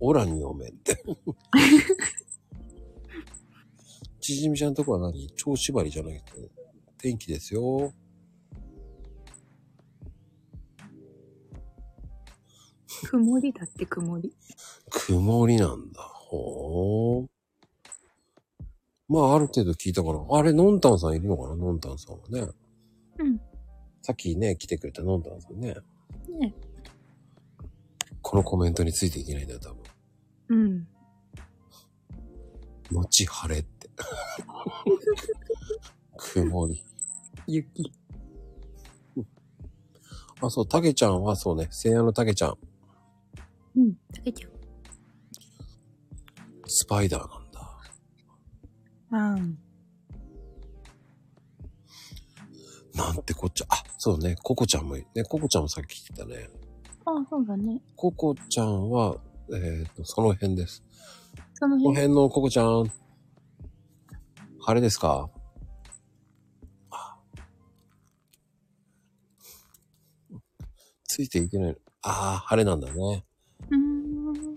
A: オラに嫁って。ちじみちゃんとこは何蝶縛りじゃなくて、天気ですよ。
C: 曇りだって曇り。
A: 曇りなんだ。ほー。まあ、ある程度聞いたかな。あれ、のんたんさんいるのかなのんたんさんはね。
C: うん。
A: さっきね、来てくれたのんたんさんね。
C: ね。
A: このコメントについていけないんだよ、多分。
C: うん。
A: 後晴れ
C: [laughs]
A: って。曇り。
D: 雪。
A: あ、そう、たけちゃんはそうね、せいやのたけちゃん、
C: うん。ヘイち
A: スパイダーなんだ。
C: ゃん。うん。
A: なんてこっちゃ、あ、そうね、ココちゃんもいる。ね、ココちゃんもさっき来てたね。
C: あ、そうだね。
A: ココちゃんは、えっ、と、その辺です。
C: その
A: この
C: 辺。
A: 辺のココちゃん、晴れですかついていけない。ああ、晴れなんだね。
C: うーん。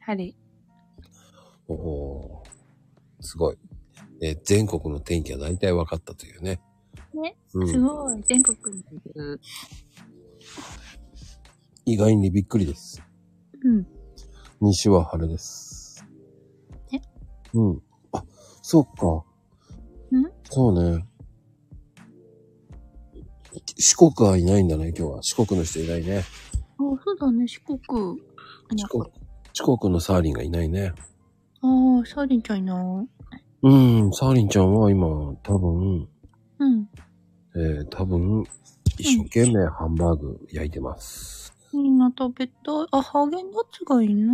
C: 晴れ。
A: おおーすごい。えー全国の天気は大体分かったというね。
C: ね、
A: う
C: す
A: ん。
C: ごい。全国にいる。
A: 意外にびっくりです。
C: うん。
A: 西は晴れです。
C: え
A: うん。あ、そっか。
C: ん
A: そうね。四国はいないんだね、今日は。四国の人いないね。
C: あ、そうだね、四国。いな
A: 四
C: かっ
A: 国、四国のサーリンがいないね。
C: たああ、サーリンちゃんいない。
A: うん、サーリンちゃんは今、多分、
C: うん。
A: えー、多分、一生懸命ハンバーグ焼いてます。
C: みんな食べたい。あ、ハーゲンダッツがいいな。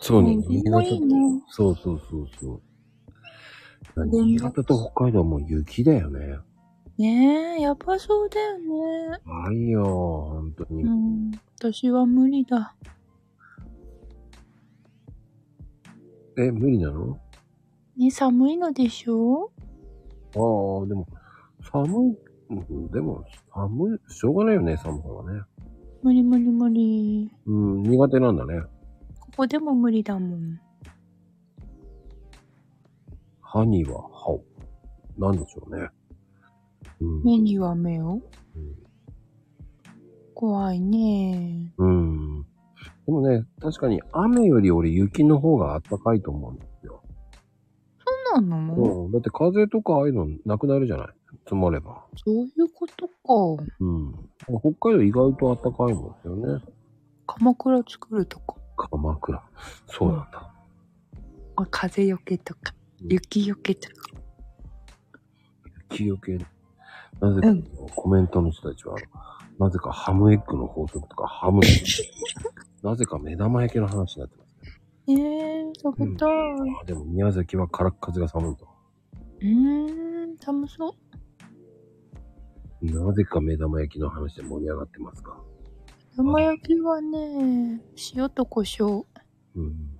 A: そうね、
C: うん
A: 新
C: もう
A: 潟
C: いいね。
A: そうそうそうそう。
C: でも
A: 新潟と北海道はもう雪だよね。
C: ねえ、やっぱそうだよね。
A: ないよ、本当に。
C: うん。私は無理だ。
A: え、無理なの
C: ね、寒いのでしょ
A: ああ、でも、寒い、うんでも、寒い、しょうがないよね、寒さはね。
C: 無理無理無理。
A: うん、苦手なんだね。
C: ここでも無理だもん。
A: 歯には歯を。なんでしょうね。うん。
C: 目には目を。
A: うん
C: 怖いね。
A: うん。でもね、確かに雨より俺雪の方が暖かいと思うんですよ。
C: そうなの、
A: うん。だって風とかああいうのなくなるじゃない積もれば。
C: そういうことか。
A: うん。北海道意外と暖かいんですよね。
C: 鎌倉作るとか。
A: 鎌倉。そうなんだ。
C: あ、風よけとか。
A: うん
C: 雪よけとか。
A: 雪よけ。なぜか、
C: うん
A: コメントの人たちは、なぜかハムエッグの法則とかハムの、なぜか目玉焼きの話になってますね。
C: えー、食べたい。
A: あでも宮崎は空っ風が寒いと。
C: うーん、寒そう。
A: なぜか目玉焼きの話で盛り上がってますか。
C: 山焼きはね、塩と胡椒。
A: うん。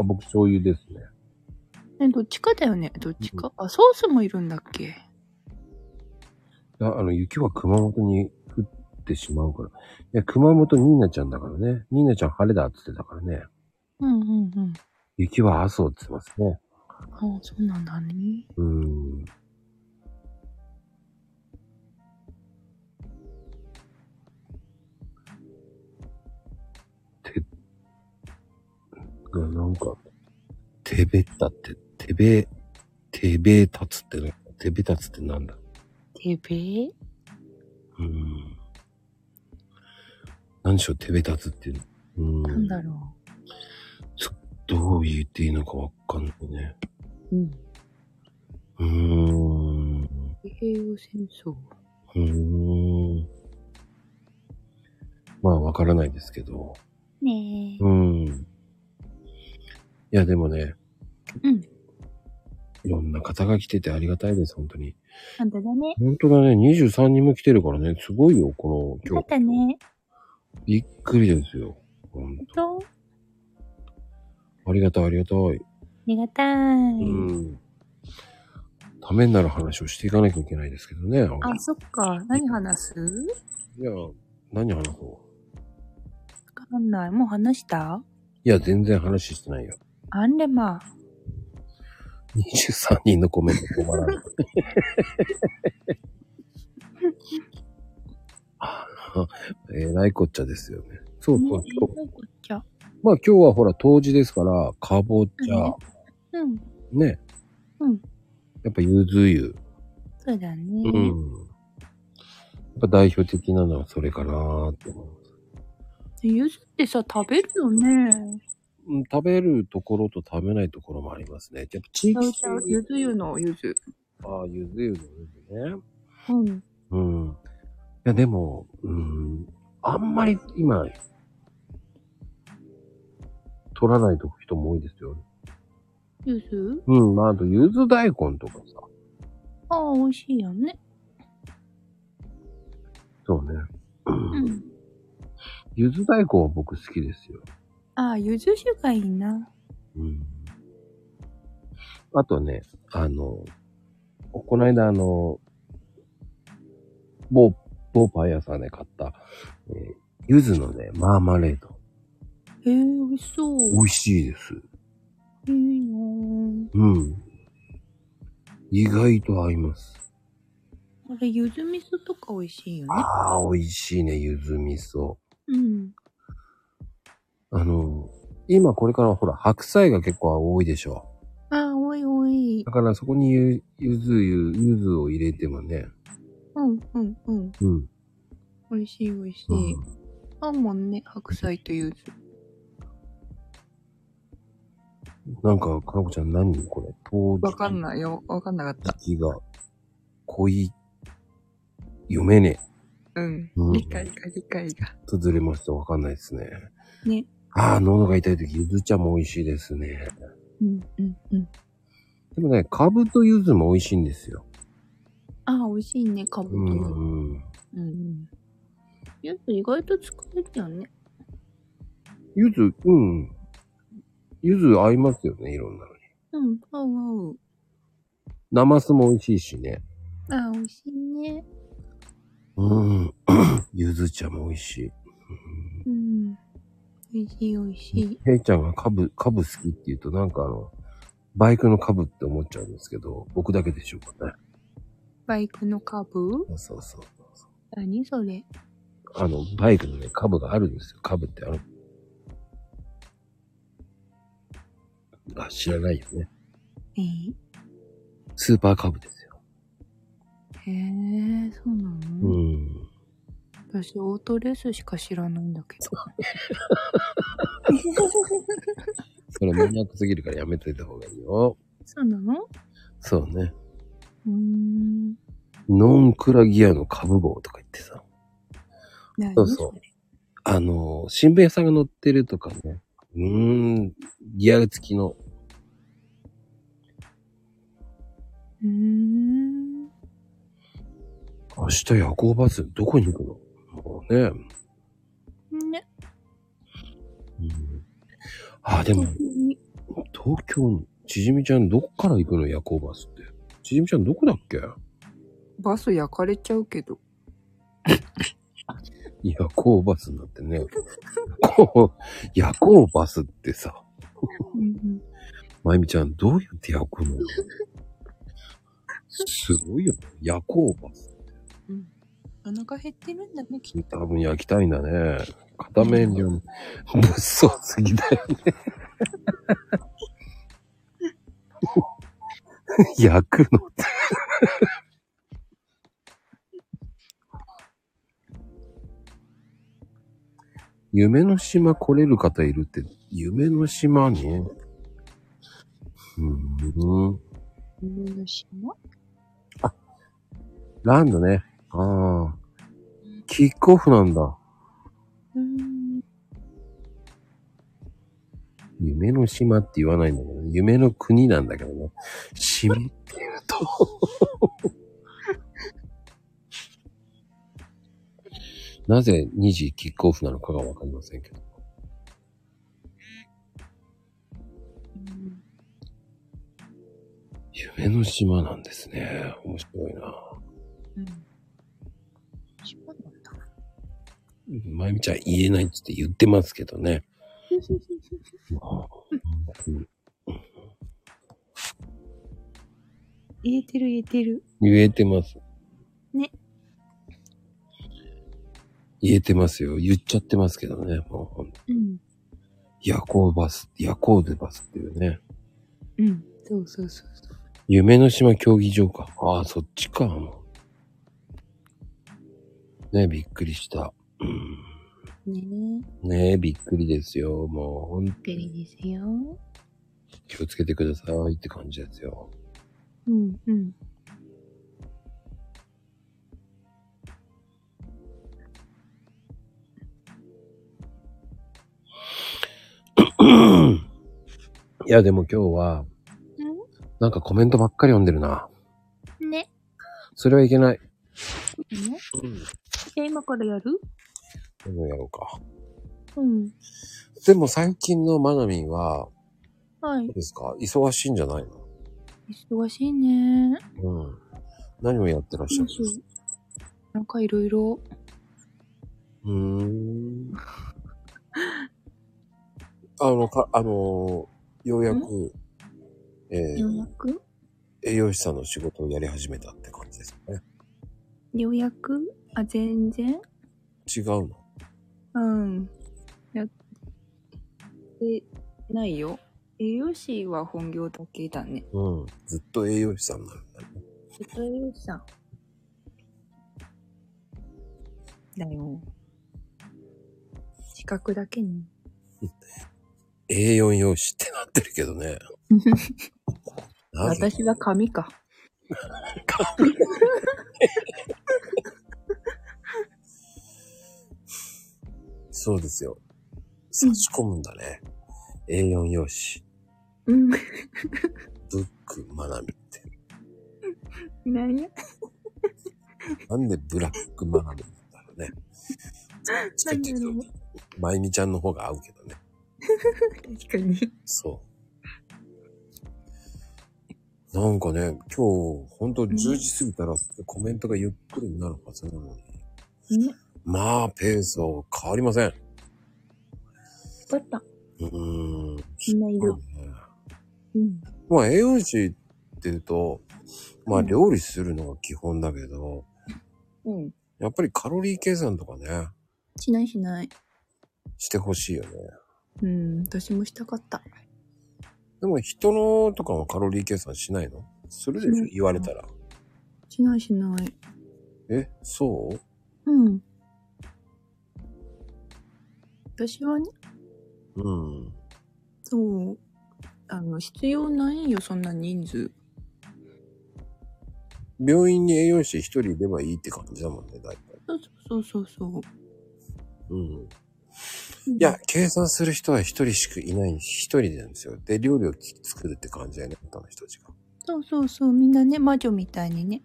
A: あ僕、醤油ですね。
C: ね、どっちかだよね。どっちか。あ、ソースもいるんだっけ
A: ああの、雪は熊本に降ってしまうから。いや、熊本ニーナちゃんだからね。ニーナちゃん晴れだって言ってたからね。
C: うんうんうん。
A: 雪は麻生って言ってますね。
C: あ、そうなんだね。
A: うん。て、ななんか、てべったって、てべ、てべたつってな、てべたつってなんだ
C: てべー
A: うん。何でしょう、てべたつっていうの。う
C: なん
A: ん。
C: だろ
A: どう言っていいのかわかんないね。
C: う。うん。
A: うーん。う
C: 太平洋戦争。
A: ーん。まあ、わからないですけど。
C: ねえ。
A: うん。いや、でもね、
C: うん。
A: いろんな方が来ててありがたいです、本当に。
C: なんだだね。
A: 本当だね、23人も来てるからね、すごいよ、この、今日。
C: だね。
A: びっくりですよ。本
C: と、あ
A: 当。ありがたい、ありがたい。
C: りがたい。
A: うん。ためになる話をしていかなきゃいけないですけどね。
C: あ、そっか。何話す
A: いや、何話そう。
C: わかんない。もう話した
A: いや、全然話してないよ。
C: アンレマ。
A: 23人のコメント止まらない。えらいこっちゃですよね。そうそうそう。
C: ねえこっちゃ。
A: まあ今日はほら、冬至ですから、かぼちゃ、
C: うん。
A: ね。
C: うん。
A: やっぱゆず湯。
C: そうだね。
A: うん。やっぱ代表的なのはそれかなーって思います。
C: ゆずってさ、食べるよね。
A: うん食べるところと食べないところもありますね。やっぱ地
C: ちゃ
A: 域
C: うちゃう。ゆず湯のゆず。
A: ああ、ゆず湯のゆずね。
C: うん。
A: うん。いや、でも、うん、あんまり今、取らないと人も多いですよ。
C: ゆず
A: うん、まあ、あと、ゆず大根とかさ。
C: ああ、美味しいよね。
A: そうね。
C: うん。
A: ゆず大根は僕好きですよ。
D: ああ、ゆず酒がいいな。
A: うん。あとね、あの、この間あの、某、某パン屋さんで買った、えーゆずのね、マーマレード。
D: へえ、美味しそう。
A: 美味しいです。
D: いいなぁ
A: うん。意外と合います。
D: あれ、ゆず味噌とか美味しいよね。
A: ああ、美味しいね、ゆず味噌。
D: うん。
A: あの、今これからほら、白菜が結構多いでしょ。
D: ああ、おいおい
A: だ。からそこにゆゆず、ゆゆずを入れてもね。
D: うん、うん、うん。
A: うん。
D: 美味しい、美味し
A: う
D: い
A: ん。、
D: あんもんね、白菜とゆず。
A: なんか、かなこちゃん何これ陶
D: わかんないよ。わかんなかった。
A: 器が濃い。読めね
D: うん。
A: うん
D: 理解が、理解が。
A: え。とずれました。わかんないですね。
D: ね。
A: ああ、喉が痛い時、ゆず茶も美味しいですね。
D: うん、うん、うん。
A: でもね、かぶとゆずも美味しいんですよ。
D: ああ、美味しいね、かぶと
A: う
D: ゆず。
A: ん、うん。
D: うんうん。ゆず意外と使えるよね。
A: ゆず、うん。ゆず合いますよね、いろんなのに。
D: うん、合う合う。
A: ナマスも美味しいしね。
D: ああ、美味しいね。
A: うん。 [clears throat] ゆず茶も美味しい。
D: うん。美味しい、美味しい。
A: ヘイちゃんがカブ、カブ好きって言うとなんかあの、バイクのカブって思っちゃうんですけど、僕だけでしょうかね。
D: バイクのカブ
A: そうそう。
D: 何それ
A: あの、バイクのね、カブがあるんですよ。カブってあの、あ、知らないよね。
D: えー
A: スーパーカブですよ。
D: へえ、そうなの、
A: うん。
D: 私、オートレースしか知らないんだけど。
A: それマニアックすぎるからやめといた方がいいよ。
D: そうなの
A: そうね。
D: うーん。
A: ノンクラギアのカブ号とか言ってさ。
D: 何
A: そうそう
D: れ
A: あの、新聞屋さんが乗ってるとかね。うーん、ギア付きの。
D: うーん。
A: 明日夜行バス、どこに行くのもうね。
D: ね。
A: うん、あ、でも、東京に、ちじみちゃんどこから行くの夜行バスって。ちじみちゃんどこだっけ
D: バス焼かれちゃうけど。
A: 夜行バスになってね。こう、夜行バスってさ、
D: うん
A: まゆみちゃんどうやって夜行なのすごいよね。夜行バス。
D: うん。お腹減ってるんだね、きっ
A: 多分焼きたいんだね。片面料理。物騒すぎだよね。 [laughs] 焼くのって。夢の島来れる方いるって、夢の島ね。うん。
D: と。うん。島
A: ランドね。ああ。キックオフなんだ。
D: うん。
A: 夢の島って言わないんだけど、夢の国なんだけどね。島って言うと。なぜ2時キックオフなのかがわかりませんけど。夢の島なんですね。面白いな。
D: うん。島なんだ。
A: まゆみちゃん言えないっつって言ってますけどね。
D: 言えてる言えてる。
A: 言えてます。
D: ね。
A: 言えてますよ。言っちゃってますけどね。もうほんと
D: うん。
A: 夜行バス、夜行でバスっていうね。
D: うん。そうそうそうそう。
A: 夢の島競技場か。ああ、そっちか。ねびっくりした。うん
D: ね
A: ねえ、びっくりですよ。もう、ほん
D: え。ペリですよ。
A: 気をつけてくださいって感じですよ。
D: うんうん。
A: いや、でも今日は、なんかコメントばっかり読んでるな。
D: ね。
A: それはいけない。
D: ね。じゃあ今からやる
A: どうやろうか。
C: うん。
A: でも最近のマナミンは、
C: はい
A: どう。ですか忙しいんじゃない
C: 忙しいね。
A: のうん。何をやってらっしゃる
C: そうなんかいろいろ。
A: うーん。あの、か、あのーようやく、え
C: よう
A: ー、
C: やく
A: 栄養士さんの仕事をやり始めたって感じですかね。
C: ようやくあ、全然
A: 違うの
C: うん。やってないよ。栄養士は本業だけだね。
A: うん。ずっと栄養士さんになるんだね。
C: 栄養士さん。だよ。資格だけに。
A: A4 用紙ってなってるけど
C: [laughs]
A: ね。なぜ
C: 私は紙か。
A: そうですよ。差し込むんだね。A4 用紙、
C: うん。
A: ブック、マナミって。
C: なんや。
A: なんでブラックマナミなんだろ
C: [laughs]
A: うね。ちょっ
C: なんだろう
A: と、まゆみちゃんの方が合うけどね。
C: 確かに。
A: そう。なんかね、今日、ほんと10時過ぎたら、コメントがゆっくりになるはずなのに。
C: ね、
A: まあ、ペースは変わりません。
C: バッタ。
A: うーん。
C: みんないる。うん。
A: まあ、栄養士っていうと、まあ、
C: うん
A: 料理するのが基本だけど、
C: うん。
A: やっぱりカロリー計算とかね、
C: しないしない。
A: してほしいよね。
C: うん。私もしたかった。
A: でも、人のとかはカロリー計算しないのするでしょ
C: しない
A: 言われたら。
C: しないしない。
A: え、そう
C: うん。私はね、
A: うん。
C: そう。あの、必要ないよ、そんな人数。
A: 病院に栄養士一人いればいいって感じだもんね、大体。
C: そうそうそうそう。
A: うん。
C: い
A: いや、、計算する人は一人しかいない、一人なんですよ。で、料理を作るって感じだよね、他の人たちが。
C: そうそうそう。みんなね、魔女みたいにね。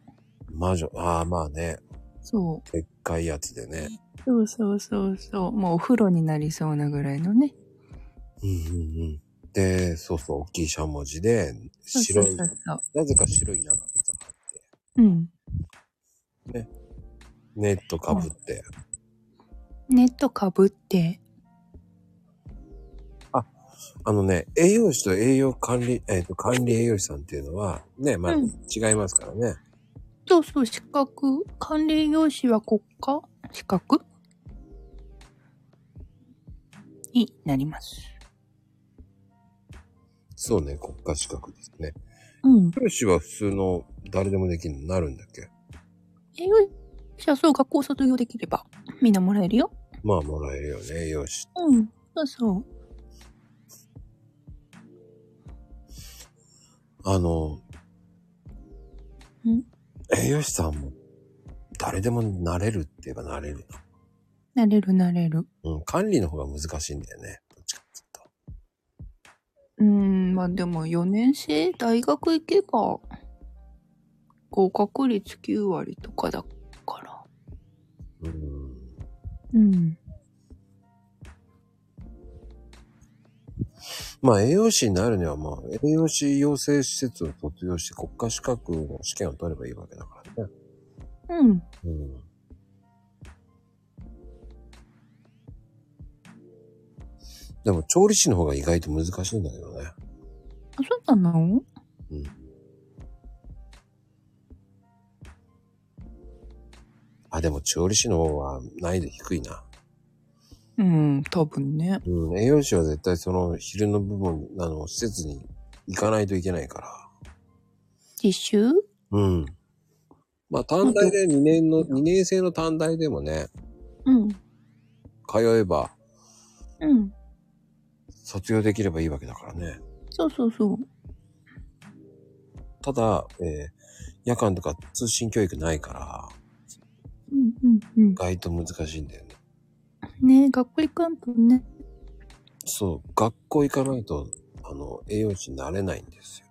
A: 魔女、ああ、まあね、
C: そう。
A: でっかいやつでね。
C: そうそうそうそう。もうお風呂になりそうなぐらいのね。
A: うんうんうん。で、そうそう、大きいしゃもじで、白い
C: そう、そうそう
A: なぜか白い長靴があって、
C: そう。うん。
A: ネットかぶって。
C: ネットかぶって。
A: あのね、栄養士と栄養管理、えっ、と、管理栄養士さんっていうのは、ね、まあ、
C: うん
A: 違いますからね。
C: そうそう、資格。管理栄養士は国家資格になります。
A: そうね、国家資格ですね。
C: うん。
A: 教師は普通の誰でもできるのになるんだっけ
C: 栄養士はそう、学校を卒業できれば、みんなもらえるよ。
A: まあ、もらえるよね、栄養士。
C: うん。そうそう。
A: あの
C: ん、
A: 栄養士さんも、誰でもなれるって言えばなれる
C: なれるなれる。
A: な。うん、管理の方が難しいんだよね。どっちかっていうと。
C: うん、まあでも4年生、大学行けば、合格率9割とかだか
A: うー
C: ら。
A: ん
C: うん。
A: まあ栄養士になるにはまあ栄養士養成施設を卒業して国家資格の試験を取ればいいわけだからね。
C: うん。
A: うん。でも調理師の方が意外と難しいんだけどね。
C: あ、そうなの
A: うん。あ、でも調理師の方は難易度低いな。
C: うん、多分ね。
A: うん、栄養士は絶対その昼の部分、あの、施設に行かないといけないから。
C: 実習
A: うん。まあ、短大で2年の、2年生の短大でもね、
C: うん。
A: 通えば、
C: うん。
A: 卒業できればいいわけだからね。
C: そうそうそう。
A: ただ、えー夜間とか通信教育ないから、
C: うんうん
A: 意外と難しいんだよね。
C: うん。ねえ、学校行かんとね。
A: そう、学校行かないと、あの、栄養士になれないんですよ。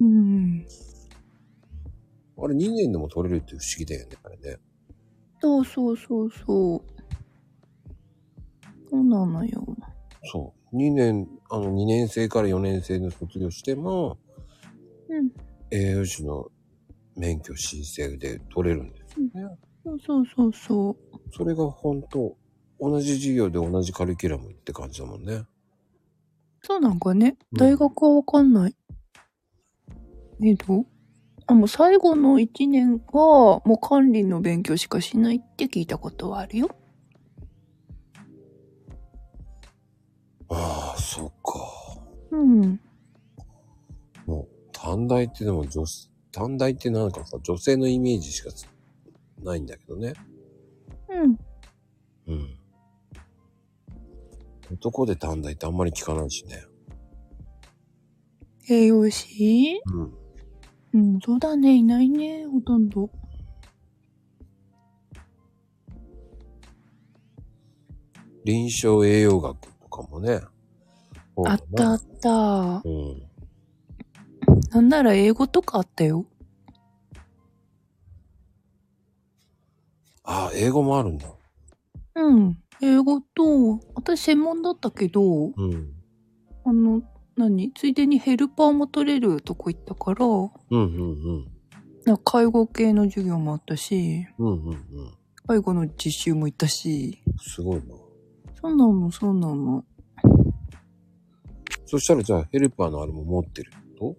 C: うん。
A: あれ、2年でも取れるって不思議だよね、あれね。
C: そうそうそうそう。そうなのよ。
A: そう。2年、あの、2年生から4年生で卒業しても、
C: うん。
A: 栄養士の免許申請で取れるんですよね。
C: そうそうそうそう。
A: それが本当同じ授業で同じカリキュラムって感じだもんね。
C: そうなんかね、
A: うん
C: 大学はわかんない。けど、あ、もう最後の1年が、もう管理の勉強しかしないって聞いたことはあるよ。
A: ああ、そっか。
C: うん。
A: もう、短大ってでも女子、短大ってなんかさ、女性のイメージしかつないんだけどね。
C: うん。
A: うん。男で短大ってあんまり聞かないしね。
C: 栄養士
A: うん。
C: うん、そうだね。いないね。ほとんど。
A: 臨床栄養学とかもね。
C: あったあった。
A: うん。
C: なんなら英語とかあったよ。
A: あ、英語もあるんだ。
C: うん。英語と、私専門だったけど、
A: うん。
C: あの、何ついでにヘルパーも取れるとこ行ったから、
A: うんうん
C: なんか介護系の授業もあったし、
A: うん。うんうんうん。
C: 介護の実習も行ったし、
A: すごいな。
C: そうなの、そうなの。
A: そしたらじゃあヘルパーのあれも持ってると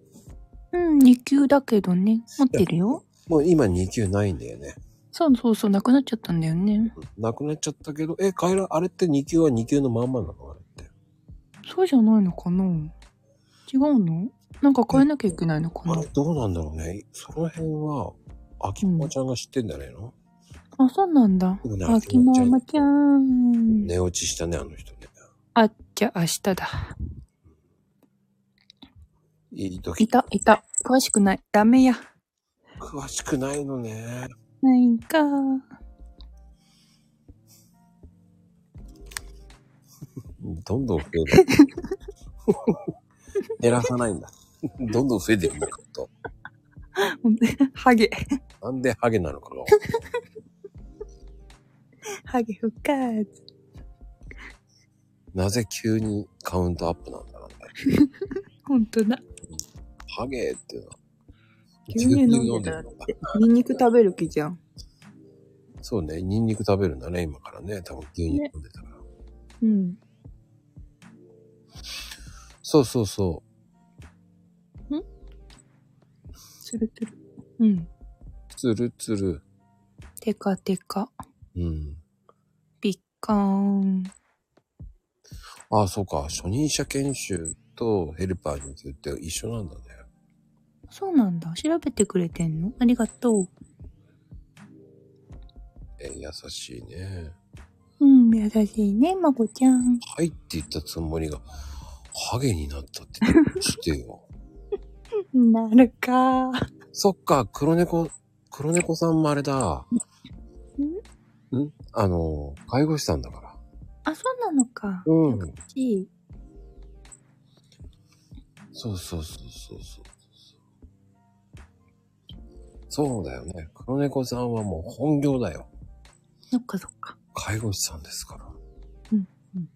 C: うん、2級だけどね。持ってるよ。
A: もう今2級ないんだよね。
C: そうそうそう、なくなっちゃったんだよね。
A: なくなっちゃったけど、え、カエラ、あれって2級は2級のまんまなのあれって。
C: そうじゃないのかな違うのなんか変えなきゃいけないのか
A: あ
C: な
A: れどうなんだろうね。その辺は、秋マちゃんが知ってんじゃないの、
C: あ、そうなんだ。
A: でもね
C: あきままちゃん。
A: 寝落ちしたね、あの人ね。
C: あ、じゃあ明日だ。
A: いい時
C: い、た、いた。詳しくない。ダメや。
A: 詳しくないのね。
C: ないんか。
A: どんどん増え
C: [laughs]
A: る。減らさないんだ。どんどん増えていくんだと。
C: ハゲ。
A: なんでハゲなのかな
C: ハゲ復活。
A: [laughs] なぜ急にカウントアップなんだろうね。
C: ほんとだ。
A: ハゲっていうのは。
C: 牛乳飲んでたらって。ニンニク食べる気じゃん。
A: そうね、ニンニク食べるんだね、今からね。多分牛乳飲んでたから。
C: うん。
A: そうそうそ
C: つるつる。うん。
A: う。つるつる。
C: てかてか。
A: うん。
C: ぴっかーん。
A: ああ、そうか。初任者研修とヘルパーに級って一緒なんだね。
C: そうなんだ。調べてくれてんのありがとう。
A: えー優しいね。
C: うん、優しいね、まこちゃん。
A: はいって言ったつもりが、ハゲになったってしてよ。
C: なるかー。
A: そっか、黒猫、黒猫さんもあれだ。んあの、介護士さんだから。
C: あ、そうなのか。
A: うん。
C: し、
A: そうそうそうそうそう。そうだよね。黒猫さんはもう本業だよ。
C: そっかそっか。
A: 介護士さんですから。
C: うんうん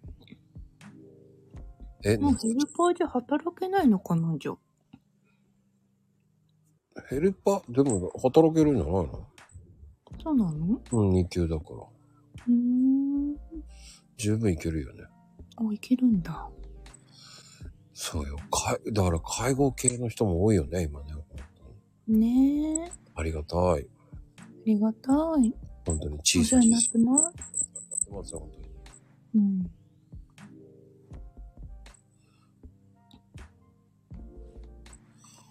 A: え、
C: もうヘルパーじゃ働けないのかな、じゃあ。
A: ヘルパーでも働けるんじゃないの
C: そうなの
A: うん、2級だから。
C: うーん。
A: 十分いけるよね。
C: あ、いけるんだ。
A: そうよ。かいだから介護系の人も多いよね、今ね。
C: ねえ。
A: ありがたい。
C: ありがたい。
A: 本当に
C: お
A: 小
C: 世
A: さい。
C: 話になってます。
A: ますよ本当に
C: うん。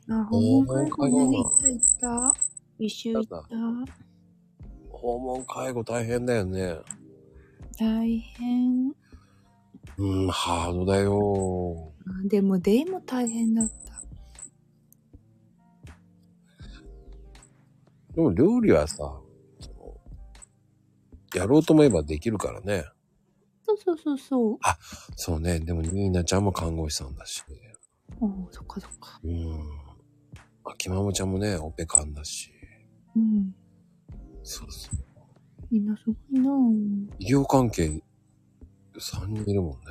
C: あ、
A: おー
C: ほんまにこのついた。一周行った。
A: 訪問介護大変だよね。
C: 大変。
A: うん、ハードだよ。
C: あでも、デイも大変だった。
A: でも料理はさ、そのやろうと思えばできるからね。
C: そうそうそうそう。
A: そうね。でも、ニーナちゃんも看護師さんだし、ね。
C: おーそっかそっか。
A: うん。秋マモちゃんもね、オペカンだし。
C: うん。
A: そうそう。
C: みんなすごいなぁ
A: 医療関係、 3人いるもんね。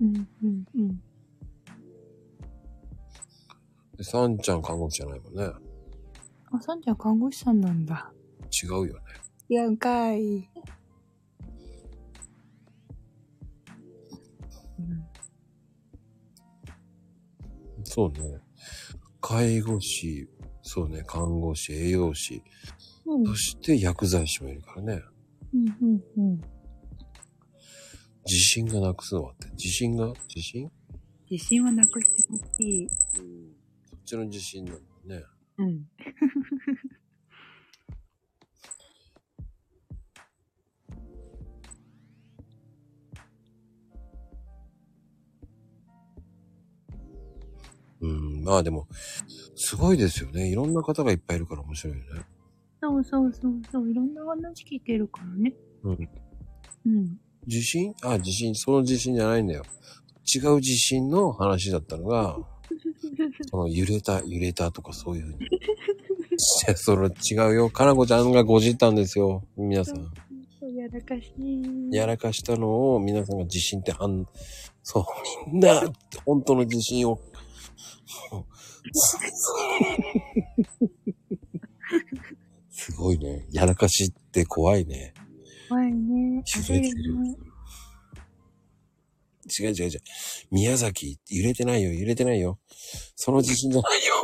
C: うんうんうん。
A: で、さんちゃん看護師じゃないもんね。
C: あ、さんちゃん看護師さんなんだ。
A: 違うよね。
C: いや、うかい。
A: そうね。介護士、そうね、看護師、栄養士、
C: うん
A: そして薬剤師もいるからね。
C: うんうんうん。
A: 自信がなくすのはって。自信が自信
C: 自信はなくしてほしい。
A: そっちの自信なんだね。
C: うん。
A: うん、まあでも、すごいですよね。いろんな方がいっぱいいるから面白いよね。
C: そうそうそうそう。いろんな話聞けるからね。
A: うん。
C: うん。
A: 自信あ、自信、その自信じゃないんだよ。違う自信の話だったの
C: [laughs]
A: が、その揺れた、揺れたとかそういうふうに。いやそれ違うよ。かなこちゃんがごじったんですよ。皆さん。
C: そうやらかしい。
A: やらかしたのを皆さんが自信ってあん、そう、みんな、本当の自信を。 [laughs] すごいね。やらかしって怖いね。
C: 怖いね。
A: 揺れてる
C: 焦
A: 違
C: ね。
A: う違う違う。宮崎、揺れてないよ、揺れてないよ。その自 [laughs] 信じゃないよ。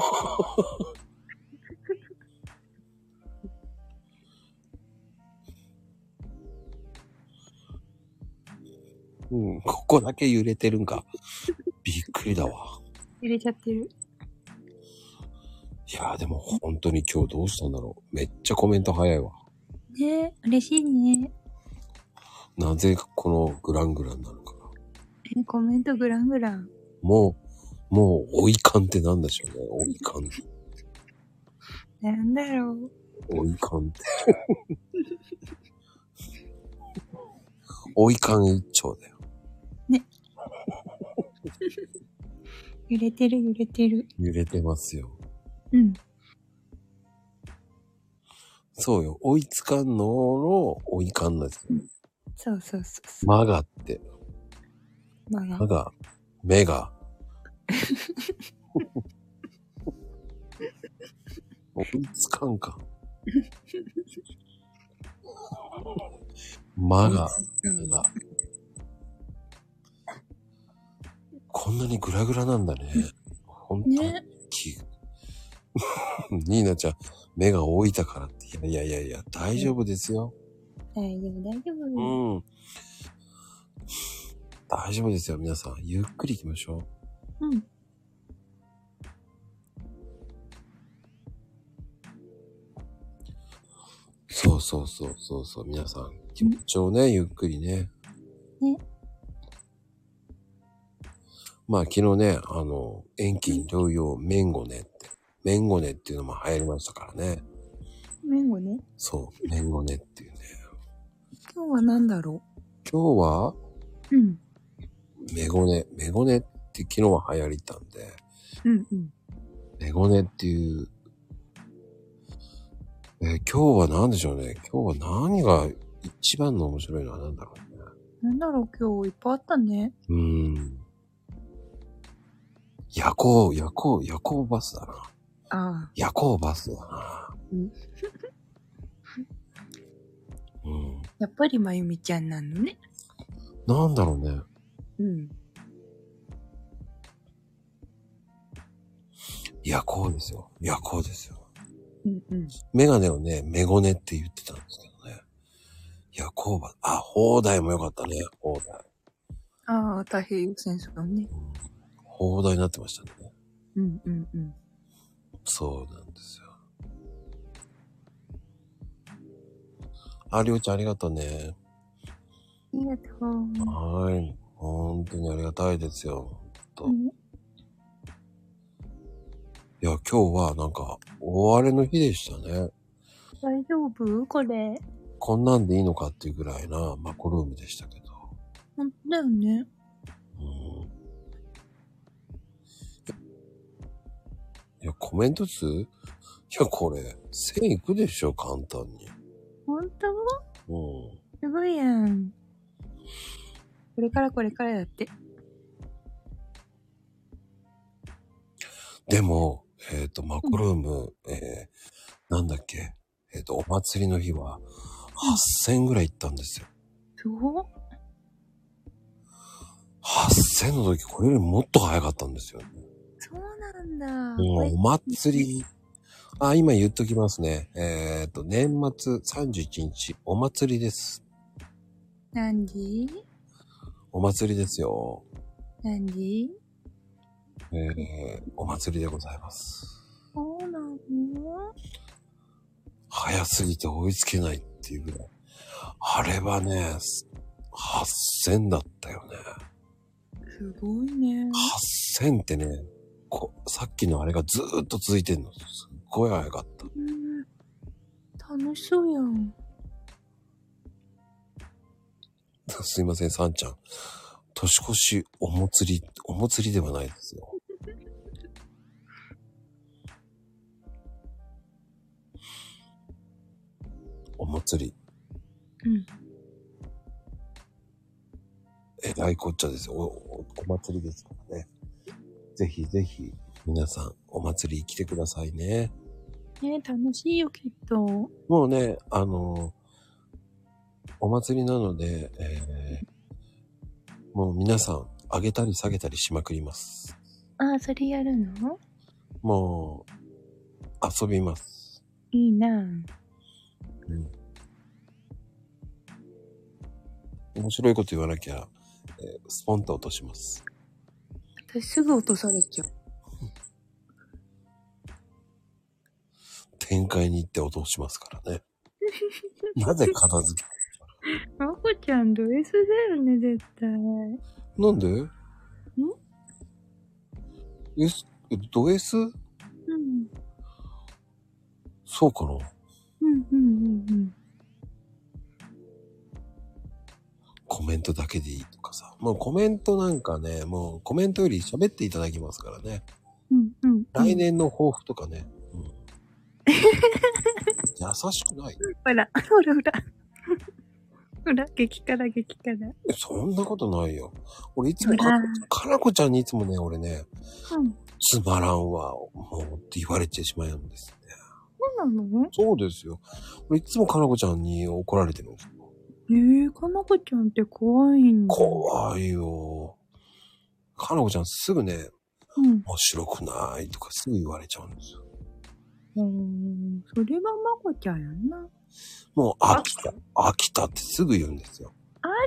A: うん、ここだけ揺れてるんか。びっくりだわ。
C: 揺れちゃってる。
A: いやーでも本当に今日どうしたんだろう。めっちゃコメント早いわ。
C: ね嬉しいね。
A: なぜこのグラングランなのかな。
C: えコメントグラングラン。
A: もう、もう、追い感ってなんでしょうね。追い感。
C: なんだろう。
A: 追い感って。 [laughs] 追い感一丁だよ。
C: 揺れてる揺れてる。
A: 揺れてますよ。
C: うん。
A: そうよ。追いつかんのの追い感なんですよ。
C: そうそうそうそ
A: 間があって。
C: う。まあ
A: 間、が、目 [laughs] が。追いつかんか。 [laughs] 間が。
C: うん
A: がこんなにグラグラなんだね。本当に。
C: ね
A: き [laughs] ニーナちゃん、目が老いたからって。いやいやいやいや、大丈夫ですよ。
C: 大丈夫大丈
A: う
C: 夫。
A: ん。大丈夫ですよ、皆さん。ゆっくり行きましょ
C: うん。
A: う。そうそうそうそうそう、皆さん。気持ちをね、ゆっくりね。
C: ね
A: まあ、昨日ね、あの、遠近療養、メンゴネって。メンゴネっていうのも流行りましたからね。
C: 麺をね。
A: そう、メンゴネっていうね。
C: 今日は何だろ
A: 今日は、
C: う。うん。
A: メゴネ。メゴネって昨日は流行りたんで、
C: うんうん。
A: メゴネっていう、えー今日は何でしょうね。今日は何が一番の面白いのは何だろうね。
C: なんだろう今日いっぱいあったね。
A: うーん。夜行、夜行、夜行バスだな。
C: ああ。
A: 夜行バスだな。
C: う
A: うんん。
C: やっぱりまゆみちゃんなのね。
A: なんだろうね。
C: うん。
A: 夜行ですよ。夜行ですよ。
C: うんうん。
A: メガネをね、メゴネって言ってたんですけどね。夜行バス、あ、放題もよかったね。放題。
C: ああ、太平洋戦争ね。
A: うん放題になってましたね。
C: うんうんうん。
A: そうなんですよ。あ、りょうちゃんありがとうね。
C: ありがとう。
A: はい。本当にありがたいですよ。ほんといや、今日はなんか、大荒れの日でしたね。
C: 大丈夫これ。
A: こんなんでいいのかっていうぐらいなマコルームでしたけど。
C: 本当だよね。
A: うんいや、コメント数いや、これ、1000いくでしょ、簡単に。
C: 本当
A: うん。
C: すごいやん。これからこれからだって。
A: でも、えっ、と、マコルーム、えー、なんだっけ、えっ、と、お祭りの日は、8000ぐらい行ったんですよ。
C: すごっ
A: 8000の時、これよりもっと早かったんですよ。
C: そうなんだ。
A: もうお祭り、あ、今言っときますね。えっ、と、年末31日、お祭りです。
C: 何時
A: お祭りですよ。
C: 何時
A: えー、お祭りでございます。
C: そうなの
A: 早すぎて追いつけないっていうぐらい。あれはね、す8000だったよね。
C: すごいね。
A: 8000ってね、こさっきのあれがずーっと続いてんの。すっごい早かった。
C: うん楽しそうやん。
A: [laughs] すいません、さんちゃん。年越しお祭り、お祭りではないですよ。お祭り。
C: うん。
A: えらいこっちゃですよ。お、おお祭りですからね。ぜひぜひ、皆さん、お祭り来てくださいね。
C: ね楽しいよ、きっと。
A: もうね、あのお祭りなので、えーもう皆さん、上げたり下げたりしまくります。
C: あ、それやるの
A: もう、遊びます。
C: いいな
A: 面白いこと言わなきゃ、えースポンと落とします。
C: 私すぐ落とされちゃう。
A: 展開に行って落としますからね。なぜ片付け
C: まこちゃん、ド S だよね、絶対。
A: なんでん ?S、ド S?
C: うん。
A: そうかな
C: うん、うん、うん、うん。
A: コメントだけでいいとかさ。もうコメントなんかね、もうコメントより喋っていただきますからね。
C: うん、うん。
A: 来。年の抱負とかね。うん優しくない
C: ほら、ほらほら。 [laughs] ほら、激辛、激辛。
A: えそんなことないよ。俺いつもか
C: うわ、
A: かなこちゃんにいつもね、俺ね、
C: うん。
A: つまらんわ、もうって言われてしまうんですね。
C: そうなの
A: そうですよ。俺いつもかなこちゃんに怒られてるんですよ。
C: えー、かなこちゃんって怖いんだ。
A: 怖いよ。かなこちゃんすぐね、
C: うん。
A: 面白くないとかすぐ言われちゃうんですよ。
C: うーんそれはまこちゃんやんな。
A: もう飽きた、飽きたってすぐ言うんですよ。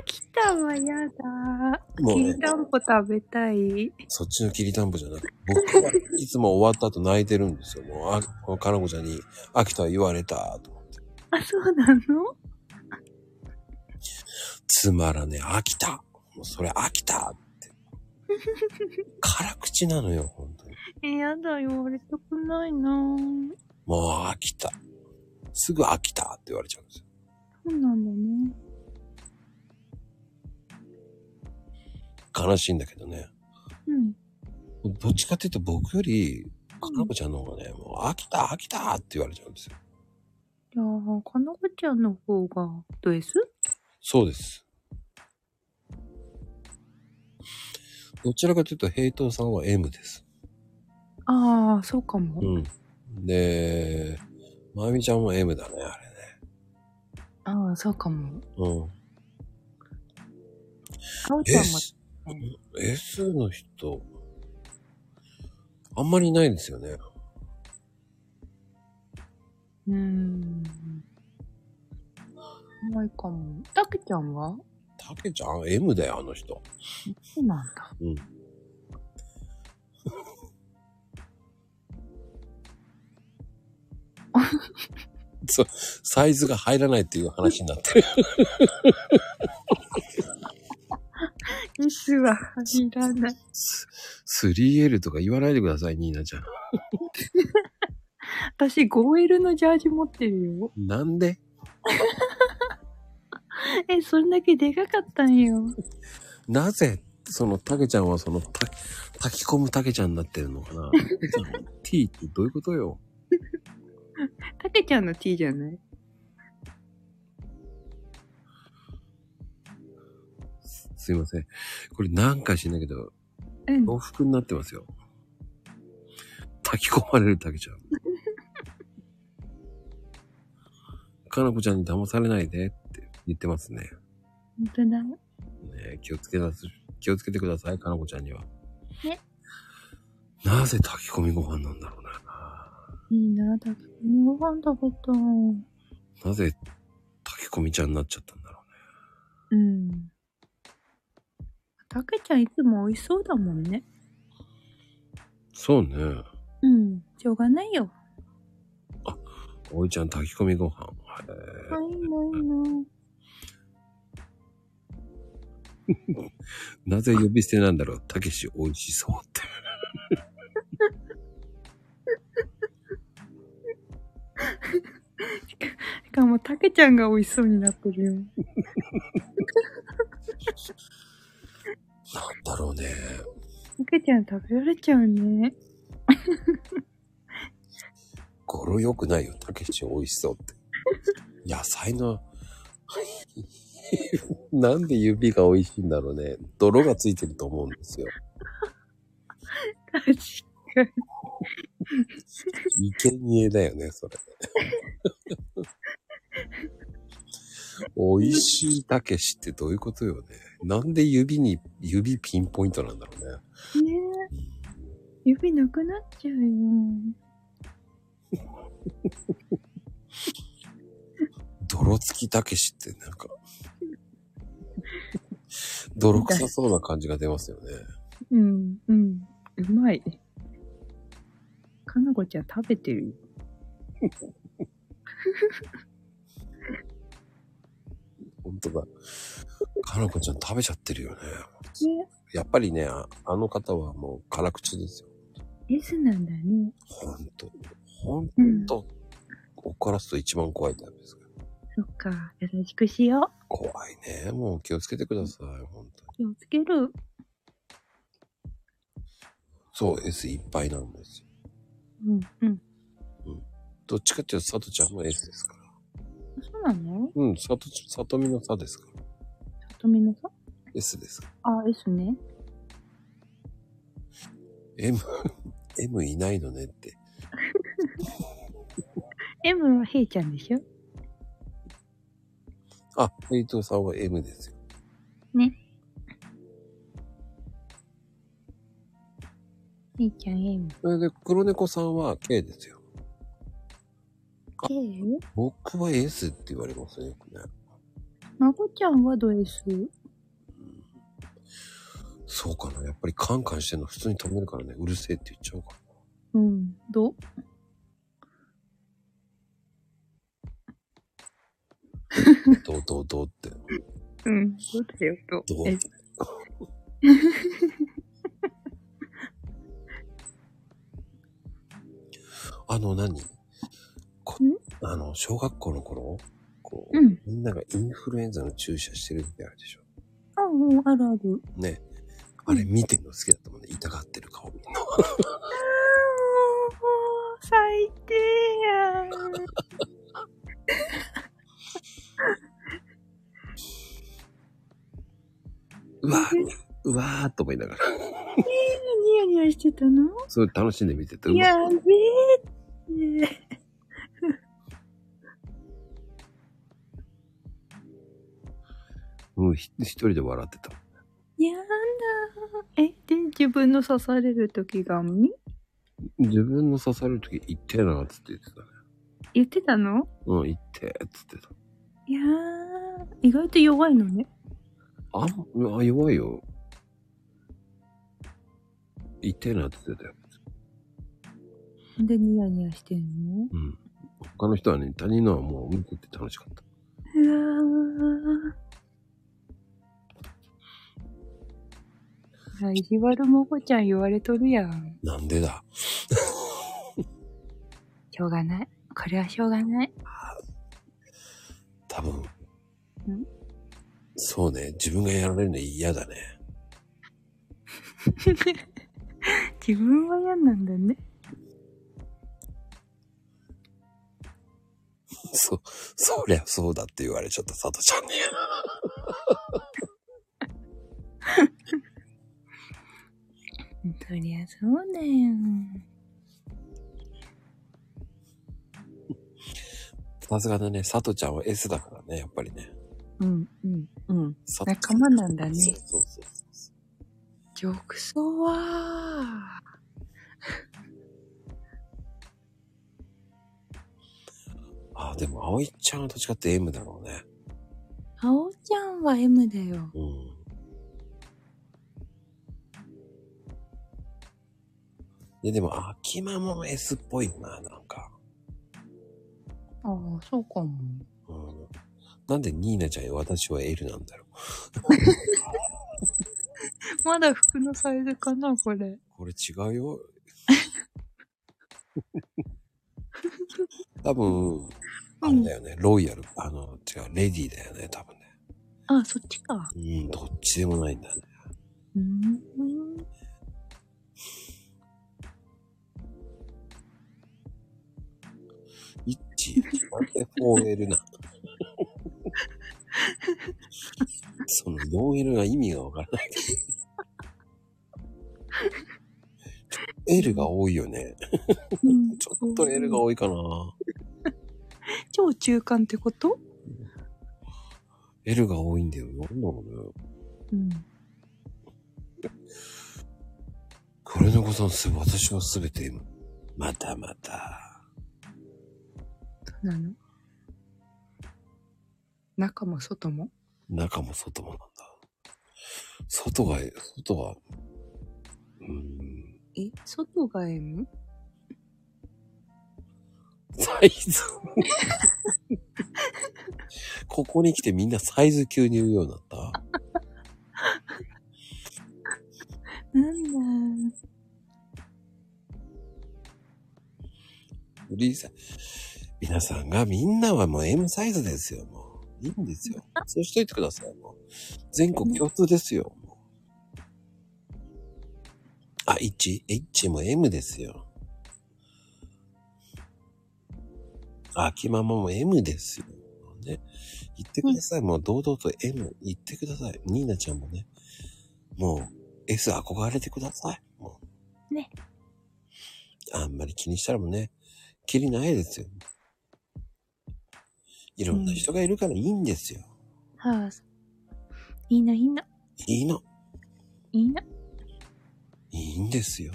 C: 秋田はやだ。
A: もう
C: き
A: ね
C: り、たんぽ食べたい。
A: そっちのきりたんぽじゃなくて、僕はいつも終わった後泣いてるんですよ。もう、あ、もうかなこちゃんに、飽きた言われた、と思って。
C: あ、そうなの
A: つまらねえ、飽きた。もうそれ飽きたって。辛口なのよ、本当に。
C: え、やだ、言われたくないなぁ
A: もう飽きた。すぐ飽きたって言われちゃうんですよ。
C: そうなんだね。
A: 悲しいんだけどね。
C: うん。
A: どっちかっていうと僕より、かなこちゃんの方がね、もう飽きた、飽きたって言われちゃうんですよ。
C: じゃあ、かなこちゃんの方が、ド S?
A: そうです。どちらかというと、平等さんは M です。
C: ああ、そうかも。
A: うん。で、まゆみちゃんも M だね、あれね。
C: ああ、そうかも。
A: うん。
C: かおちゃんも、
A: S、S の人、あんまりいないですよね。
C: うーん。ないかも。たけちゃんは
A: たけちゃん M だよ、あの人。
C: そうなんだ。
A: うん。そう、サイズが入らないっていう話になってる。
C: [laughs] S は入らない。
A: 3L とか言わないでください、ニーナちゃん。
C: 私、5L のジャージ持ってるよ。
A: なんで
C: [laughs] え、そんだけでかかったんよ。
A: なぜ、その、たけちゃんはその、た炊き込むたけちゃんになってるのかな [laughs] たけちゃん ?T ってどういうことよ
C: たけちゃんの T じゃない
A: すいません。これなんか知んないけど、
C: うん。
A: 洋服になってますよ。炊き込まれる竹ちゃん。 [laughs] かなこちゃんに騙されないでって言ってますね。
C: 本当だ。
A: ね気をつけなす、気をつけてください、かなこちゃんには。
C: ね
A: なぜ炊き込みご飯なんだろうな。
C: いいな、炊き込みご飯食べたい。
A: なぜ炊き込みちゃんになっちゃったんだろ
C: うん。たけちゃんいつも美味しそうだもんね。
A: う。そうね。
C: うん。しょうがないよ。
A: おいちゃん炊き込みご飯。へえ
C: あ、いいな、いいな。
A: なぜ呼び捨てなんだろう。たけし美味しそうって。
C: しかも、たけちゃんが美味しそうになってるよ。
A: なんだろうね。
C: たけちゃん食べられちゃうね。
A: 語呂良くないよ。たけし美味しそうって。野菜の、 [laughs] なんで指が美味しいんだろうね。泥がついてると思うんですよ。
C: 確かに。
A: 生贄だよね、それ。美味しいたけしってどういうことよね。なんで指に、指ピンポイントなんだろうね。
C: ねえ。指なくなっちゃうよ。
A: 泥つきたけしってなんか、泥臭そうな感じが出ますよね。
C: うん、うん。うまい。かなこちゃん食べてるよ。
A: ほんとだ。かなこちゃん食べちゃってるよね。
C: ね
A: やっぱりね、ああの方はもう辛口ですよ。
C: S なんだね。
A: ほんと。ほん
C: うん。
A: と、怒らすと一番怖いタイプですから。
C: そっか。よろしくしよ
A: 怖いね。もう気をつけてください。ほんと
C: う。気をつける。
A: そう、S いっぱいなんですよ。
C: うん、うん。
A: どっちかっていうと、さとちゃんも S ですから。
C: そうなの
A: うん、さとち、さとみのさですから。
C: さとみのさ
A: S です。
C: あ、S ね。
A: M、M いないのねって。
C: M はヘイちゃんでしょ
A: あ、伊藤さんは M ですよ。
C: ヘイちゃん M。
A: それで、黒猫さんは K ですよ。
C: K?
A: 僕は S って言われますね、よくね。
C: まこちゃんはド S。
A: そうかな。やっぱりカンカンしてんの普通に止めるからね、うるせえって言っちゃうから。
C: うん、ど
A: [laughs] どうどうどうって。
C: うん、どうだよ、ど
A: どう
C: え
A: あの何、こあの、小学校の頃、こう、
C: うん。
A: みんながインフルエンザの注射してるってあるでしょ。
C: あ、うん、あるある。
A: ね。あれ見てるの好きだったもんね。痛がってる顔みんな。
C: 最低や [laughs] ん。
A: うわーうわーっと思いながら。
C: ニヤニヤしてたの
A: それ楽しんで見てた。うま
C: や
A: い
C: べえって。
A: うん、ひ一人で笑ってた。
C: やだ。え、で、自分の刺される時がみ
A: 自分の刺されるとき、痛ってえな、つって言ってたね。
C: 言ってたの
A: うん、痛ってえ、つってた。
C: いやー、意外と弱いのね。
A: あん、あ、弱いよ。痛ってえな、つってたよ。
C: で、ニヤニヤしてんの
A: うん。他の人はね、他人のはもう見てて楽しかった。
C: うわー。意地悪もこちゃん言われとるやん。
A: なんでだ
C: しょうがない。これはしょうがない。
A: 多分
C: ん。
A: そうね、自分がやられるの嫌だね。 [laughs]
C: 自分は嫌なんだね。
A: そ、そりゃそうだって言われちゃった、さとちゃんに。
C: そりゃそうだよ。
A: さすがだね、さとちゃんは S だからね、やっぱりね。
C: うん、うん、うん。
A: さと
C: 仲間なんだね。
A: そうそうそう
C: 玉走は、
A: あ、でも、葵ちゃんはどっちかって M だろうね。
C: あおちゃんは M だよ。
A: うん。で、でも、秋間も S っぽいな、なんか。
C: ああ、そうかも。
A: うん。なんでニーナちゃんよ、私は L なんだろう。
C: まだ服のサイズかな、これ。
A: これ違うよ。多分、あれだよね、ロイヤル、あの、違う、レディーだよね、多分ね。
C: あ、そっちか。
A: うん、どっちでもないんだね。
C: うーん。
A: 1、なんで 4L な。その 4L が意味がわからない。L が多いよね。
C: うん
A: ちょっと L が多いかな。
C: 超中間ってこと
A: L が多いんだよ。なんだろうね。
C: うん。
A: これのことのすべ、私はすべて M。またまた。
C: そうなの中も外も
A: 中も外もなんだ。外が、外は、うん、
C: え、外が M?
A: サイズ。ここに来てみんなサイズ急に言うようになった。
C: なんだ。
A: フリーサイ皆さんがみんなはもう M サイズですよ、もう。いいんですよ。そうしといてください、もう。全国共通ですよ、もうあ、H?H も M ですよ。あ、きままも M ですよ。ね。言ってください、もう堂々と M 言ってください。ニーナちゃんもね。もう S 憧れてください。もう。
C: ね。
A: あんまり気にしたらもうね、きりないですよ。いろんな人がいるからいいんですよ。
C: はあ、いいな、いいな、
A: いいの。
C: いいな。
A: いいんですよ。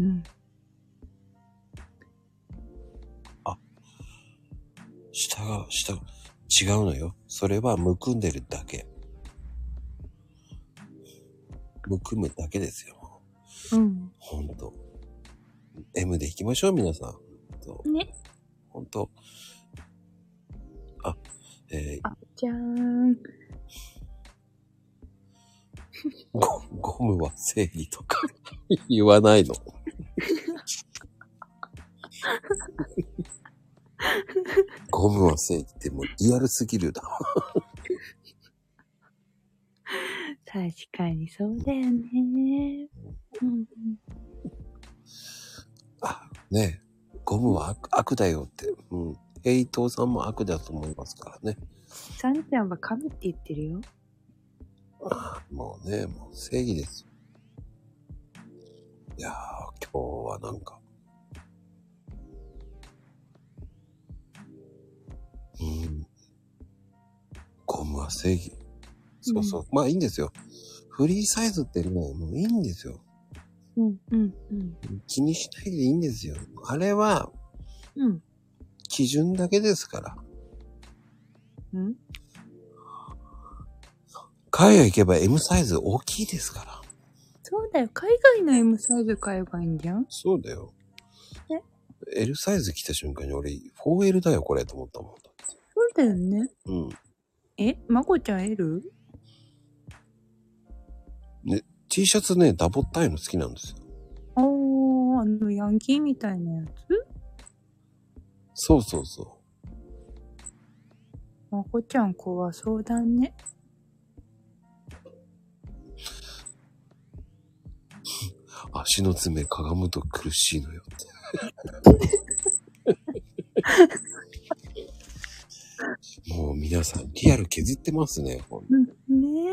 C: うん。
A: 下が、下が、違うのよ。それはむくんでるだけ。むくむだけですよ。
C: うん。
A: ほんと。M でいきましょう、皆さん。ほんと
C: ね。
A: ほんと。あ、えー
C: あ、じゃーん。
A: ゴゴムは正義とか [laughs] 言わない
C: [laughs]
A: の。ゴムは正義ってもうリアルすぎるだろ。
C: 確かにそうだよね。うん。
A: あ、ねえゴムは悪悪だよって。うん。ヘイトーさんも悪だと思いますからね。
C: サンちゃんは神って言ってるよ。
A: もうね、もう正義ですよ。いやー、今日はなんか。うん。ゴムは正義。そうそう。まあいいんですよ。フリーサイズってもう、もういいんですよ。
C: うん、うん、うん。
A: 気にしないでいいんですよ。あれは
C: うん。
A: 基準だけですから。
C: うん。
A: 海外行けば M サイズ大きいですから。
C: そうだよ。海外の M サイズ買えばいいんじゃん
A: そうだよ。
C: え
A: L サイズ来た瞬間に俺 4L だよこれと思ったもん。
C: そうだよね。
A: うん。
C: え、まこちゃん L?
A: T シャツね、ダボったいの好きなんですよ。
C: あー、あの、ヤンキーみたいなやつ
A: そうそうそ
C: まこちゃん怖そうだね。
A: う。足の爪かがむと苦しいの
C: [laughs]
A: よって。もう皆さんリアル削ってますね。ほん
C: うん、ねえ。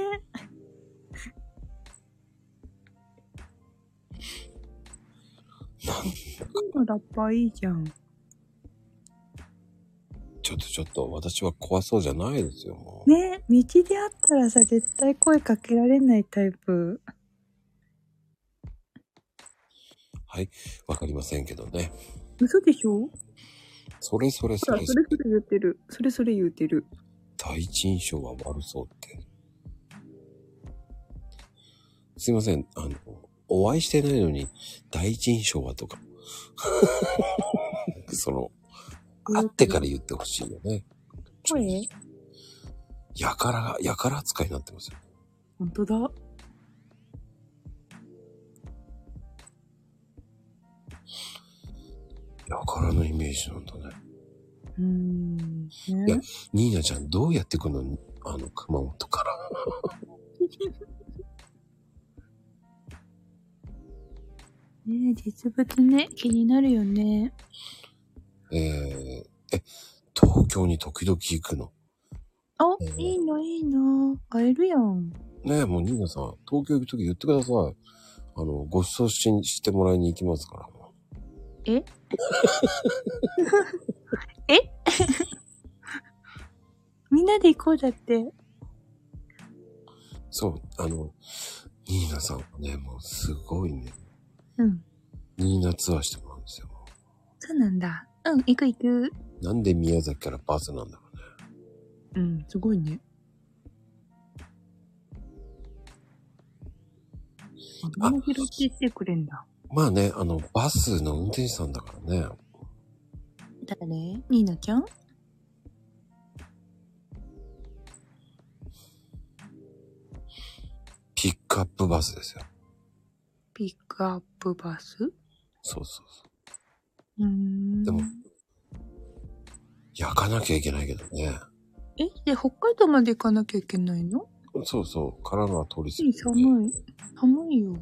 C: のラッパーいいじゃん。
A: ちょっとちょっと、私は怖そうじゃないですよ、もう。
C: ね道で会ったらさ、絶対声かけられないタイプ。
A: はい。わかりませんけどね。
C: 嘘でしょ
A: それそれそ
C: ほら、
A: れ
C: それそれ言ってる。それそれ言ってる。
A: 第一印象は悪そうって。すいません。あの、お会いしてないのに、第一印象はとか。 [laughs] その、会ってから言ってほしいよね。
C: 声
A: やからが、やから扱いになってますよ。
C: 本当だ。
A: やからのイメージなんだね。
C: うーん。ね。
A: いやニーナちゃん、どうやって来るのあの、熊本から。
C: ね実物ね、気になるよね。
A: えー、え、東京に時々行くの。
C: あ、
A: うん
C: いいのいいの。会えるやん。
A: ねえ、もうニーナさん、東京行くとき言ってください。あの、ご馳走ししてもらいに行きますから。
C: ええみんなで行こうだって。
A: そう、あの、ニーナさんはね、もうすごいね、
C: うん。
A: ニーナツアーしてもらうんですよ。
C: そうなんだ。うん、行く行く。
A: なんで宮崎からバスなんだろうね。
C: うん、すごいね。
A: あ
C: あ、も拾ってってくれんだ。
A: まあね、あの、バスの運転手さんだからね。
C: 誰ニーナちゃん
A: ピックアップバスですよ。
C: ピックアップバスう
A: そうそうそう。
C: ーん。
A: でも焼かなきゃいけないけどね。
C: え、で、北海道まで行かなきゃいけないの
A: そうそう、神奈川通
C: い
A: り
C: い、
A: 過ぎて。
C: 寒い。寒いよ。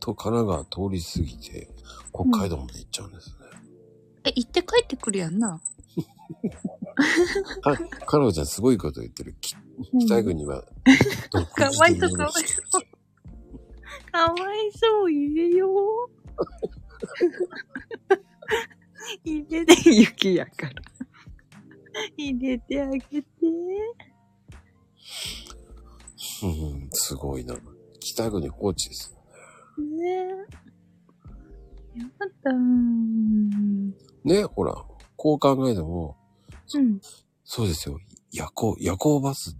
A: と、神奈川通り過ぎて、北海道まで行っちゃうんですね。
C: え、行って帰ってくるやんな。
A: あ、カロちゃんすごいこと言ってる。き北国は、独
C: かわいそ
A: 自
C: うかわ
A: の
C: いそう。かわいそう、言えよう。入れて、 [laughs] 雪やから。入れてあげて。
A: うん、すごいな。北国高知です。
C: ねえ。よかった。うん。
A: ね、ほら、こう考えても、そうですよ。夜行、夜行バス、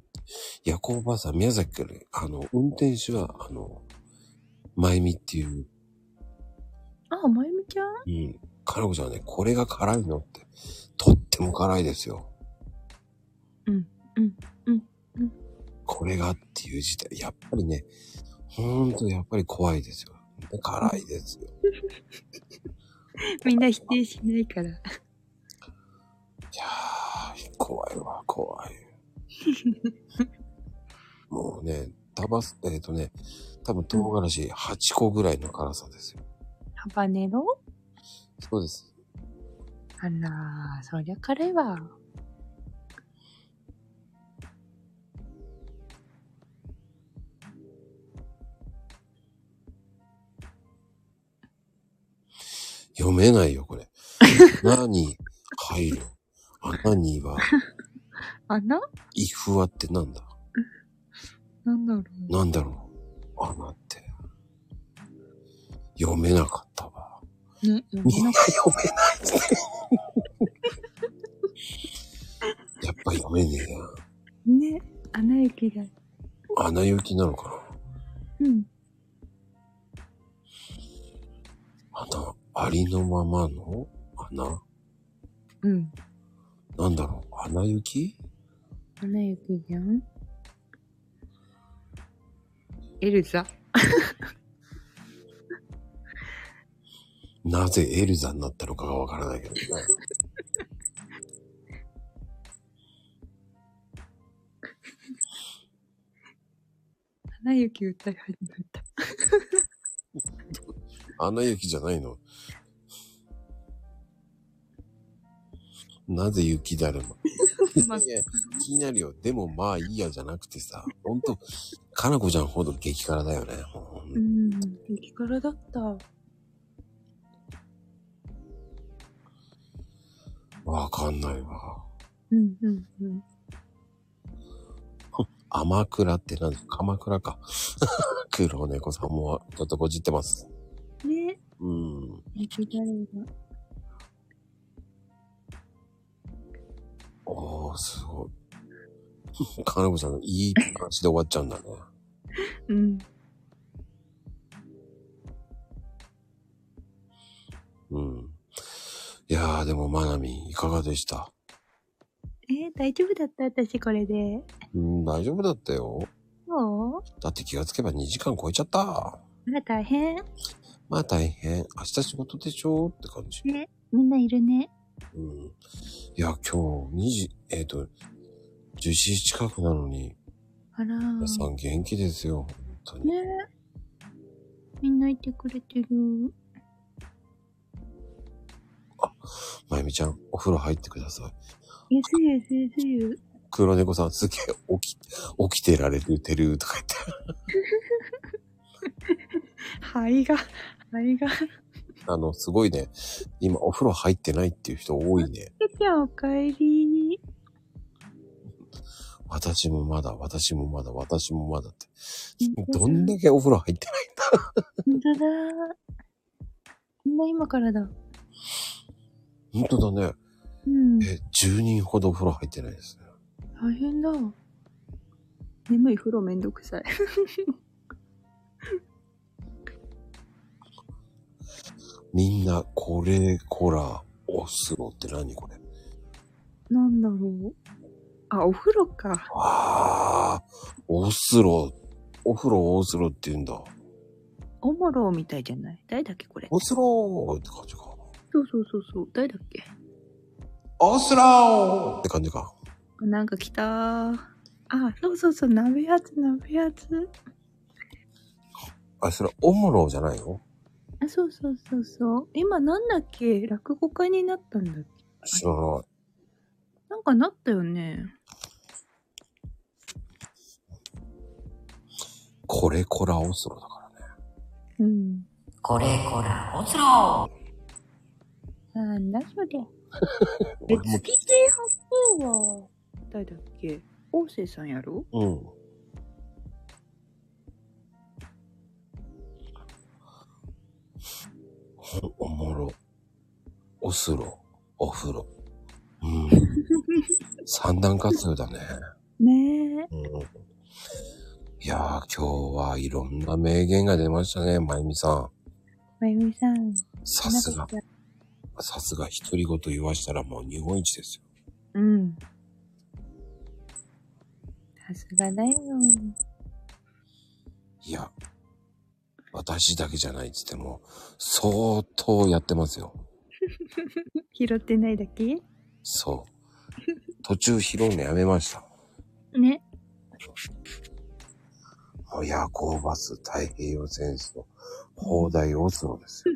A: 夜行バスは宮崎から、あの、運転手は、あの、まゆみっていう、
C: あ、まゆみちゃん
A: うん、カロちゃんはね、これが辛いのって、とっても辛いですよ。
C: うんうんうんうん
A: これがっていう事態、やっぱりね、ほんとやっぱり怖いですよ。辛いですよ。
C: みんな否定しないから。
A: いやー、怖いわ、怖
C: [laughs]
A: い。もうね、タバス、えっ、ー、とね、多分唐辛子8個ぐらいの辛さですよ。
C: ハバネロ
A: そうです。
C: あらー、そりゃ彼は。
A: 読めないよ、こ
C: [laughs]
A: れ。何入る穴には、
C: 穴
A: イフワってなんだ
C: なんだろう。
A: なんだろう穴って。読めなかったわ。
C: ね、うん
A: みんな読めないって。やっぱ読めねえや。
C: ね、穴雪が。
A: 穴行きなのかな
C: うん。
A: 穴、ありのままの穴
C: うん。
A: なんだろう穴行き
C: 穴雪じゃんエルザ
A: なぜエルザになったのかがわからないけどね。
C: 穴雪歌い始めた。
A: 穴行きじゃないのなぜ雪だるま
C: まあ [laughs]
A: いや気になるよ。でもまあいいやじゃなくてさ、ほんと、かなこちゃんほど激辛だよね。
C: うん。激辛だった。
A: わかんないわ。
C: うんうんうん。
A: 甘倉って何ですか鎌倉か。 [laughs] 黒猫さんもちょっとごじってます。
C: ね
A: うん。
C: え、聞いたらいいな。
A: おー、すごい。 [laughs] 金子さん、いい感じで終わっちゃうんだね。
C: うん。
A: うん。いやー、でも、まなみん、いかがでした
C: えー大丈夫だった私これで。
A: うん、大丈夫だったよ。
C: そう
A: だって気がつけば2時間超えちゃった。
C: まあ大変。
A: まあ大変。明日仕事でしょって感じ。
C: ねみんないるね。
A: うん。いや、今日2時、えっ、と、10時近くなのに、
C: あらー
A: 皆さん元気ですよ。本当に。
C: ねみんないてくれてる。
A: まゆみちゃん、お風呂入ってください。
C: ゆすゆすゆすゆ。
A: 黒猫さん、すげえ起き、起きてられてるとか言って。 [laughs]
C: 肺が、肺が。
A: あの、すごいね。今、お風呂入ってないっていう人多いね。
C: けちゃんおかえり。
A: 私もまだ、私もまだ、私もまだって。どんだけお風呂入ってないんだ。
C: 本当だ。みんな今からだ。
A: 本当だね。
C: うん。
A: え、10人ほどお風呂入ってないですね。
C: 大変だ。眠い風呂めんどくさい。
A: みんな、これ、こら、お風呂って何これ。
C: なんだろう。あ、お風呂か。
A: ああ、オスロ、お風呂オスロって言うんだ。
C: おもろみたいじゃない誰だっけこれ。
A: オスローって感じか。
C: そうそうそうそう。誰だっけ
A: オスローって感じか。
C: あなんか来たー。あ、そうそうそう。鍋やつ、鍋やつ。
A: あ、それ、オムロじゃないの
C: あ、そうそうそうそう。今なんだっけ落語家になったんだっけ
A: 知らない。
C: なんかなったよね。
A: これこらオスロだからね。
C: うん。
B: これこら、オスロ
C: なんだ
A: [laughs]
C: それ。
A: 俺も
C: 月亭八風は、誰だっけ大瀬さんやろ
A: うん。おもろ。おすろ。お風呂。
B: [laughs]
A: うん。三段活用だね。
C: ねえ。
A: うん。いやー、今日はいろんな名言が出ましたね、まゆみさん。
C: まゆみさん。
A: さすが、さすが独り言言わしたらもう日本一ですよ。
C: うん。さすがだよ。
A: いや、私だけじゃないっつっても、相当やってますよ。
C: 拾ってないだけ
A: そう。途中拾うのやめました。
C: ね。
A: もう夜行バス太平洋戦争、砲台オスロですよ、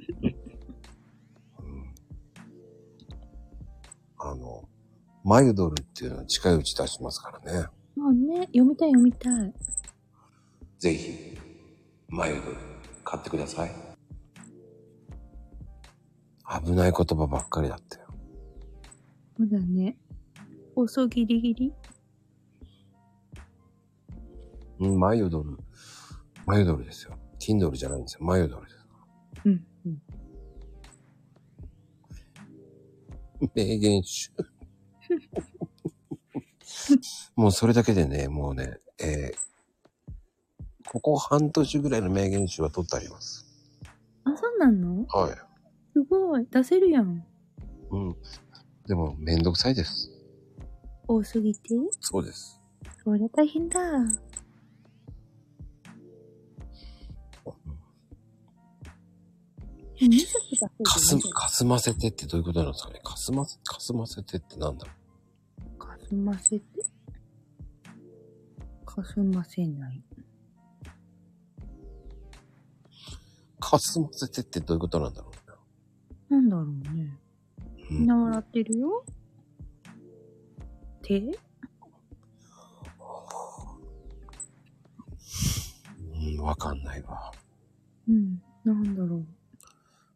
A: うんあの、マユドルっていうのは近いうち出しますからね。
C: もうね、読みたい読みたい。
A: ぜひ、マユドル買ってください。危ない言葉ばっかりだったよ。
C: そうだね。放送ギリギリ
A: うん、マユドル。マユドルですよ。キンドルじゃないんですよ。マユドルです。
C: うん。うん。
A: 名言 [laughs] 集。もうそれだけでね、もうね、えーここ半年ぐらいの名言集は取ってあります。
C: あ、そうなの
A: はい。
C: すごい。出せるやん。
A: うん。でも、めんどくさいです。
C: 多すぎて。
A: そうです。
C: それ大
A: [laughs]
C: 変だ。2冊だけ
A: かす、かすませてってどういうことなんですかねかすま、かすませてってなんだろ
C: かすませて。かすませない。
A: うかすませてってどういうことなんだろうな
C: なんだろうね。みんな笑ってるよ。手
A: うん、わかんないわ。
C: うん。なんだろう。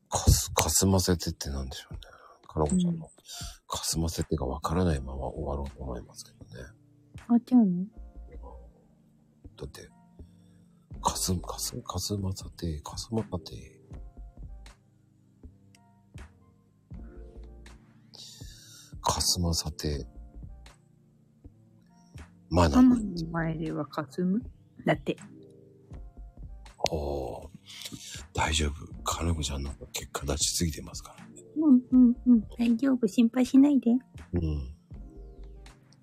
A: かす、かすませてってなんでしょうね。かなこちゃんの、かすませてがわからないまま終わろうと思いますけどね。
D: あちゃん
A: だって、かす、かす、かすまさて、かすまさて。かすまさて。まな
C: マ
A: ぶ
C: マ。の前では霞むだって。
A: おー大丈夫。かなこちゃんの結果出しすぎてますから。
C: うんうんうん。大丈夫。心配しないで。
A: うん。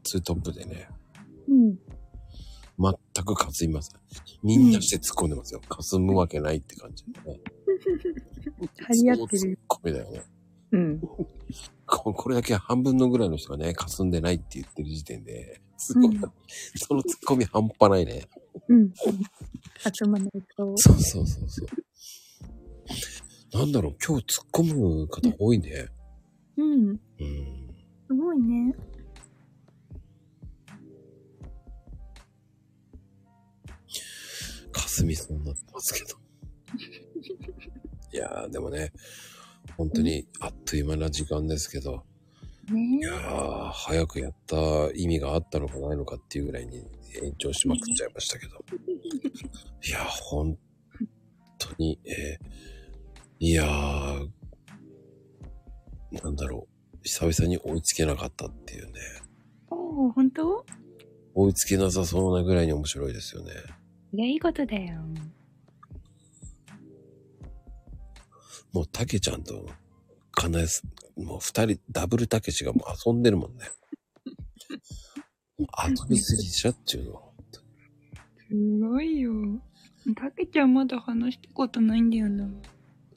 A: ツートップでね、
C: うん。
A: 全くかすみません。みんなして突っ込んでますよ。かすむわけないって感じ、ね。
C: [laughs] 張り合って
A: その
C: る。
A: ツッコミだよね。
C: うん。
A: ここれだけ半分のぐらいの人がね、霞んでないって言ってる時点で、すごい、
C: うん
A: [laughs] そのツッコミ半端ないね。
C: うん。頭の音。
A: そうそうそうそう。なんだろう、今日突っ込む方多いね。
C: うん。
A: うん。
C: すごいね。
A: 霞そうになってますけど。いやー、でもね、本当にあっという間な時間ですけど、い
C: ね
A: やー、早くやった意味があったのかないのかっていうぐらいに延長しまくっちゃいましたけど。いやー、本当に、えーいやー、なんだろう、久々に追いつけなかったっていうね。
C: おお、本当
A: 追いつけなさそうなぐらいに面白いですよね。
C: いや、いいことだよ。
A: もう、たけちゃんと、かなえす、もう二人、ダブルたけしがもう遊んでるもん
C: [laughs]
A: ね。遊びすぎちゃっていうの。
C: すごいよ。たけちゃんまだ話したことないんだよな。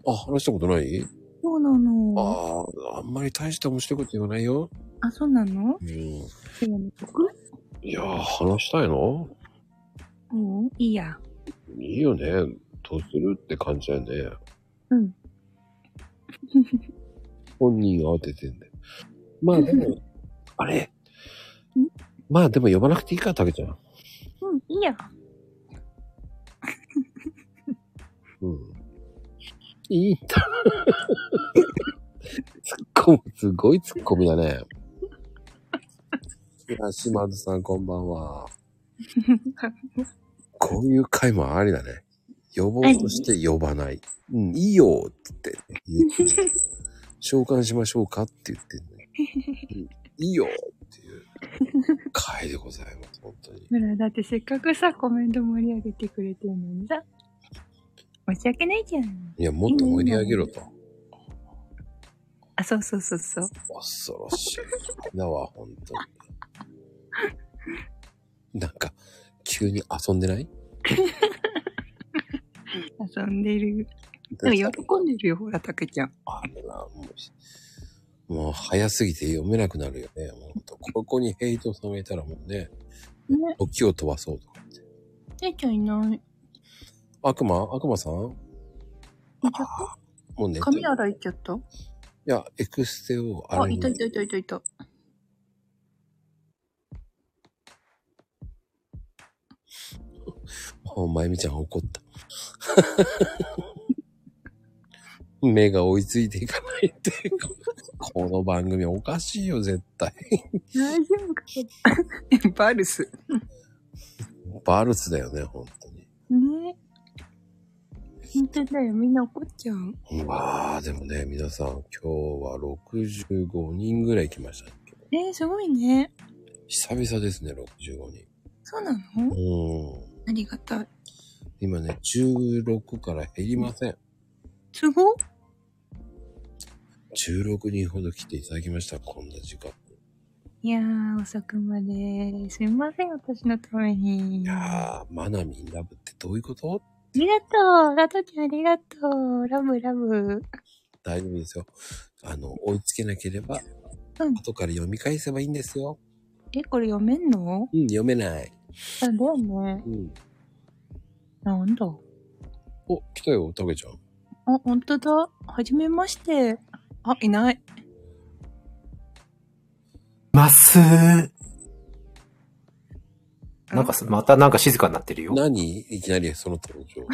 A: あ、話したことない
C: そうなの。
A: ああ、あんまり大した面白いこと言わないよ。
C: あ、そうなの
A: うん。い
C: でもね、僕
A: やー、話したいの
C: うん、いいや。
A: いいよね。どうするって感じだよね。
C: うん。
A: [laughs] 本人が慌ててんだよ。まあで
C: [laughs]
A: も、あれまあでも呼ばなくていいか、たけちゃん。
C: うん、いいや。
A: うん。いいんだ。ツッコミ、すごいツッコミだね。いや、島津さんこんばんは。こういう回もありだね。呼ぼうとして呼ばない。うん、いいよって言って言って。召喚しましょうかって言ってんね。うんいいよっていう回でございます、本当に。
C: ほら、だってせっかくさ、コメント盛り上げてくれてるのにさ。申し訳ないじゃん。
A: いや、もっと盛り上げろと。
C: あ、そうそうそうそう。
A: 恐ろしいだわ、本当に。なんか、急に遊んでない
C: 遊んでる。でも喜んでるよ、ほら、たけちゃん。 [laughs]
A: あら、もう、もう早すぎて読めなくなるよね。ほんとここにヘイトさんがいたらもうね、
C: ね、
A: 時を飛ばそうとかって。
C: たけちゃんいない。
A: 悪魔悪魔さんも
C: いちゃった
A: う寝てる
C: 髪
A: い
C: 洗いちゃった
A: や、エクステを
C: あ、
A: 洗い
C: い
A: に
C: たいたいたいたいた。
A: お前みちゃん怒った。 [laughs] 目が追いついていかないっていう。この番組おかしいよ、絶対。
C: 大丈夫かバルス。
A: バルスだよね、本当に。
C: ね本当だよ、みんな怒っちゃう。
A: まあ、でもね、皆さん、今日は65人ぐらい来ました、ね。
C: ねすごいね。
A: 久々ですね、65人。
C: そうなの
A: うん。
C: ありがたい。
A: 今ね、16から減りません。
C: すごっ
A: 16人ほど来ていただきました、こんな時間。
C: いやー、遅くまで。すいません、私のために。
A: い
C: あ
A: やー、マナミンラブってどういうこと
C: りがとう、ラトちゃんありがとう。ラブラブ。
A: 大丈夫ですよ。あの、追いつけなければ、
C: うん
A: 後から読み返せばいいんですよ。
C: え、これ読めんの
A: うん、読めない。
C: あ、だよね
A: う。ん。
C: なんだ。
A: お、来たよ、たけちゃん。
C: あ、ほんとだ。はじめまして。あ、いない。
E: ます。なんかす、またなんか静かになってるよ。
A: 何いきなりその登場。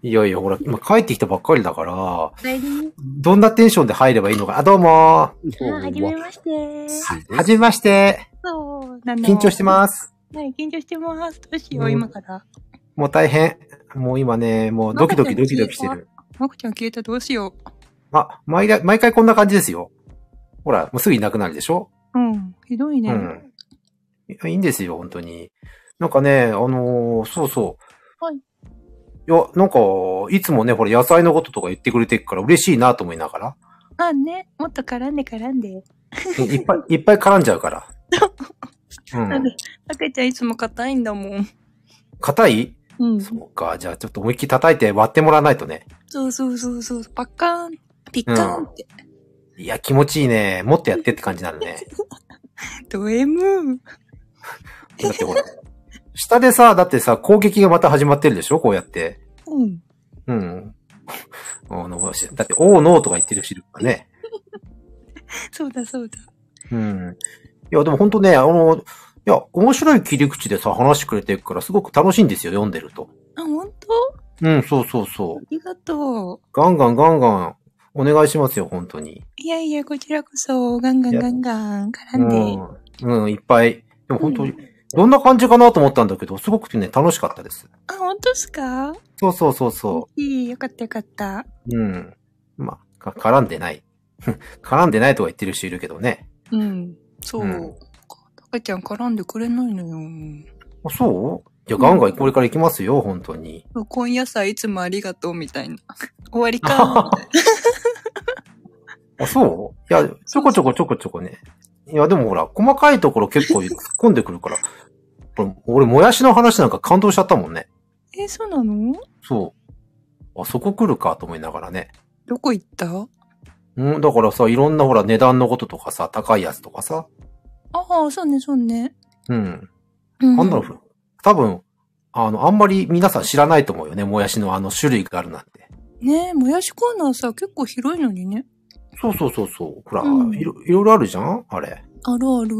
E: いやいや、ほら、今帰ってきたばっかりだから、
C: おかえり。
E: どんなテンションで入ればいいのか。あ、どうも
C: あ、はじめまして。
A: す
E: ー。はじめまして。
C: そう、なの。
E: 緊張してます。
C: す。はい、緊張してます。どうしよう、今から。
E: もう大変。もう今ね、もうドキドキドキドキしてる。
C: まこちゃん消えた、どうしよ
E: あ、毎回、毎回こんな感じですよ。ほら、もうすぐいなくなるでしょ
C: う。うん、ひどいね。
E: うん。いやいいんですよ、本当に。なんかね、あのーそうそう。
F: はい。
E: いや、なんか、いつもね、ほら、野菜のこととか言ってくれてるから嬉しいなと思いながら。
C: あ、ね、もっと絡んで絡んで。
E: いいっぱい、いっぱい絡んじゃ
C: [laughs]
E: うから。う
C: なん
E: ん
C: で。まこちゃんいつも硬いんだもん。
E: 硬い
C: うん。そ
E: そうか。じゃあ、ちょっと思いっきり叩いて割ってもらわないとね。
C: うそうそうそう。パッカーン、ピッカーンって。
E: いや、気持ちいいね。もっとやってって感じになる
C: [laughs]
E: ね。
C: ド M。
E: だってほら。下でさ、だってさ、攻撃がまた始まってるでしょこうやって。
C: うん。
E: うん。 [laughs] あの、しだって、おーノーとか言ってるし、ね。
C: そうだそうだ。
E: うん。いや、でもほんとね、あの、いや、面白い切り口でさ、話してくれてるから、すごく楽しいんですよ、読んでると。
C: あ、ほんと
E: うん、そうそうそ
C: あ
E: う。
C: りがとう。
E: ガンガンガンガン、お願いしますよ、本当に。
C: いやいや、こちらこそ、ガンガンガンガン絡んで。
E: うん、うん、いっぱい。でも本当に、どんな感じかなと思ったんだけど、すごくね、楽しかったです。
C: あ、ほんとっすか
E: そうそうそうそ
C: いい、よかったよかった。
E: う。うん。まあ、か絡んでない。 [laughs] 絡んでないとは言ってる人いるけどね。
C: うん。そう。
E: うん
C: たかちゃん絡んでくれないのよ。
E: あ、そうじゃあガンガンこれから行きますよ、本当に。
C: 今夜さ、いつもありがとうみたいな。 [laughs] 終わり [laughs] か。
E: [laughs] あ、そういや、ちょこちょこちょこちょこね。いや、でもほら、細かいところ結構突っ込んでくるから。これ俺、もやしの話なんか感動しちゃったもんね。
C: え、そうなの
E: そう。あ、そこ来るかと思いながらね。
C: どこ行ったあ
E: うん、だからさ、いろんなほら、値段のこととかさ、高いやつとかさ。
C: あ、そうね、そうね。
E: うん。
C: うん
E: なんだろう、多分、あの、あんまり皆さん知らないと思うよね。もやしのあの種類があるなんて。
C: ねえ、もやしコーナーさ、結構広いのにね。
E: そうそうそうそう。ほら、
C: うん
E: いろ、いろいろあるじゃんあれ。
C: あるある。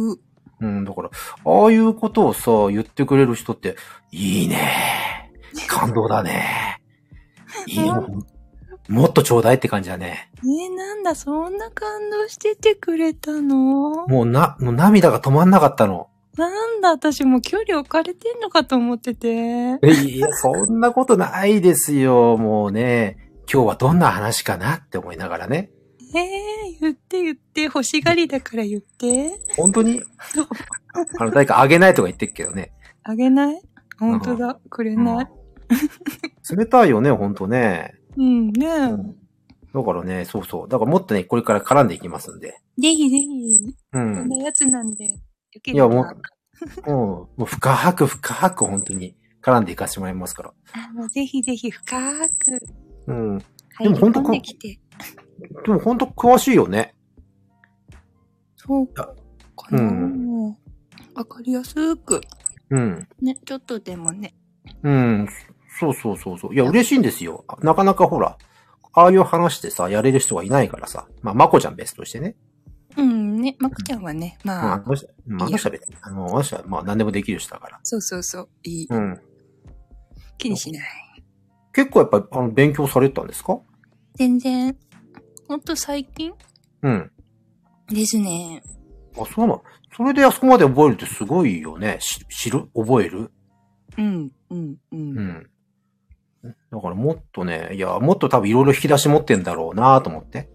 E: うん、だから、ああいうことをさ、言ってくれる人って、いいね感動だ
C: [laughs]
E: ねいい
C: うん
E: ももっとちょうだいって感じだね。
C: ねえ、なんだ、そんな感動しててくれたの
E: もうな、もう涙が止まんなかったの。
C: なんだ、私もう距離置かれてんのかと思ってて。
E: [laughs] いや、そんなことないですよ。もうね、今日はどんな話かなって思いながらね。
C: ええ言って言って、欲しがりだから言って。
E: 本当にあの、誰かあげないとか言ってっけどね。
C: あげない本当だ、くれない。
E: 冷たいよね、本当ね。
C: うん、ねえ。
E: だからね、そうそう。だからもっとね、これから絡んでいきますんで。
C: ぜひぜひ、
E: う
C: こん
E: ん
C: な。やつなんで、よけ
E: い
C: れ
E: や、
C: ば。
E: もう、うん、もう深く深く本当に絡んでいかせてもらいますから。
C: あの、ぜひぜひ深く
E: うん。で
C: 入り
E: も本当
C: 込んできて。
E: も本当詳しいよね。
C: そう
E: か
C: かな。
E: う
C: わ、
E: ん
C: かりやすく。
E: うん。
C: ね、ちょっとでもね。
E: うん。そうそうそうそう。いや、嬉しいんですよ。なかなかほら、ああいう話でさ、やれる人がいないからさ。まあ、まこちゃん別としてね。
C: うん、ね、まくちゃんはね、
E: まあ、
C: ま
E: あ
C: あ、
E: の人、まあ、あの人は別に、あの、あの人はまあ何でもできる人だか
C: そうそうそう、いい。
E: ら。うん。
C: 気にしない。
E: 結構やっぱり、あの、勉強されてたんですか
C: 全然、ほんと最近
E: うん。
C: ですね。
E: あ、そうなのそれであそこまで覚えるってすごいよね。し知る覚える
C: うん、うん、うん。
E: うん。だからもっとね、いや、もっと多分いろいろ引き出し持ってんだろうなと思って。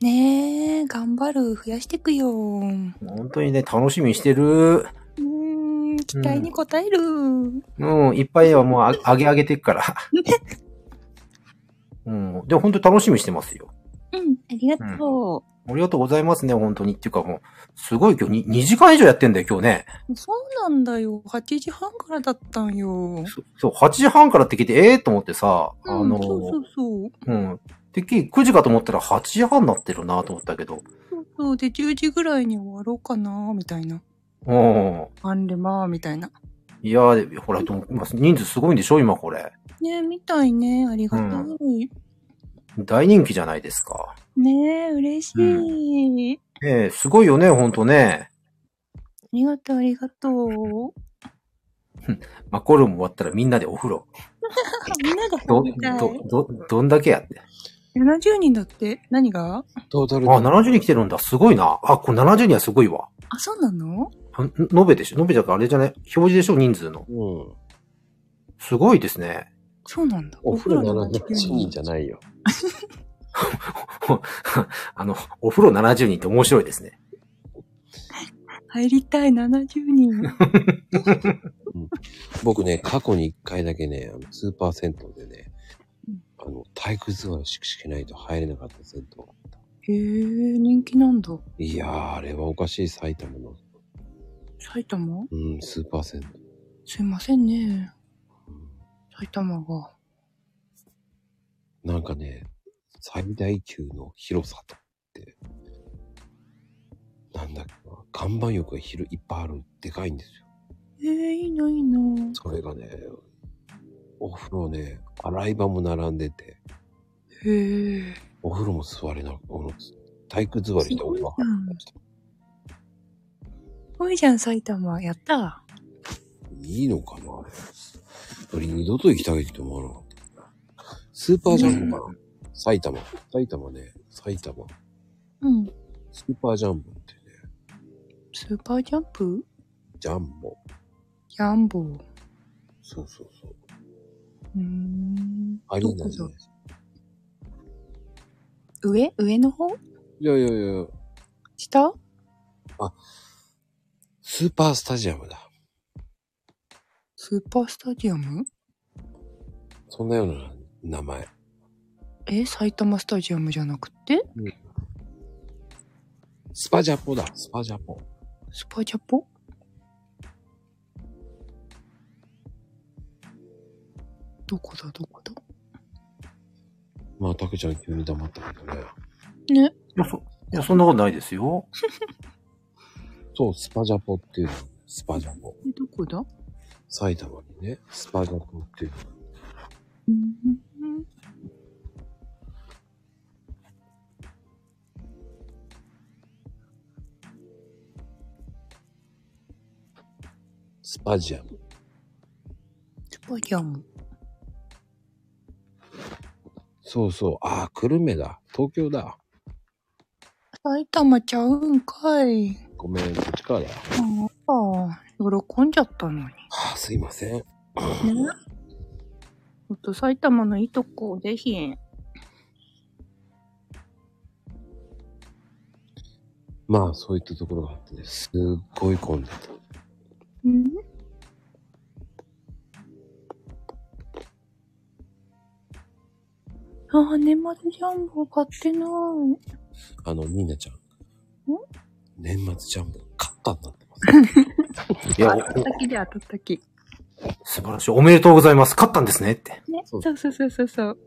C: ねえ、頑張る、増やしてくよ。う
E: 本当にね、楽しみにしてる。
C: ーん、期待に応える。
E: うん、いっぱいはも
C: [laughs]
E: うああげあげてっから。 [laughs] うん。で、本当に楽しみにしてますよ。
C: うん、ありがとう。
E: ありがとうございますね、本当に。っていうかもう、すごい今日に2時間以上やってんだよ、今日ね。
C: そうなんだよ。8時半からだったんよ。
E: そそう、8時半からって聞いて、ええー、と思ってさ、あ
C: うん
E: の、
C: そうそうそう。
E: うん。てっきり9時かと思ったら8時半になってるなと思ったけど。
C: そうそう。で、10時ぐらいに終わろうかな、みたいな。
E: うん。
C: あんれまー、みたいな。
E: いやー、ほら、でも今人数すごいんでしょ、今これ。
C: ねえ、みたいね。ありがたい。
E: 大人気じゃないですか。
C: ねえ、嬉しい。
E: ええすごいよね、ほんとね。
C: りがとう、ありがとう。
E: マコルーム終わったらみんなでお風呂。
C: みんなで
E: ど、
C: 入りたい。
E: ど、ど、どんだけやって。
C: 70人だって何が
A: トータ
E: あ、
A: ルで
E: 70人来てるんだ。すごいな。あ、これ70人はすごいわ。
C: あ、そうなの
E: あん延べでしょ延べじゃなくてあれじゃない表示でしょ人数の。
A: うん。
E: すごいですね。
C: そうなんだ。
A: お風呂
C: の
A: 70人じゃないよ。
E: あの、お風呂70人って面白いですね。
C: 入りたい、70人。
A: 僕ね、過去に一回だけね、あのスーパー銭湯でね、あの、体育座りしくしけないと入れなかった銭
C: へえ、人気なんだ。
A: 湯。いやー、あれはおかしい埼玉の、
C: 埼玉
A: うん、スーパー銭
C: すいませんね。埼玉が。
A: 湯。なんかね、最大級の広さとって、なんだっけな、看板浴がひるいっぱいある、でかいんですよ。
C: えー、いいな、いいな。
A: それがね、お風呂ね、洗い場も並んでて、
C: へえ。
A: お風呂も座れなく、あの体育座りしてお風呂入りました。
C: 多いじゃん、埼玉。やった。
A: いいのかなあれ。俺二度と行きたいって思わなかった。スーパージャンボかな、埼玉。埼玉ね。埼玉。
C: うん。
A: スーパージャンボってね。
C: スーパージャンプ
A: ジャンボ。
C: ジャンボー。
A: そうそうそう。
C: うーん。
A: アリーナで
C: どこ
A: ね。
C: 上上の方
A: いやいやいや、
C: 下
A: スーパースタジアムだ。
C: スーパースタジアム
A: そんなような名前。
C: え、埼玉スタジアムじゃなくて
A: スパジャポだ。スパジャポ。
C: スパジャポどこだどこだ
A: まあ、たけちゃん急に黙ったけどね。
C: ね。
E: いや、そ、いや、そんなことないですよ。
A: そう、スパジャポっていうの。スパジャポ。
C: えどこだ
A: 埼玉にね、スパジャポっていうの。
C: うん。
A: スパジアム。
C: スパジャム。
A: そうそう。ああ、久留米だ。東京だ。
C: 埼玉ちゃうんかい。
A: ごめん、こっちからだ。
C: ああ、喜んじゃったのに。
A: はあ、すいません。
C: ね。ほんと埼玉のいいとこをぜひ。
A: まあ、そういったところがあってね、すっごい混んでた。
C: うん。ああ、年末ジャンボ買ってない。
A: あの、みーなちゃん。年末ジャンボ、勝ったんだってます。
E: いや、お
C: 当たったきで当たったき。
E: 素晴らしい。おめでとうございます。勝ったんですねって。
C: ね、
A: そ
C: そううそうそうそうそう。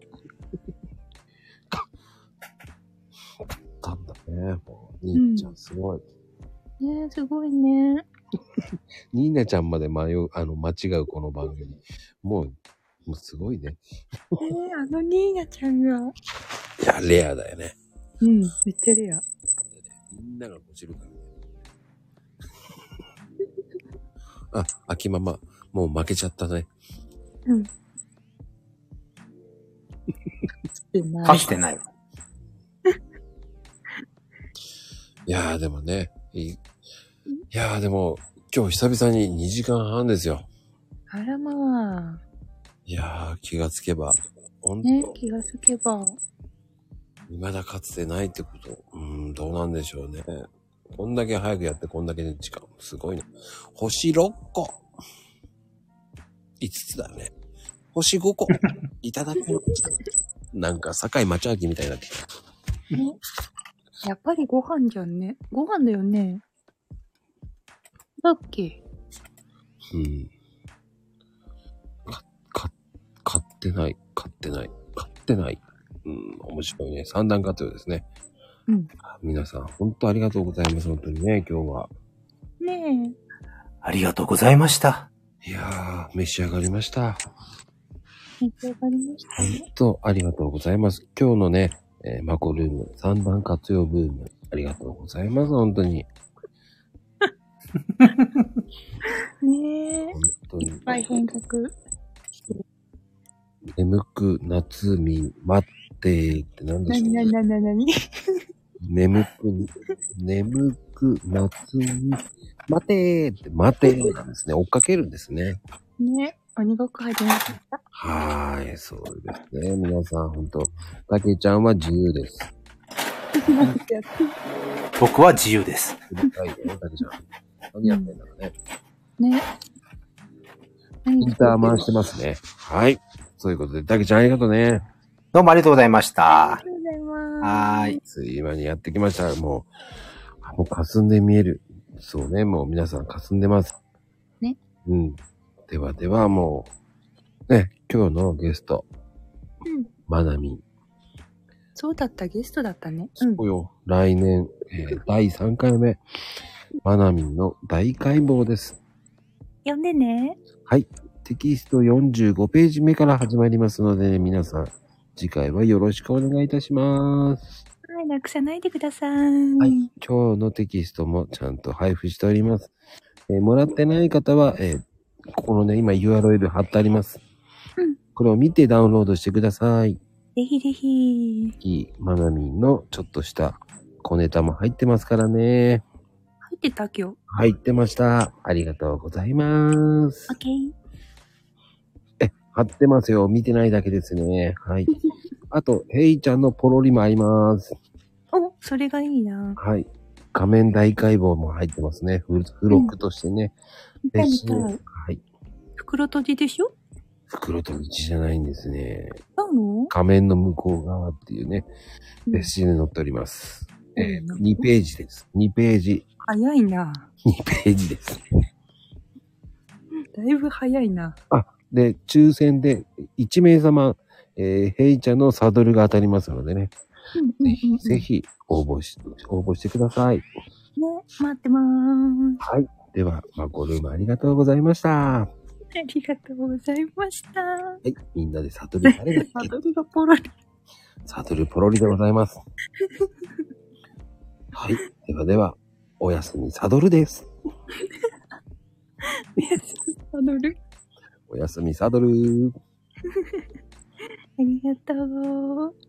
A: 勝ったんだね。もう、みーなちゃん、すごい。
C: ねすごいね。
A: みーなちゃんまで迷う、あの、間違うこの番組。もう、もうすごいね。
C: えあのニーナちゃんが。
A: いや、レアだよね。
C: うん、めっちゃレア。
A: みんなが落ちる [laughs] からね。あ、秋ママ、もう負けちゃったね。
C: でな
E: 勝ってない。
A: いやーでもね、いいいやーでも、今日久々に2時間半ですよ。
C: あらまあ。
A: いやー気がつけば、本
C: ね
A: 当、
C: 気がつけば。
A: 未だかつてないってこと。うーん、どうなんでしょうね。こんだけ早くやって、こんだけの時間。すごいな。星6個。5つだね。星5個。い
C: [laughs]
A: ただきました。なんか、堺町明みたいになってきた。
C: やっぱりご飯じゃんね。ご飯だよね。だっけ
A: うん。か、か、買ってない、買ってない、買ってない。うん、面白いね。三段活用ですね。
C: うん
A: あ。皆さん、本当ありがとうございます。本当にね、今日は。
C: ね
E: ありがとうございました。
A: いやー、召し上がりました。
C: え。めっちゃ上がりましたね。
A: 本当ありがとうございます。今日のね、えーマコルーム、三段活用ブーム、ありがとうございます。本当に。
C: ねえ。
A: 本当に。
C: 大変革。
A: 眠く、夏み、待ってって何で
C: な
A: しょ
C: に
A: う、
C: なになになになに
A: 眠く、眠く、夏み、待てーって、待てーなんですね。追っかけるんですね。
C: ね鬼ごっこ始まっちゃった。
A: はーい、そうですね。皆さん、本当たけちゃんは自由です。
E: 僕は自由です。
A: はい、たけちゃん。何やってんだろうね。
C: ね
A: インター回してますね。はい。そういうことで、たけちゃんありがとうね。
E: どうもありがとうございまし
C: あ
E: た。
C: りがとうございます。
E: はーい。
A: つい今にやってきました。もう、あもう霞んで見える。そうね、もう皆さん霞んでます。
C: ね。
A: うん。ではではもう、ね、今日のゲスト、
C: うん。
A: まなみん。
C: そうだった、ゲストだったね。
A: そうよ。来年、えー第3回目、まなみんの大解剖です。
G: 呼んでね。
A: テキスト45ページ目から始まりますので、ね、皆さん、次回はよろしくお願いいたします。
G: はい、楽さないでください。
A: はい。今日のテキストもちゃんと配布しております。えーもらってない方は、えーここのね、今 URL 貼ってあります。
G: うん
A: これを見てダウンロードしてください。
G: ぜひぜひ。
A: いい、まなみんのちょっとした小ネタも入ってますからね。
C: 入ってた、今日。
A: 入ってました。ありがとうございます
G: オッ。ケー。
A: 貼ってますよ。見てないだけですね。
G: [laughs]
A: はい。あと、ヘイちゃんのポロリもあります。
G: お、それがいいな。
A: はい。仮面大解剖も入ってますね。付付録としてね。
G: 見たい
A: 嬉しい
G: 見たい。
A: はい。
C: 袋閉じでしょ
A: 袋と道じゃないんですね。
G: どうも
A: 仮面の向こう側っていうね、
C: うん
A: 別紙に載っております。え
C: うん
A: 2ページです。2ページ、
C: 早いな。
A: 2ページです。
C: だいぶ早いな。
A: で、抽選で1名様、えー、ヘイちゃんのサドルが当たりますのでね、
C: うん
A: ぜひ、ぜひ応募し、応募してください。
G: ね、待ってまーす。
A: はい。では、マコルームありがとうございました。は
G: ありがとうございました。
A: い。みんなでサドル、誰だっ
C: サ [laughs]
A: け
C: ドルがポロリ。
A: サドルポロリでございます。はい。ではでは、おやすみサドルです。
C: サドル。
A: おやすみサドルー。
G: ありがとう。